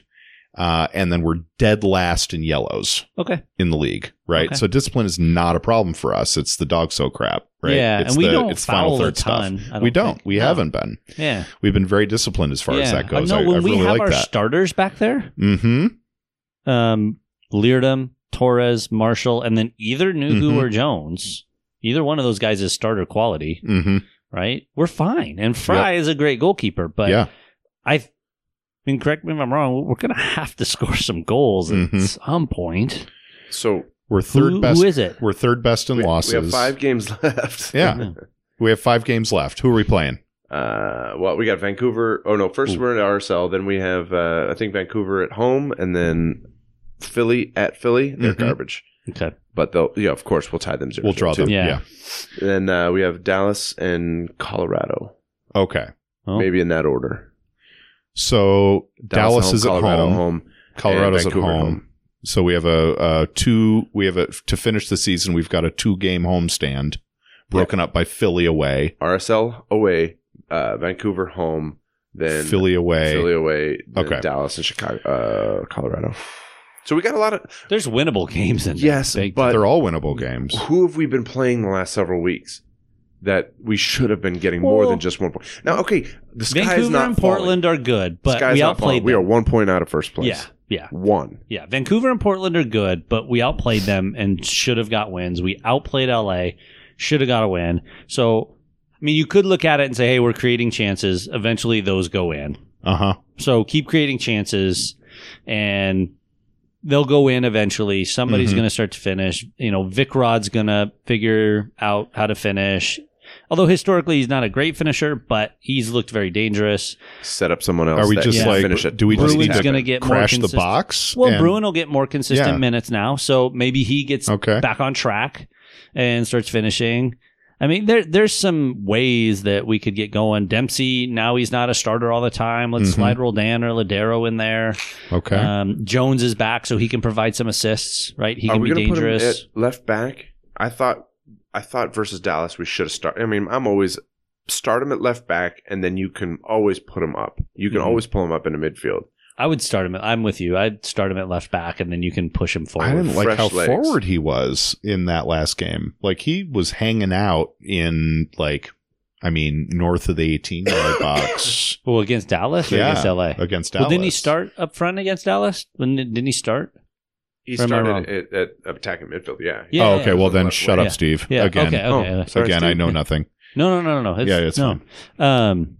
[SPEAKER 1] uh, and then we're dead last in yellows
[SPEAKER 3] Okay.
[SPEAKER 1] in the league, right?
[SPEAKER 3] Okay.
[SPEAKER 1] So discipline is not a problem for us. It's the dog so crap, right?
[SPEAKER 3] Yeah,
[SPEAKER 1] it's
[SPEAKER 3] and we
[SPEAKER 1] the-
[SPEAKER 3] don't
[SPEAKER 1] it's final
[SPEAKER 3] foul a
[SPEAKER 1] third stuff.
[SPEAKER 3] ton, I
[SPEAKER 1] we
[SPEAKER 3] don't
[SPEAKER 1] don't.
[SPEAKER 3] think.
[SPEAKER 1] We
[SPEAKER 3] No.
[SPEAKER 1] haven't been.
[SPEAKER 3] Yeah.
[SPEAKER 1] We've been very disciplined as far as
[SPEAKER 3] Yeah.
[SPEAKER 1] that
[SPEAKER 3] I
[SPEAKER 1] goes.
[SPEAKER 3] know
[SPEAKER 1] I, I
[SPEAKER 3] when we
[SPEAKER 1] really
[SPEAKER 3] have
[SPEAKER 1] like
[SPEAKER 3] our
[SPEAKER 1] that.
[SPEAKER 3] starters back there,
[SPEAKER 1] mm-hmm.
[SPEAKER 3] um, Leardom, Torres, Marshall, and then either Nugu
[SPEAKER 1] Mhm.
[SPEAKER 3] or Jones. Either one of those guys is starter quality,
[SPEAKER 1] Mm-hmm.
[SPEAKER 3] right? We're fine. And Fry is a great goalkeeper, but
[SPEAKER 1] yeah.
[SPEAKER 3] I th- I mean, correct me if I'm wrong, we're going to have to score some goals
[SPEAKER 1] Mhm.
[SPEAKER 4] Mm-hmm.
[SPEAKER 3] at some point.
[SPEAKER 4] So
[SPEAKER 1] We're third
[SPEAKER 3] Who-
[SPEAKER 1] best.
[SPEAKER 3] Who is it?
[SPEAKER 1] We're third best in
[SPEAKER 4] we, we
[SPEAKER 1] losses.
[SPEAKER 4] have five games left.
[SPEAKER 1] Yeah. We have five games left. Who are we playing?
[SPEAKER 4] Uh, well, we got Vancouver. Oh no, first we're in RSL. Then we have uh, I think Vancouver at home, and then Philly at Philly. They're
[SPEAKER 1] Mhm.
[SPEAKER 4] garbage,
[SPEAKER 3] Okay.
[SPEAKER 4] but they'll yeah. Of course, we'll tie them. 0
[SPEAKER 1] We'll draw them.
[SPEAKER 3] Yeah.
[SPEAKER 1] yeah.
[SPEAKER 4] Then uh, we have Dallas and Colorado,
[SPEAKER 1] Okay.
[SPEAKER 3] Oh.
[SPEAKER 4] maybe in that order.
[SPEAKER 1] So Dallas,
[SPEAKER 4] home,
[SPEAKER 1] is at
[SPEAKER 4] Colorado
[SPEAKER 1] home. Colorado's
[SPEAKER 4] and
[SPEAKER 1] at
[SPEAKER 4] Vancouver
[SPEAKER 1] home. So we have a, a two. We have a to finish the season. We've got a two game homestand broken up by Philly away,
[SPEAKER 4] RSL away, uh, Vancouver home, then
[SPEAKER 1] Philly away.
[SPEAKER 4] Philly away, then
[SPEAKER 1] Okay.
[SPEAKER 4] Dallas and Chicago, uh, Colorado. So we got a lot of
[SPEAKER 3] There's winnable games in there.
[SPEAKER 4] yes,
[SPEAKER 3] Big-
[SPEAKER 4] but
[SPEAKER 1] They're all winnable games.
[SPEAKER 4] who have we been playing the last several weeks that we should have been getting more
[SPEAKER 3] Well-
[SPEAKER 4] than just one point? Now, okay, the sky is
[SPEAKER 3] Vancouver
[SPEAKER 4] not
[SPEAKER 3] and
[SPEAKER 4] falling.
[SPEAKER 3] Portland are good,
[SPEAKER 4] The
[SPEAKER 3] but
[SPEAKER 4] sky's
[SPEAKER 3] we
[SPEAKER 4] not falling.
[SPEAKER 3] outplayed
[SPEAKER 4] We are
[SPEAKER 3] them.
[SPEAKER 4] one point out of first place.
[SPEAKER 3] Yeah, yeah,
[SPEAKER 4] one.
[SPEAKER 3] yeah. Vancouver and Portland are good, but we outplayed them and should have got wins. We outplayed LA, should have got a win. So, I mean, you could look at it and say, "Hey, we're creating chances. Eventually, those go in."
[SPEAKER 1] Uh huh.
[SPEAKER 3] So keep creating chances and they'll go in eventually. Somebody's
[SPEAKER 1] Mhm.
[SPEAKER 3] going to start to finish. You know, Vic Rod's going to figure out how to finish. Although historically he's not a great finisher, but he's looked very dangerous.
[SPEAKER 4] Set up someone else.
[SPEAKER 1] Are we
[SPEAKER 4] that
[SPEAKER 1] just
[SPEAKER 4] can
[SPEAKER 1] like?
[SPEAKER 4] finish it?
[SPEAKER 1] Do we just
[SPEAKER 3] Bruin's
[SPEAKER 1] need to
[SPEAKER 3] gonna get more
[SPEAKER 1] crash the
[SPEAKER 3] consistent.
[SPEAKER 1] box?
[SPEAKER 3] Well,
[SPEAKER 1] and-
[SPEAKER 3] Bruin will get more consistent
[SPEAKER 1] Yeah.
[SPEAKER 3] minutes now, so maybe he gets
[SPEAKER 1] Okay.
[SPEAKER 3] back on track and starts finishing. I mean, there there's some ways that we could get going. Dempsey now he's not a starter all the time. Let's
[SPEAKER 1] Mhm.
[SPEAKER 3] slide Roldan or Ladero in there.
[SPEAKER 1] Okay.
[SPEAKER 3] Um, Jones is back, so he can provide some assists. Right, he
[SPEAKER 4] Are
[SPEAKER 3] can
[SPEAKER 4] we
[SPEAKER 3] be
[SPEAKER 4] gonna put him
[SPEAKER 3] dangerous.
[SPEAKER 4] at left back? I thought. I thought versus Dallas, we should have started. I mean, I'm always start him at left back, and then you can always put him up. You can
[SPEAKER 1] Mm-hmm.
[SPEAKER 3] Mhm.
[SPEAKER 4] always pull him up into midfield.
[SPEAKER 3] I would start him. I'm with you. I'd start him at left back, and then you can push him forward.
[SPEAKER 1] I didn't like
[SPEAKER 4] fresh
[SPEAKER 1] how
[SPEAKER 4] legs.
[SPEAKER 1] forward he was in that last game. Like he was hanging out in like, I mean, north of the 18 yard box
[SPEAKER 3] well, against Dallas or
[SPEAKER 1] Yeah.
[SPEAKER 3] against LA.
[SPEAKER 1] against Dallas. Oh,
[SPEAKER 3] Well, didn't he start up front against Dallas? When didn't he start?
[SPEAKER 4] He
[SPEAKER 3] Or am I wrong?
[SPEAKER 4] started at, at attacking midfield. Yeah.
[SPEAKER 3] Yeah.
[SPEAKER 1] oh, okay. Well, then
[SPEAKER 4] Left
[SPEAKER 1] shut
[SPEAKER 4] wing.
[SPEAKER 1] up,
[SPEAKER 3] Yeah.
[SPEAKER 1] Steve.
[SPEAKER 3] Yeah.
[SPEAKER 1] Again,
[SPEAKER 3] Okay. Okay.
[SPEAKER 4] Oh, sorry,
[SPEAKER 1] again, I
[SPEAKER 4] Steve.
[SPEAKER 1] know nothing.
[SPEAKER 3] No, no, no, no, no. It's,
[SPEAKER 1] Yeah, it's
[SPEAKER 3] no. Um,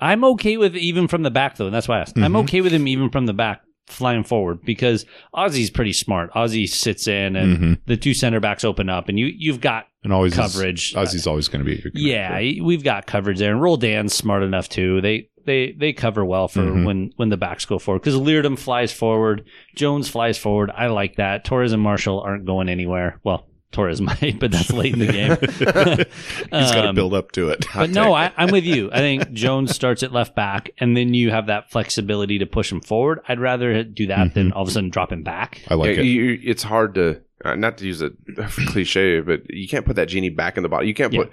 [SPEAKER 3] I'm okay with even from the back though, and that's why I asked. I'm
[SPEAKER 1] Mhm.
[SPEAKER 3] okay with him even from the back flying forward because Ozzy's pretty smart. Ozzy sits in, and
[SPEAKER 1] Mhm.
[SPEAKER 3] the two center backs open up, and you you've got
[SPEAKER 1] And always is-
[SPEAKER 3] coverage.
[SPEAKER 1] Ozzy's always going to be. a good
[SPEAKER 3] Yeah,
[SPEAKER 1] connector.
[SPEAKER 3] he- we've got coverage there, and Roldan's smart enough too. They they they cover well for
[SPEAKER 1] Mhm.
[SPEAKER 3] when when the backs go forward because Leardom flies forward, Jones flies forward. I like that. Torres and Marshall aren't going anywhere. Well, Torres might, but that's late in the game.
[SPEAKER 1] He's got to
[SPEAKER 3] Um,
[SPEAKER 1] build up to it.
[SPEAKER 3] But no, I, I'm with you. I think Jones starts at left back, and then you have that flexibility to push him forward. I'd rather do that than all of a sudden drop him back.
[SPEAKER 1] Mm-hmm. I like
[SPEAKER 4] Yeah,
[SPEAKER 1] it.
[SPEAKER 4] you- it's hard to uh, not to use a cliche, but you can't put that genie back in the bottle. You can't
[SPEAKER 3] Yeah.
[SPEAKER 4] put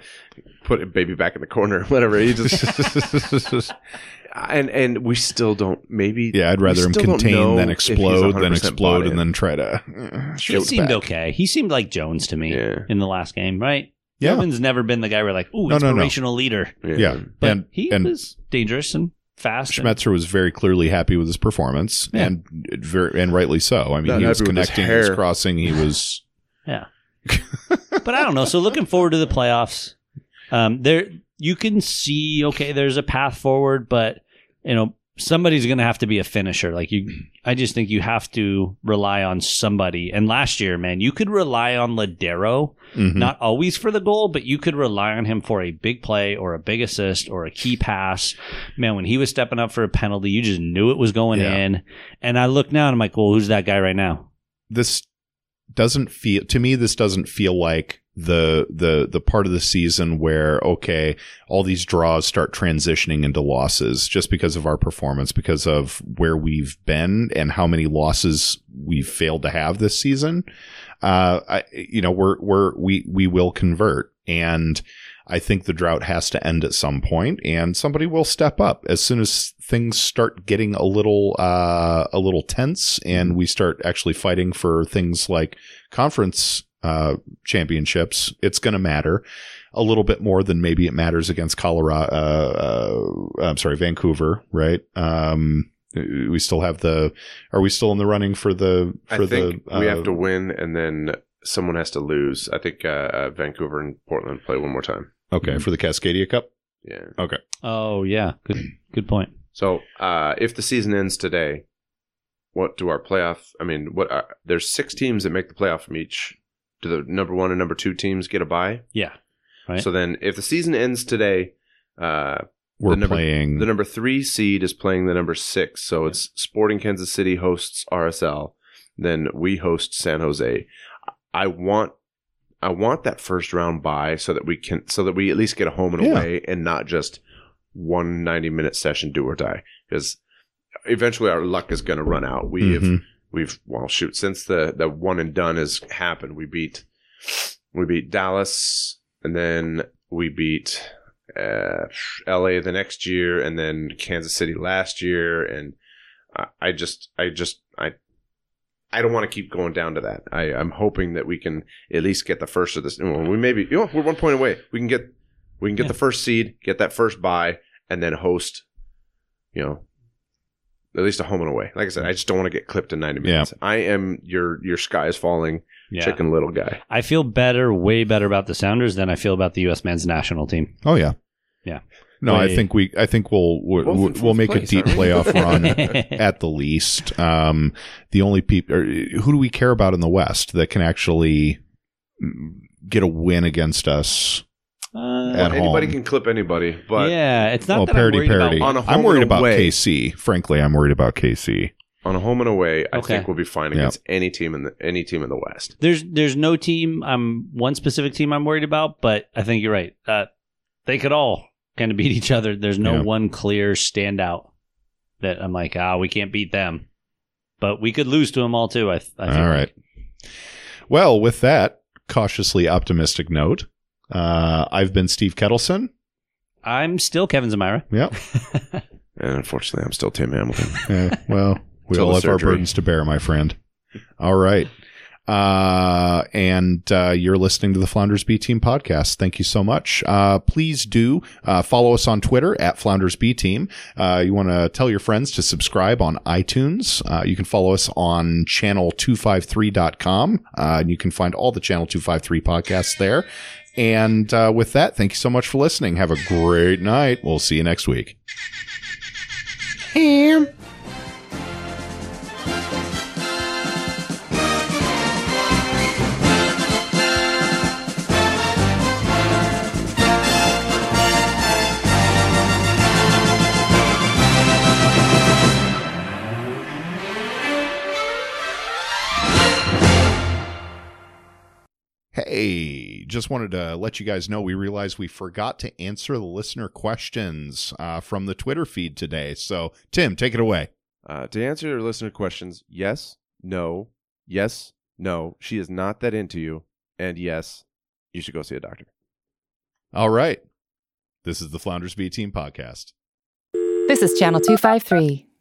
[SPEAKER 4] put a baby back in the corner, whatever. You just and and we still don't. Maybe
[SPEAKER 1] yeah, I'd
[SPEAKER 4] we
[SPEAKER 1] rather him
[SPEAKER 4] still don't
[SPEAKER 1] contain
[SPEAKER 4] know
[SPEAKER 1] than
[SPEAKER 4] if he's
[SPEAKER 1] explode, than
[SPEAKER 4] 100%
[SPEAKER 1] explode,
[SPEAKER 4] bought
[SPEAKER 1] and
[SPEAKER 4] in.
[SPEAKER 1] then try to. uh,
[SPEAKER 3] He
[SPEAKER 1] shoot
[SPEAKER 3] seemed
[SPEAKER 1] back.
[SPEAKER 3] okay. He seemed like Jones to me
[SPEAKER 4] Yeah.
[SPEAKER 3] in the last game, right?
[SPEAKER 1] Yeah.
[SPEAKER 3] Evan's never been the guy we're like, ooh,
[SPEAKER 1] No, no, no.
[SPEAKER 3] inspirational leader.
[SPEAKER 1] Yeah,
[SPEAKER 3] But
[SPEAKER 1] and
[SPEAKER 3] he
[SPEAKER 1] and
[SPEAKER 3] was dangerous and fast. and-
[SPEAKER 1] Schmetzer was very clearly happy with his performance,
[SPEAKER 3] Yeah.
[SPEAKER 1] and very, and rightly so. I mean,
[SPEAKER 4] Not
[SPEAKER 1] he was
[SPEAKER 4] happy with his
[SPEAKER 1] connecting, he was
[SPEAKER 4] hair.
[SPEAKER 1] crossing, he was.
[SPEAKER 3] Yeah. but I don't know. So looking forward to the playoffs. Um, there you can see okay, there's a path forward, but you know, somebody's gonna have to be a finisher. Like you I just think you have to rely on somebody. And last year, man, you could rely on Ladero,
[SPEAKER 1] Mhm.
[SPEAKER 3] not always for the goal, but you could rely on him for a big play or a big assist or a key pass. Man, when he was stepping up for a penalty, you just knew it was going
[SPEAKER 1] Yeah.
[SPEAKER 3] in. And I look now and I'm like, well, who's that guy right now?
[SPEAKER 1] this doesn't feel to me this doesn't feel like the the the part of the season where okay all these draws start transitioning into losses just because of our performance because of where we've been and how many losses we've failed to have this season uh I, you know we're we're we we will convert and I think the drought has to end at some point, and somebody will step up as soon as things start getting a little uh, a little tense, and we start actually fighting for things like conference uh, championships. It's going to matter a little bit more than maybe it matters against Colorado. Uh, uh, I'm sorry, Vancouver, right? Um, we still have the. Are we still in the running for the? For
[SPEAKER 4] I think
[SPEAKER 1] the,
[SPEAKER 4] we
[SPEAKER 1] uh,
[SPEAKER 4] have to win, and then someone has to lose. I think uh, uh, Vancouver and Portland play one more time.
[SPEAKER 1] Okay, for the Cascadia Cup.
[SPEAKER 4] Yeah.
[SPEAKER 3] Oh yeah. Good good point.
[SPEAKER 4] So uh, if the season ends today, what do our playoff? I mean, what are, there's six teams that make the playoff from each. Do the number one and number two teams get a bye?
[SPEAKER 3] Yeah. Right.
[SPEAKER 4] So then, if the season ends today, uh,
[SPEAKER 1] We're
[SPEAKER 4] number-
[SPEAKER 1] playing.
[SPEAKER 4] the number three seed is playing the number six. So it's Sporting Kansas City hosts RSL, then we host San Jose. I want. I want that first round bye so that we can so that we at least get a home and
[SPEAKER 1] Yeah.
[SPEAKER 4] away and not just one 90 minute session do or die because eventually our luck is going to run out. We have
[SPEAKER 1] Mhm.
[SPEAKER 4] we've well shoot since the the one and done has happened we beat we beat dallas and then we beat uh la the next year and then kansas city last year and i, I just i just i I don't want to keep going down to that. I, I'm hoping that we can at least get the first of this. Well, we maybe you know, we're one point away. We can get we can get
[SPEAKER 3] Yeah.
[SPEAKER 4] the first seed, get that first bye, and then host. You know, at least a home and away. Like I said, I just don't want to get clipped in 90
[SPEAKER 1] Yeah.
[SPEAKER 4] minutes. I am your your sky is falling
[SPEAKER 3] Yeah.
[SPEAKER 4] chicken little guy.
[SPEAKER 3] I feel better, way better about the Sounders than I feel about the U.S. men's national team.
[SPEAKER 1] Oh yeah,
[SPEAKER 3] Yeah.
[SPEAKER 1] No, I
[SPEAKER 3] Way-
[SPEAKER 1] think we. I think we'll we'll,
[SPEAKER 4] Both in
[SPEAKER 1] we'll,
[SPEAKER 4] fourth
[SPEAKER 1] we'll make
[SPEAKER 4] place,
[SPEAKER 1] a deep
[SPEAKER 4] aren't we?
[SPEAKER 1] playoff run at the least. Um, the only people who do we care about in the West that can actually get a win against us?
[SPEAKER 3] Uh,
[SPEAKER 1] At
[SPEAKER 4] Anybody
[SPEAKER 1] home.
[SPEAKER 4] can clip anybody, but
[SPEAKER 3] yeah, it's not
[SPEAKER 1] well,
[SPEAKER 3] that I'm
[SPEAKER 1] parody,
[SPEAKER 3] worried
[SPEAKER 1] parody.
[SPEAKER 3] about.
[SPEAKER 4] on a home
[SPEAKER 1] I'm worried
[SPEAKER 4] and
[SPEAKER 1] about
[SPEAKER 4] away.
[SPEAKER 1] KC. Frankly, I'm worried about KC.
[SPEAKER 4] on a home and away, I
[SPEAKER 3] Okay.
[SPEAKER 4] think we'll be fine
[SPEAKER 1] Yeah.
[SPEAKER 4] against any team in the any team in the West.
[SPEAKER 3] There's there's no team. I'm one specific team I'm worried about, but I think you're right. Uh, they could all kind of beat each other. There's no
[SPEAKER 1] Yeah.
[SPEAKER 3] one clear standout that I'm like, ah, we can't beat them, but we could lose to them all too. I, th- I think.
[SPEAKER 1] All right. Well, with that cautiously optimistic note, uh, I've been Steve Kettleson.
[SPEAKER 3] I'm still Kevin Zamira.
[SPEAKER 1] Yep.
[SPEAKER 4] And unfortunately, I'm still Tim Hamilton.
[SPEAKER 1] Eh, well, we
[SPEAKER 4] Till
[SPEAKER 1] all
[SPEAKER 4] the
[SPEAKER 1] have our
[SPEAKER 4] surgery.
[SPEAKER 1] burdens to bear, my friend. All right. Uh, and uh, you're listening to the Flounders B Team podcast. Thank you so much. Uh, please do uh, follow us on Twitter at Flounders B Team. Uh, you want to tell your friends to subscribe on iTunes. Uh, you can follow us on channel253.com. Uh, and you can find all the Channel 253 podcasts there. And uh, with that, thank you so much for listening. Have a great night. We'll see you next week. Hey, just wanted to let you guys know we realized we forgot to answer the listener questions uh, from the Twitter feed today. So, Tim, take it away.
[SPEAKER 4] Uh, to answer your listener questions, yes, no, yes, no. She is not that into you, and yes, you should go see a doctor.
[SPEAKER 1] All right. This is the Flounders B Team Podcast.
[SPEAKER 8] This is Channel 253.